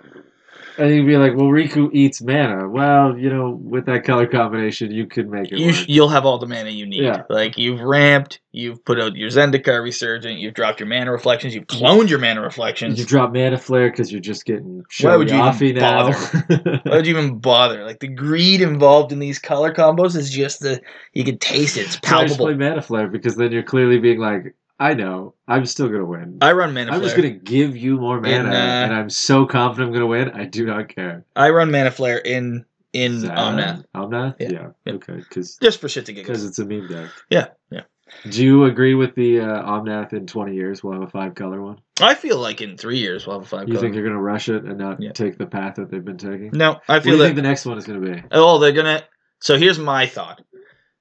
[SPEAKER 2] And you'd be like, well, Riku eats mana. Well, you know, with that color combination, you could make it
[SPEAKER 1] you, <laughs>
[SPEAKER 2] work.
[SPEAKER 1] you'll have all the mana you need.
[SPEAKER 2] Yeah.
[SPEAKER 1] Like you've ramped, you've put out your Zendikar Resurgent, you've dropped your mana reflections, you've cloned your mana reflections.
[SPEAKER 2] You drop mana flare because you're just getting
[SPEAKER 1] Why would you even
[SPEAKER 2] showy-offy <laughs> now.
[SPEAKER 1] Why would you even bother? Like the greed involved in these color combos is just the you can taste it. It's
[SPEAKER 2] Why just play
[SPEAKER 1] palpable.
[SPEAKER 2] mana flare because then you're clearly being like, I know, I'm still gonna win.
[SPEAKER 1] I run mana
[SPEAKER 2] I'm
[SPEAKER 1] flare.
[SPEAKER 2] just gonna give you more mana,
[SPEAKER 1] In, uh,
[SPEAKER 2] and I'm so confident I'm gonna win. I do not care.
[SPEAKER 1] I run mana flare in in
[SPEAKER 2] Zan-
[SPEAKER 1] Omnath
[SPEAKER 2] Omnath,
[SPEAKER 1] Yeah.
[SPEAKER 2] yeah,
[SPEAKER 1] Yeah.
[SPEAKER 2] okay, because
[SPEAKER 1] just for shit to giggles.
[SPEAKER 2] it's a meme deck.
[SPEAKER 1] Yeah, yeah.
[SPEAKER 2] Do you agree with the uh, Omnath in 20 years? We'll have a five color one.
[SPEAKER 1] I feel like in three years we'll have a five.
[SPEAKER 2] You
[SPEAKER 1] color.
[SPEAKER 2] think they're gonna rush it and not
[SPEAKER 1] Yeah.
[SPEAKER 2] take the path that they've been taking?
[SPEAKER 1] no, I
[SPEAKER 2] What do
[SPEAKER 1] feel
[SPEAKER 2] you
[SPEAKER 1] that
[SPEAKER 2] think the next one is gonna be?
[SPEAKER 1] Oh, they're gonna. So here's my thought: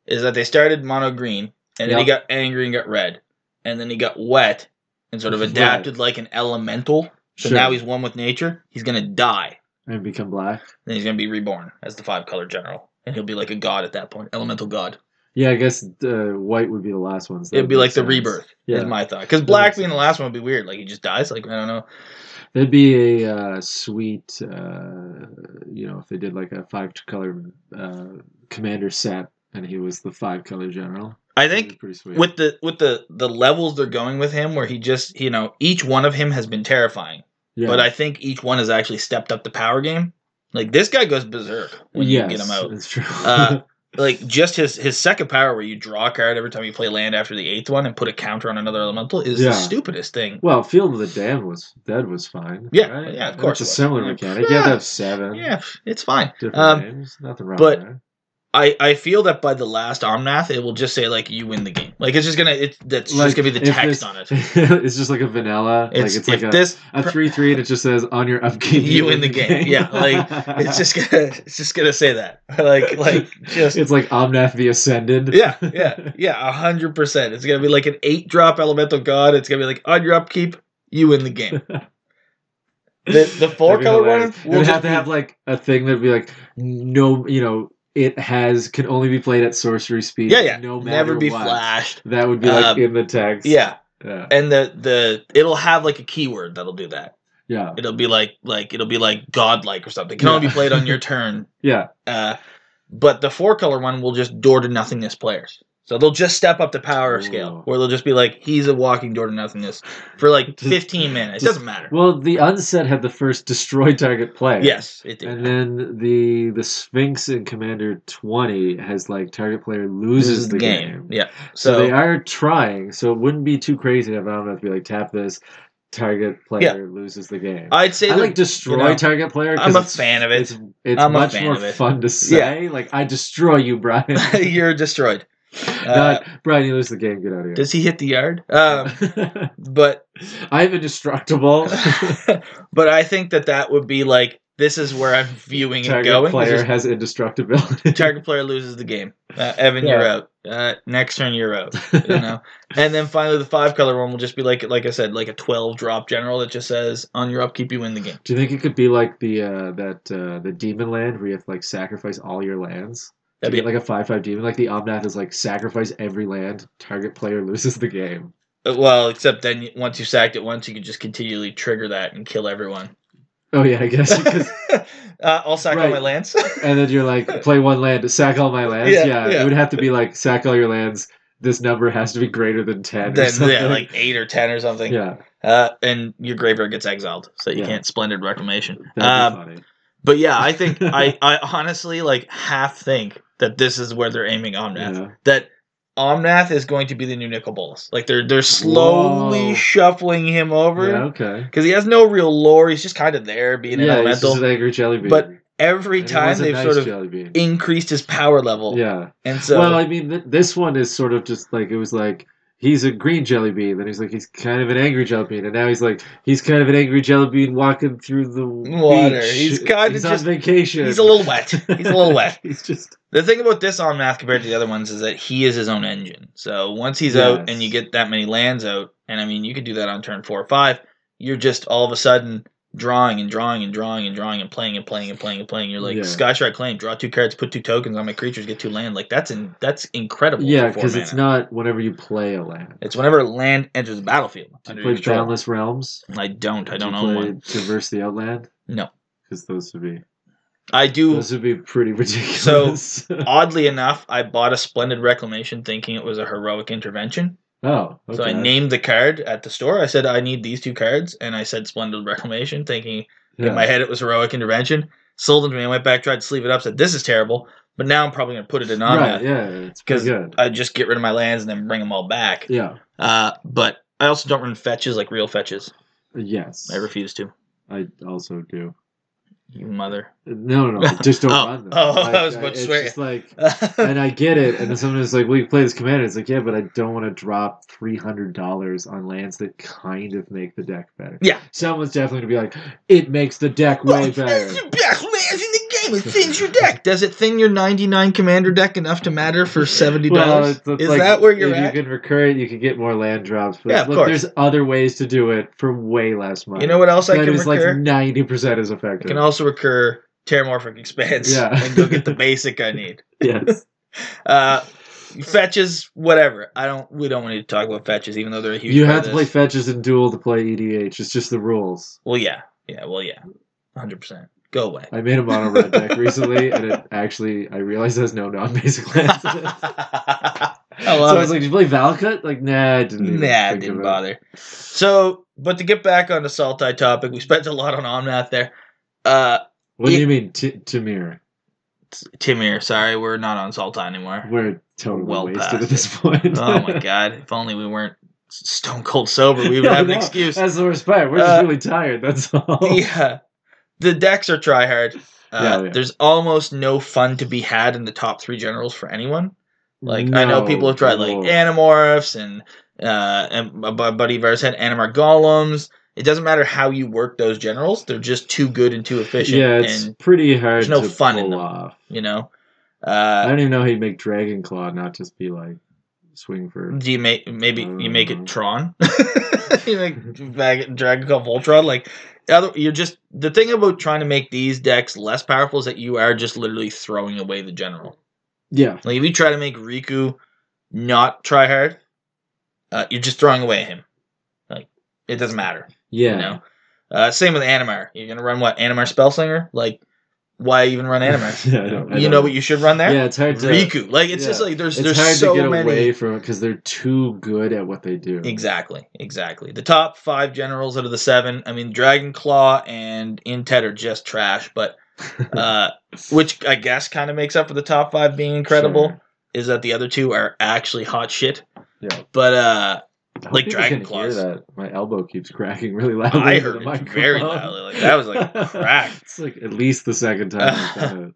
[SPEAKER 1] is that they started mono green, and then he got angry and got red, and then he got wet, and sort of
[SPEAKER 2] Right.
[SPEAKER 1] adapted like an elemental. So
[SPEAKER 2] Sure.
[SPEAKER 1] now he's one with nature. He's gonna die,
[SPEAKER 2] and become black.
[SPEAKER 1] and he's gonna be reborn as the five color general, and he'll be like a god at that point, elemental god.
[SPEAKER 2] Yeah, I guess uh, white would be the last ones. That
[SPEAKER 1] It'd
[SPEAKER 2] would
[SPEAKER 1] be
[SPEAKER 2] make
[SPEAKER 1] like the
[SPEAKER 2] sense.
[SPEAKER 1] rebirth.
[SPEAKER 2] Yeah,
[SPEAKER 1] Is my thought because
[SPEAKER 2] That
[SPEAKER 1] black
[SPEAKER 2] makes
[SPEAKER 1] being the
[SPEAKER 2] sense.
[SPEAKER 1] last one would be weird. Like he just dies. Like I don't know.
[SPEAKER 2] that'd be a uh, sweet. Uh, you know, if they did like a five color uh, commander set, and he was the five color general.
[SPEAKER 1] I
[SPEAKER 2] that'd be
[SPEAKER 1] think
[SPEAKER 2] pretty sweet.
[SPEAKER 1] with the with the the levels they're going with him, where he just you know each one of him has been terrifying,
[SPEAKER 2] yeah.
[SPEAKER 1] but I think each one has actually stepped up the power game. Like this guy goes berserk when
[SPEAKER 2] yes,
[SPEAKER 1] you get him out.
[SPEAKER 2] That's true. <laughs>
[SPEAKER 1] Uh, like just his his second power where you draw a card every time you play land after the eighth one and put a counter on another elemental is
[SPEAKER 2] Yeah.
[SPEAKER 1] the stupidest thing.
[SPEAKER 2] well, Field of the Damned was dead was fine.
[SPEAKER 1] Yeah,
[SPEAKER 2] right?
[SPEAKER 1] yeah, of
[SPEAKER 2] And
[SPEAKER 1] course
[SPEAKER 2] It's
[SPEAKER 1] it
[SPEAKER 2] a
[SPEAKER 1] was.
[SPEAKER 2] similar
[SPEAKER 1] Yeah.
[SPEAKER 2] mechanic. You had to
[SPEAKER 1] <laughs>
[SPEAKER 2] have seven
[SPEAKER 1] Yeah, it's fine.
[SPEAKER 2] different
[SPEAKER 1] Um,
[SPEAKER 2] names. Nothing wrong
[SPEAKER 1] but-
[SPEAKER 2] there.
[SPEAKER 1] I, I feel that by the last Omnath, it will just say like you win the game. Like it's just gonna it that's just
[SPEAKER 2] Like,
[SPEAKER 1] gonna be the
[SPEAKER 2] if
[SPEAKER 1] text
[SPEAKER 2] this-
[SPEAKER 1] on it.
[SPEAKER 2] <laughs> it's just like a vanilla.
[SPEAKER 1] It's,
[SPEAKER 2] like it's
[SPEAKER 1] if
[SPEAKER 2] like a,
[SPEAKER 1] this
[SPEAKER 2] a three three, and it just says on your upkeep
[SPEAKER 1] You win the game. Yeah,
[SPEAKER 2] <laughs>
[SPEAKER 1] like, it's just gonna <laughs> it's just gonna say that <laughs> like
[SPEAKER 2] <laughs>
[SPEAKER 1] like just
[SPEAKER 2] it's like Omnath the Ascended.
[SPEAKER 1] yeah yeah yeah a hundred percent. It's gonna be like an eight drop elemental god. It's gonna be like on your upkeep, you win the
[SPEAKER 2] <laughs>
[SPEAKER 1] game. The the four
[SPEAKER 2] That'd be
[SPEAKER 1] color one
[SPEAKER 2] hilarious.
[SPEAKER 1] will
[SPEAKER 2] It'd
[SPEAKER 1] just
[SPEAKER 2] have to
[SPEAKER 1] be-
[SPEAKER 2] have like a thing that'd be like no, you know, it has can only be played at sorcery speed.
[SPEAKER 1] yeah yeah
[SPEAKER 2] no matter
[SPEAKER 1] never be
[SPEAKER 2] what.
[SPEAKER 1] flashed.
[SPEAKER 2] That would be like
[SPEAKER 1] Um,
[SPEAKER 2] in the text.
[SPEAKER 1] Yeah,
[SPEAKER 2] yeah,
[SPEAKER 1] and the the it'll have like a keyword that'll do that.
[SPEAKER 2] yeah,
[SPEAKER 1] It'll be like like it'll be like godlike or something. Can only be
[SPEAKER 2] Yeah.
[SPEAKER 1] played
[SPEAKER 2] <laughs>
[SPEAKER 1] on your turn.
[SPEAKER 2] yeah.
[SPEAKER 1] Uh, but the four color one will just door to nothingness players. So they'll just step up the power
[SPEAKER 2] Ooh.
[SPEAKER 1] scale, where they'll just be like, he's a walking door to nothingness for
[SPEAKER 2] <laughs>
[SPEAKER 1] like 15 minutes. It doesn't matter.
[SPEAKER 2] Well, the unset had the first destroy target play.
[SPEAKER 1] Yes, it did.
[SPEAKER 2] And then the the Sphinx in Commander 20 has like target player
[SPEAKER 1] This
[SPEAKER 2] loses
[SPEAKER 1] is
[SPEAKER 2] the game.
[SPEAKER 1] Yeah.
[SPEAKER 2] So,
[SPEAKER 1] So,
[SPEAKER 2] they are trying, so it wouldn't be too crazy to have Omnath be like tap this, target player
[SPEAKER 1] Yeah.
[SPEAKER 2] loses the game. I,
[SPEAKER 1] I'd say that
[SPEAKER 2] like
[SPEAKER 1] <laughs>
[SPEAKER 2] destroy
[SPEAKER 1] you know,
[SPEAKER 2] target player. 'cause
[SPEAKER 1] I'm a
[SPEAKER 2] it's-
[SPEAKER 1] fan of it.
[SPEAKER 2] It's, it's
[SPEAKER 1] I'm a
[SPEAKER 2] much
[SPEAKER 1] fan
[SPEAKER 2] more
[SPEAKER 1] of it.
[SPEAKER 2] fun to say. Like I destroy you, Brian.
[SPEAKER 1] You're destroyed. <laughs> Uh,
[SPEAKER 2] Not Brian, you lose the game. Get out of here.
[SPEAKER 1] does he hit the yard? Um,
[SPEAKER 2] <laughs>
[SPEAKER 1] but <laughs>
[SPEAKER 2] I'm indestructible.
[SPEAKER 1] but I think that that would be like this is where I'm viewing it
[SPEAKER 2] target
[SPEAKER 1] going.
[SPEAKER 2] player
[SPEAKER 1] This is-
[SPEAKER 2] has indestructibility. <laughs>
[SPEAKER 1] target player loses the game. Uh, Evan,
[SPEAKER 2] Yeah.
[SPEAKER 1] you're out. Uh, next turn, you're out.
[SPEAKER 2] <laughs>
[SPEAKER 1] You know, and then finally the five color one will just be like like I said, like a twelve drop general that just says on your upkeep you win the game.
[SPEAKER 2] Do you think it could be like the uh, that uh, the demon land where you have to like sacrifice all your lands?
[SPEAKER 1] That'd
[SPEAKER 2] To
[SPEAKER 1] be
[SPEAKER 2] get like a five five demon, like the Omnath is like sacrifice every land, target player loses the game.
[SPEAKER 1] uh, well, except then you- once you sacked it once, you could just continually trigger that and kill everyone.
[SPEAKER 2] Oh yeah, I guess. <laughs> 'cause-
[SPEAKER 1] uh, I'll sack all
[SPEAKER 2] Right.
[SPEAKER 1] my
[SPEAKER 2] <laughs>
[SPEAKER 1] lands.
[SPEAKER 2] and then you're like, play one land, to sack all my lands.
[SPEAKER 1] Yeah,
[SPEAKER 2] Yeah,
[SPEAKER 1] yeah.
[SPEAKER 2] it would have to be like sack all your lands. This number has to be greater than ten. or
[SPEAKER 1] then
[SPEAKER 2] something.
[SPEAKER 1] yeah,
[SPEAKER 2] <laughs>
[SPEAKER 1] like eight or ten or something.
[SPEAKER 2] yeah,
[SPEAKER 1] Uh, and your graveyard gets exiled, so you
[SPEAKER 2] Yeah.
[SPEAKER 1] can't splendid reclamation.
[SPEAKER 2] that'd be
[SPEAKER 1] Um,
[SPEAKER 2] funny.
[SPEAKER 1] But yeah, I
[SPEAKER 2] <laughs>
[SPEAKER 1] think I, I honestly like half think that this is where they're aiming Omnath.
[SPEAKER 2] Yeah.
[SPEAKER 1] That Omnath is going to be the new Nicol Bolas. Like they're they're slowly
[SPEAKER 2] Whoa.
[SPEAKER 1] shuffling him
[SPEAKER 2] Yeah,
[SPEAKER 1] over
[SPEAKER 2] okay.
[SPEAKER 1] because he has no real lore. He's just kind of there being an
[SPEAKER 2] yeah, he's
[SPEAKER 1] elemental.
[SPEAKER 2] just an angry jelly bean.
[SPEAKER 1] But
[SPEAKER 2] And
[SPEAKER 1] Every
[SPEAKER 2] he
[SPEAKER 1] time
[SPEAKER 2] was a
[SPEAKER 1] they've
[SPEAKER 2] nice
[SPEAKER 1] sort of
[SPEAKER 2] jelly bean.
[SPEAKER 1] increased his power level,
[SPEAKER 2] yeah.
[SPEAKER 1] and so
[SPEAKER 2] well, I mean, th- this one is sort of just like it was like he's a green jelly bean, then he's like he's kind of an angry jelly bean, and now he's like he's kind of an angry jelly bean walking through the
[SPEAKER 1] Water.
[SPEAKER 2] beach.
[SPEAKER 1] He's kind of
[SPEAKER 2] He's on
[SPEAKER 1] just-
[SPEAKER 2] vacation.
[SPEAKER 1] he's a little wet. He's a little wet.
[SPEAKER 2] <laughs> he's just
[SPEAKER 1] The thing about this Omnath compared to the other ones is that he is his own engine. So once he's out
[SPEAKER 2] Yes.
[SPEAKER 1] and you get that many lands out, and I mean you could do that on turn four or five, you're just all of a sudden drawing and drawing and drawing and drawing and playing and playing and playing and playing. You're like
[SPEAKER 2] Yeah.
[SPEAKER 1] Sky Strike Claim, draw two cards, put two tokens on my creatures, get two land. Like that's in that's incredible.
[SPEAKER 2] yeah,
[SPEAKER 1] for
[SPEAKER 2] because
[SPEAKER 1] four
[SPEAKER 2] it's
[SPEAKER 1] mana.
[SPEAKER 2] not whenever you play a land.
[SPEAKER 1] It's whenever land enters the battlefield.
[SPEAKER 2] Do
[SPEAKER 1] under
[SPEAKER 2] you
[SPEAKER 1] your
[SPEAKER 2] play
[SPEAKER 1] control.
[SPEAKER 2] Boundless Realms?
[SPEAKER 1] I don't. I
[SPEAKER 2] Do you
[SPEAKER 1] don't own
[SPEAKER 2] play
[SPEAKER 1] one.
[SPEAKER 2] Traverse the Outland?
[SPEAKER 1] No.
[SPEAKER 2] Because those would be
[SPEAKER 1] I
[SPEAKER 2] <laughs>
[SPEAKER 1] do
[SPEAKER 2] those would be pretty ridiculous.
[SPEAKER 1] oddly enough, I bought a splendid reclamation thinking it was a heroic intervention.
[SPEAKER 2] <laughs> oh, okay.
[SPEAKER 1] So I named the card at the store. I said I need these two cards, and I said Splendid Reclamation, thinking
[SPEAKER 2] yeah.
[SPEAKER 1] in my head it was heroic intervention. Sold them to me. I went back, tried to sleeve it up, said this is terrible, but now I'm probably gonna put it in on
[SPEAKER 2] right,
[SPEAKER 1] that.
[SPEAKER 2] yeah, it's pretty
[SPEAKER 1] 'Cause
[SPEAKER 2] good.
[SPEAKER 1] I just get rid of my lands and then bring them all back.
[SPEAKER 2] Yeah,
[SPEAKER 1] Uh, but I also don't run fetches like real fetches.
[SPEAKER 2] yes,
[SPEAKER 1] I refuse to.
[SPEAKER 2] I also do.
[SPEAKER 1] You
[SPEAKER 2] <laughs>
[SPEAKER 1] mother.
[SPEAKER 2] No, no, no. I just
[SPEAKER 1] <laughs>
[SPEAKER 2] don't
[SPEAKER 1] Oh.
[SPEAKER 2] run them.
[SPEAKER 1] Oh, I was about to
[SPEAKER 2] it's
[SPEAKER 1] swear.
[SPEAKER 2] just like, and I get it. And then sometimes, like, we play this commander. It's like, yeah, but I don't want to drop three hundred dollars on lands that kind of make the deck better.
[SPEAKER 1] Yeah.
[SPEAKER 2] someone's definitely gonna be like, it makes the deck way
[SPEAKER 1] <laughs>
[SPEAKER 2] better.
[SPEAKER 1] It's the best lands in the game. It thins your deck. Does it thin your 99 commander deck enough to matter for $70?
[SPEAKER 2] Well, it's, it's
[SPEAKER 1] is
[SPEAKER 2] like,
[SPEAKER 1] that where you're
[SPEAKER 2] if
[SPEAKER 1] at?
[SPEAKER 2] you can recur it, you can get more land drops. But
[SPEAKER 1] Yeah, of
[SPEAKER 2] look,
[SPEAKER 1] course.
[SPEAKER 2] there's other ways to do it for way less money.
[SPEAKER 1] You know what else I
[SPEAKER 2] That
[SPEAKER 1] can
[SPEAKER 2] is,
[SPEAKER 1] recur?
[SPEAKER 2] like ninety percent as
[SPEAKER 1] I
[SPEAKER 2] effective.
[SPEAKER 1] can also recur <laughs> Terramorphic Expanse
[SPEAKER 2] Yeah.
[SPEAKER 1] <laughs> and go get the basic I need.
[SPEAKER 2] yes.
[SPEAKER 1] Uh, fetches, whatever. I don't. We don't want to talk about fetches, even though they're a huge.
[SPEAKER 2] you
[SPEAKER 1] part
[SPEAKER 2] have
[SPEAKER 1] of
[SPEAKER 2] to play
[SPEAKER 1] this.
[SPEAKER 2] fetches and duel to play EDH. It's just the rules.
[SPEAKER 1] Well, yeah, yeah. Well, yeah. Hundred percent. Go
[SPEAKER 2] <laughs>
[SPEAKER 1] away. <laughs>
[SPEAKER 2] I made a mono red deck recently, and it actually I realized there's no non
[SPEAKER 1] <laughs>
[SPEAKER 2] basic lands. in it.
[SPEAKER 1] I love
[SPEAKER 2] so I was
[SPEAKER 1] it.
[SPEAKER 2] like, "Did you play Valakut?" Like, nah, I didn't. Even
[SPEAKER 1] nah,
[SPEAKER 2] think
[SPEAKER 1] didn't
[SPEAKER 2] about
[SPEAKER 1] bother.
[SPEAKER 2] it.
[SPEAKER 1] So, but to get back on the Saltai topic, we spent a lot on Omnath there. Uh,
[SPEAKER 2] What
[SPEAKER 1] Yeah.
[SPEAKER 2] do you mean, T- Tamir?
[SPEAKER 1] Timir, sorry, we're not on Saltai
[SPEAKER 2] <laughs>
[SPEAKER 1] anymore.
[SPEAKER 2] We're totally
[SPEAKER 1] Well
[SPEAKER 2] wasted
[SPEAKER 1] past
[SPEAKER 2] at this <laughs> point.
[SPEAKER 1] oh my god! If only we weren't s- stone cold sober, we
[SPEAKER 2] <laughs>
[SPEAKER 1] would have an
[SPEAKER 2] Oh, No,
[SPEAKER 1] excuse.
[SPEAKER 2] That's the worst part. We're just
[SPEAKER 1] Uh,
[SPEAKER 2] really tired. That's <laughs> all.
[SPEAKER 1] <laughs> the uh, the decks are try hard. Uh,
[SPEAKER 2] Yeah, yeah.
[SPEAKER 1] There's almost no fun to be had in the top three generals for anyone. Like I know
[SPEAKER 2] No,
[SPEAKER 1] people have tried like
[SPEAKER 2] no.
[SPEAKER 1] Animorphs and uh, and my bu- buddy of ours had Animar Golems. It doesn't matter how you work those generals; they're just too good and too efficient.
[SPEAKER 2] yeah, it's
[SPEAKER 1] and
[SPEAKER 2] pretty hard.
[SPEAKER 1] there's no
[SPEAKER 2] to
[SPEAKER 1] fun in
[SPEAKER 2] pull
[SPEAKER 1] them.
[SPEAKER 2] off.
[SPEAKER 1] you know,
[SPEAKER 2] I
[SPEAKER 1] uh,
[SPEAKER 2] don't even know how you make Dragon Claw not just be like swing for.
[SPEAKER 1] do you make maybe you make it
[SPEAKER 2] Mm.
[SPEAKER 1] Tron? <laughs> you make Mag- Dragon Call Voltron like. Other, you're just the thing about trying to make these decks less powerful is that you are just literally throwing away the general.
[SPEAKER 2] Yeah,
[SPEAKER 1] Like if you try to make Riku not try hard, uh, you're just throwing away him. Like it doesn't matter.
[SPEAKER 2] yeah.
[SPEAKER 1] You know. Uh, same with Animar. You're gonna run what Animar Spellslinger? Like why even run Animar?
[SPEAKER 2] <laughs> yeah, I don't, I
[SPEAKER 1] you
[SPEAKER 2] don't
[SPEAKER 1] know what you should run there?
[SPEAKER 2] Yeah, it's hard to.
[SPEAKER 1] Riku. Like it's just
[SPEAKER 2] yeah.
[SPEAKER 1] like there's
[SPEAKER 2] it's
[SPEAKER 1] there's
[SPEAKER 2] hard
[SPEAKER 1] so
[SPEAKER 2] to get
[SPEAKER 1] many.
[SPEAKER 2] away from it because they're too good at what they do.
[SPEAKER 1] Exactly, exactly. The top five generals out of the seven. I mean, Dragon Claw and Intet are just trash,
[SPEAKER 2] <laughs>
[SPEAKER 1] but uh, which I guess kind of makes up for the top five being incredible.
[SPEAKER 2] Sure.
[SPEAKER 1] Is that the other two are actually hot shit?
[SPEAKER 2] Yeah.
[SPEAKER 1] But uh,
[SPEAKER 2] I hope
[SPEAKER 1] Like
[SPEAKER 2] people
[SPEAKER 1] Dragon
[SPEAKER 2] can hear
[SPEAKER 1] Claws.
[SPEAKER 2] that. My elbow keeps cracking really loudly.
[SPEAKER 1] I
[SPEAKER 2] into
[SPEAKER 1] heard
[SPEAKER 2] the
[SPEAKER 1] it very
[SPEAKER 2] microphone.
[SPEAKER 1] loudly. Like that was like a crack.
[SPEAKER 2] <laughs> It's like at least the second time.
[SPEAKER 1] <laughs>
[SPEAKER 2] I've done it.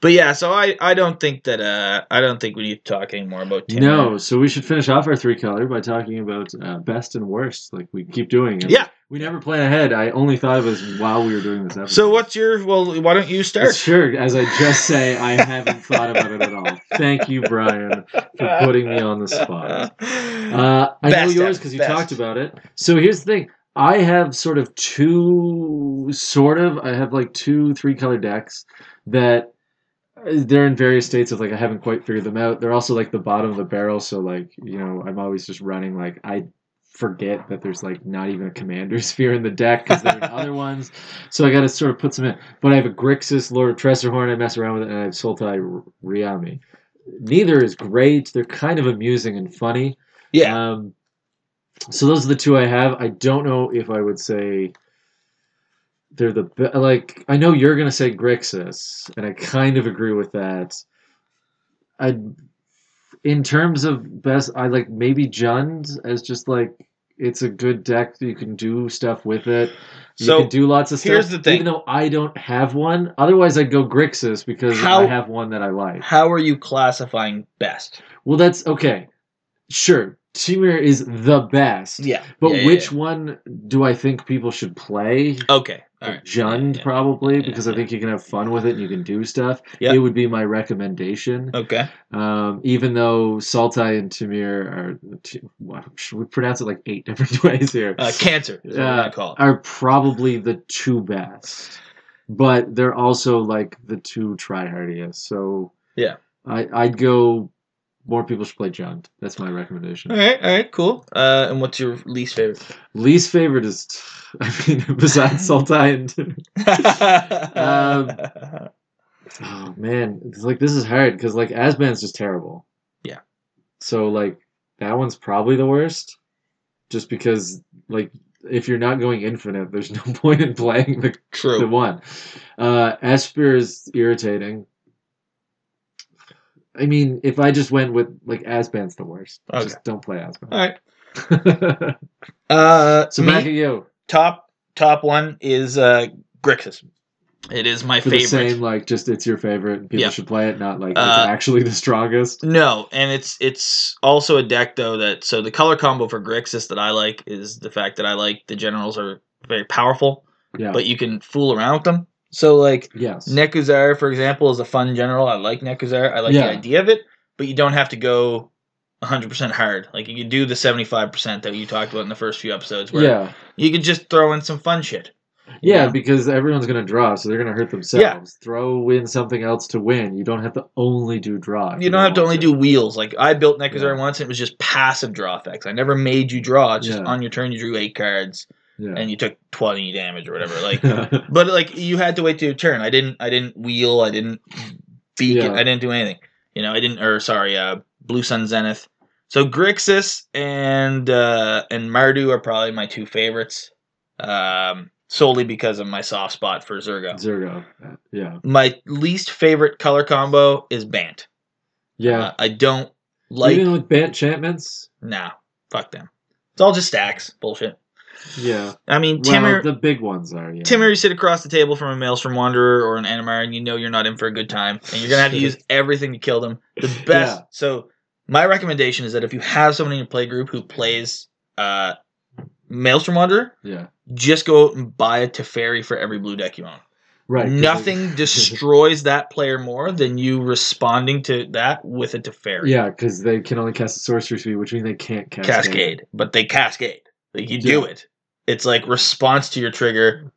[SPEAKER 1] But yeah, so I I don't think that uh I don't think we need to talk anymore about Tim.
[SPEAKER 2] No, so we should finish off our three color by talking about uh, best and worst, like we keep doing. And
[SPEAKER 1] Yeah.
[SPEAKER 2] we never plan ahead. I only thought of us while we were doing this episode.
[SPEAKER 1] So what's your well? Why don't you
[SPEAKER 2] But
[SPEAKER 1] <laughs> start?
[SPEAKER 2] Sure, as I just say, I haven't thought about it at all. Thank you, Brian, for putting me on the spot. Uh, I
[SPEAKER 1] Best
[SPEAKER 2] know yours
[SPEAKER 1] ever,
[SPEAKER 2] because you
[SPEAKER 1] best.
[SPEAKER 2] talked about it. So here's the thing: I have sort of two, sort of, I have like two three color decks that uh, they're in various states of like I haven't quite figured them out. They're also like the bottom of the barrel, so like you know I'm always just running like I forget that there's like not even a commander <laughs> sphere in the deck because they're
[SPEAKER 1] <laughs>
[SPEAKER 2] in other ones. So I got to sort of put some in. But I have a Grixis, Lord of Tressorhorn. I mess around with it, and I have Sultai R- Riami. Neither is great. They're kind of amusing and funny.
[SPEAKER 1] yeah,
[SPEAKER 2] Um, so those are the two I have. I don't know if I would say they're the be- like. I know you're gonna say Grixis, and I kind of agree with that. I, in terms of best, I like maybe Jund as just like it's a good deck. You can do stuff with it. You
[SPEAKER 1] So,
[SPEAKER 2] can do lots of stuff.
[SPEAKER 1] here's the thing.
[SPEAKER 2] Even though I don't have one, otherwise I'd go Grixis because
[SPEAKER 1] How-
[SPEAKER 2] I have one that I like.
[SPEAKER 1] how are you classifying best?
[SPEAKER 2] Well, that's okay. Sure, Timur is the best.
[SPEAKER 1] Yeah,
[SPEAKER 2] But
[SPEAKER 1] Yeah, yeah,
[SPEAKER 2] which one do I think people should play?
[SPEAKER 1] yeah. Okay, all
[SPEAKER 2] Like
[SPEAKER 1] right.
[SPEAKER 2] Jund,
[SPEAKER 1] Yeah,
[SPEAKER 2] probably,
[SPEAKER 1] Yeah,
[SPEAKER 2] because
[SPEAKER 1] yeah.
[SPEAKER 2] I think you can have fun with it and you can do stuff.
[SPEAKER 1] Yeah.
[SPEAKER 2] It would be my recommendation.
[SPEAKER 1] yeah. Okay,
[SPEAKER 2] Um, even though Saltai and Tamir are, t- wow, should we pronounce it like eight <laughs> different ways here?
[SPEAKER 1] uh, cancer. Is what we're
[SPEAKER 2] Uh,
[SPEAKER 1] gonna call it.
[SPEAKER 2] are probably the two best, but they're also like the two tryhardiest. So
[SPEAKER 1] Yeah.
[SPEAKER 2] I, I'd go. More people should play Jund. That's my recommendation.
[SPEAKER 1] All right, all right, cool. Uh, and what's your least favorite?
[SPEAKER 2] Least favorite is, <laughs> I mean,
[SPEAKER 1] <laughs>
[SPEAKER 2] besides Sultai and <laughs> Um, Oh man, it's like this is hard because like Asban's just terrible.
[SPEAKER 1] Yeah.
[SPEAKER 2] So like that one's probably the worst, just because like if you're not going infinite, there's <laughs> no point in playing the, the
[SPEAKER 1] <laughs> True.
[SPEAKER 2] one. Uh, Esper is irritating. I mean, if I just went with like Asban's the worst,
[SPEAKER 1] Okay.
[SPEAKER 2] just don't play Asban.
[SPEAKER 1] All right.
[SPEAKER 2] <laughs>
[SPEAKER 1] Uh,
[SPEAKER 2] so
[SPEAKER 1] me?
[SPEAKER 2] back at you
[SPEAKER 1] top top one is uh Grixis. It is my
[SPEAKER 2] for the
[SPEAKER 1] favorite.
[SPEAKER 2] same like just it's your favorite. and People
[SPEAKER 1] Yeah.
[SPEAKER 2] should play it, not like
[SPEAKER 1] Uh,
[SPEAKER 2] it's actually the strongest.
[SPEAKER 1] No, and it's it's also a deck though that so the color combo for Grixis that I like is the fact that I like the generals are very powerful,
[SPEAKER 2] Yeah.
[SPEAKER 1] but you can fool around with them. So like
[SPEAKER 2] yes.
[SPEAKER 1] Nekuzar, for example, is a fun general. I like Nekuzar. I like
[SPEAKER 2] Yeah.
[SPEAKER 1] the idea of it, but you don't have to go 100% hard. Like you can do the 75% that you talked about in the first few episodes where
[SPEAKER 2] yeah.
[SPEAKER 1] you could just throw in some fun shit.
[SPEAKER 2] Yeah,
[SPEAKER 1] Yeah.
[SPEAKER 2] because everyone's going to draw, so they're going to hurt themselves. Throw in something else to win. You don't have to only do draw. if
[SPEAKER 1] You don't have to
[SPEAKER 2] want
[SPEAKER 1] only do wheels. Like I built Necrozar
[SPEAKER 2] Yeah.
[SPEAKER 1] once, and it was just passive draw effects. I never made you draw. It's just
[SPEAKER 2] Yeah.
[SPEAKER 1] on your turn you drew eight cards
[SPEAKER 2] Yeah.
[SPEAKER 1] and you took twenty damage or whatever.
[SPEAKER 2] <laughs>
[SPEAKER 1] Like, but like you had to wait to your turn. I didn't. I didn't wheel. I didn't beacon.
[SPEAKER 2] Yeah.
[SPEAKER 1] I didn't do anything. You know. I didn't. Or sorry. Uh, Blue Sun Zenith. So Grixis and uh, and Mardu are probably my two favorites, um, solely because of my soft spot for Zergo.
[SPEAKER 2] Zergo. Uh, Yeah.
[SPEAKER 1] My least favorite color combo is Bant.
[SPEAKER 2] Yeah.
[SPEAKER 1] Uh, I don't like.
[SPEAKER 2] Even with ban enchantments.
[SPEAKER 1] Nah, fuck them. It's all just stacks. Bullshit.
[SPEAKER 2] Yeah.
[SPEAKER 1] I mean,
[SPEAKER 2] well,
[SPEAKER 1] Timur.
[SPEAKER 2] the big ones are. Yeah.
[SPEAKER 1] Timur, you sit across the table from a Maelstrom Wanderer or an Animar, and you know you're not in for a good time, and you're gonna have to use everything to kill them. The best.
[SPEAKER 2] Yeah.
[SPEAKER 1] So my recommendation is that if you have someone in your play group who plays uh, Maelstrom Wanderer,
[SPEAKER 2] Yeah.
[SPEAKER 1] just go out and buy a Teferi for every blue deck you own.
[SPEAKER 2] Right. <laughs> 'cause
[SPEAKER 1] Nothing
[SPEAKER 2] it-
[SPEAKER 1] destroys that player more than you responding to that with a Teferi.
[SPEAKER 2] Yeah, because they can only cast a sorcery speed, which means they can't cast
[SPEAKER 1] cascade, but they cascade. Like you do
[SPEAKER 2] Yeah.
[SPEAKER 1] it. It's like response to your trigger.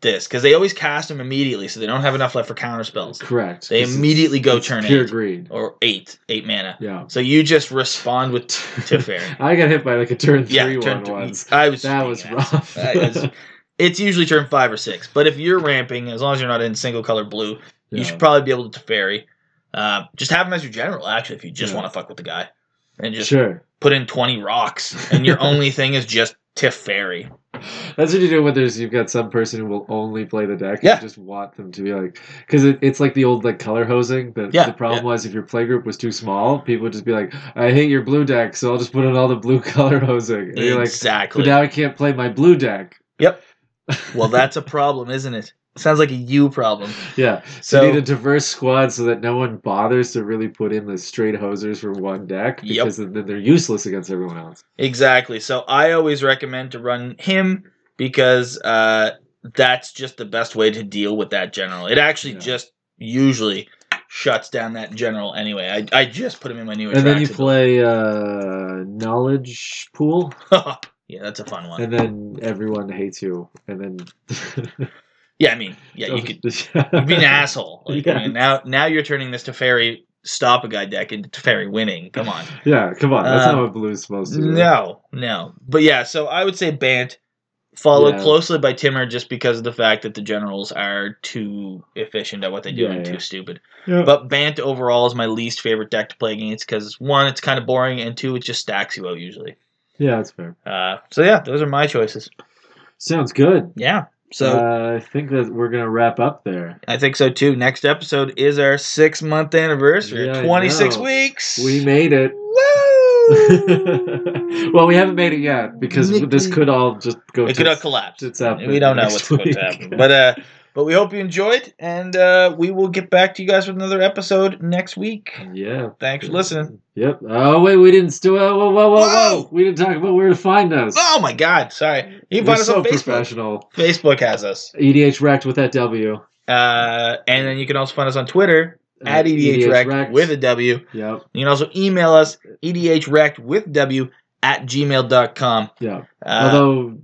[SPEAKER 1] This because they always cast them immediately, so they don't have enough left for counter spells.
[SPEAKER 2] Correct.
[SPEAKER 1] They
[SPEAKER 2] 'cause it's-
[SPEAKER 1] immediately go
[SPEAKER 2] it's
[SPEAKER 1] turn
[SPEAKER 2] Pure
[SPEAKER 1] eight
[SPEAKER 2] greed.
[SPEAKER 1] or eight, eight mana.
[SPEAKER 2] Yeah.
[SPEAKER 1] So you just respond
[SPEAKER 2] <laughs>
[SPEAKER 1] with t- Teferi.
[SPEAKER 2] I got hit by like a turn three
[SPEAKER 1] yeah,
[SPEAKER 2] one
[SPEAKER 1] turn three.
[SPEAKER 2] once.
[SPEAKER 1] I was
[SPEAKER 2] That
[SPEAKER 1] being
[SPEAKER 2] was
[SPEAKER 1] an
[SPEAKER 2] rough.
[SPEAKER 1] asshole. I
[SPEAKER 2] <laughs>
[SPEAKER 1] was- it's usually turn five or six, but if you're ramping, as long as you're not in single color blue, you should probably be able to Teferi. Uh, just have him as your general, actually, if you just
[SPEAKER 2] Yeah.
[SPEAKER 1] want to fuck with the guy, and just
[SPEAKER 2] sure.
[SPEAKER 1] put in 20 rocks and
[SPEAKER 2] <laughs>
[SPEAKER 1] your only thing is just Teferi.
[SPEAKER 2] That's what you do when there's you've got some person who will only play the deck.
[SPEAKER 1] Yeah.
[SPEAKER 2] You just want them to be like because it, it's like the old like color hosing. The,
[SPEAKER 1] Yeah,
[SPEAKER 2] the problem was if your playgroup was too small, people would just be like, I hate your blue deck, so I'll just put in all the blue <laughs> color hosing. And you're like,
[SPEAKER 1] exactly.
[SPEAKER 2] but now I can't play my blue deck.
[SPEAKER 1] Yep. well, that's a problem, isn't it? Sounds like a you problem.
[SPEAKER 2] Yeah. So
[SPEAKER 1] So-
[SPEAKER 2] you need a diverse squad so that no one bothers to really put in the straight hosers for one deck
[SPEAKER 1] Yep.
[SPEAKER 2] because then they're useless against everyone else.
[SPEAKER 1] Exactly. So I always recommend to run him because uh, that's just the best way to deal with that general. It actually
[SPEAKER 2] Yeah.
[SPEAKER 1] just usually shuts down that general anyway. I, I just put him in my new
[SPEAKER 2] and then you
[SPEAKER 1] attractable.
[SPEAKER 2] play uh, knowledge pool,
[SPEAKER 1] <laughs> yeah, that's a fun one.
[SPEAKER 2] and then everyone hates you, and then <laughs>
[SPEAKER 1] yeah, I mean, yeah, you could
[SPEAKER 2] could <laughs>
[SPEAKER 1] You'd be an asshole. Like, I
[SPEAKER 2] Yeah.
[SPEAKER 1] mean, now, now you're turning this to fairy stop a guy deck into Teferi winning. Come on.
[SPEAKER 2] Yeah, come on, that's
[SPEAKER 1] Uh,
[SPEAKER 2] not what blue's supposed to. do.
[SPEAKER 1] No, no. But yeah, so I would say Bant, followed
[SPEAKER 2] Yeah.
[SPEAKER 1] closely by Timur, just because of the fact that the generals are too efficient at what they do
[SPEAKER 2] Yeah,
[SPEAKER 1] and
[SPEAKER 2] yeah.
[SPEAKER 1] too stupid.
[SPEAKER 2] Yeah.
[SPEAKER 1] But Bant overall is my least favorite deck to play against because one, it's kind of boring, and two, it just stacks you out usually.
[SPEAKER 2] yeah, that's fair.
[SPEAKER 1] Uh, so yeah, those are my choices.
[SPEAKER 2] Sounds good.
[SPEAKER 1] Yeah. So
[SPEAKER 2] So uh, I think that we're gonna wrap up there.
[SPEAKER 1] I think so too. Next episode is our six month anniversary.
[SPEAKER 2] Yeah, I
[SPEAKER 1] 26
[SPEAKER 2] know.
[SPEAKER 1] weeks. <laughs>
[SPEAKER 2] We made it. <laughs>
[SPEAKER 1] Woo!
[SPEAKER 2] well, we haven't made it <laughs> yet because
[SPEAKER 1] Nick-
[SPEAKER 2] this could all just go.
[SPEAKER 1] It
[SPEAKER 2] to
[SPEAKER 1] could all
[SPEAKER 2] s-
[SPEAKER 1] collapse.
[SPEAKER 2] It's up
[SPEAKER 1] We don't know
[SPEAKER 2] next
[SPEAKER 1] what's going
[SPEAKER 2] week.
[SPEAKER 1] to happen, but uh, but we hope you enjoyed, and uh, we will get back to you guys with another episode next week.
[SPEAKER 2] <laughs> yeah.
[SPEAKER 1] Thanks for listening.
[SPEAKER 2] Yep. Oh wait, we didn't. Stu- whoa, whoa, whoa, whoa,
[SPEAKER 1] Whoa!
[SPEAKER 2] We didn't talk about where to find us.
[SPEAKER 1] Oh my God! Sorry, you can
[SPEAKER 2] We're
[SPEAKER 1] find us
[SPEAKER 2] so
[SPEAKER 1] on Facebook.
[SPEAKER 2] professional. E
[SPEAKER 1] Facebook has us,
[SPEAKER 2] EDH wrecked with that W.
[SPEAKER 1] uh, and then you can also find us on Twitter at E
[SPEAKER 2] Uh,
[SPEAKER 1] edhrec
[SPEAKER 2] Wrecked.
[SPEAKER 1] with a W.
[SPEAKER 2] Yep.
[SPEAKER 1] You can also email us E edhrec with W at gmail.com.
[SPEAKER 2] Yeah.
[SPEAKER 1] Uh,
[SPEAKER 2] Although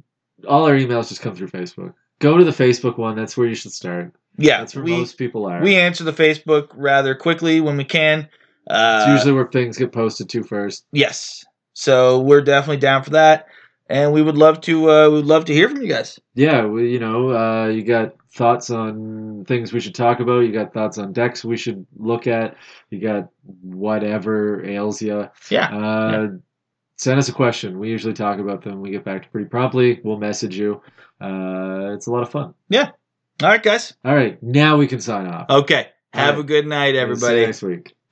[SPEAKER 2] all our emails just come through Facebook. Go to the Facebook one. That's where you should start.
[SPEAKER 1] yeah,
[SPEAKER 2] That's where
[SPEAKER 1] we,
[SPEAKER 2] most people are.
[SPEAKER 1] we answer the Facebook rather quickly when we can. Uh,
[SPEAKER 2] it's usually where things get posted to first.
[SPEAKER 1] Yes. So we're definitely down for that, and we would love to. Uh, we would love to hear from you guys.
[SPEAKER 2] Yeah, we, you know, uh, you got thoughts on things we should talk about. You got thoughts on decks we should look at. You got whatever ails you.
[SPEAKER 1] Yeah,
[SPEAKER 2] Uh,
[SPEAKER 1] yeah.
[SPEAKER 2] Send us a question. We usually talk about them. We get back to pretty promptly. We'll message you. Uh, it's a lot of fun.
[SPEAKER 1] All right, guys.
[SPEAKER 2] All right, now we can sign off.
[SPEAKER 1] Okay. Have
[SPEAKER 2] All right.
[SPEAKER 1] a good night,
[SPEAKER 2] See you
[SPEAKER 1] everybody.
[SPEAKER 2] next week.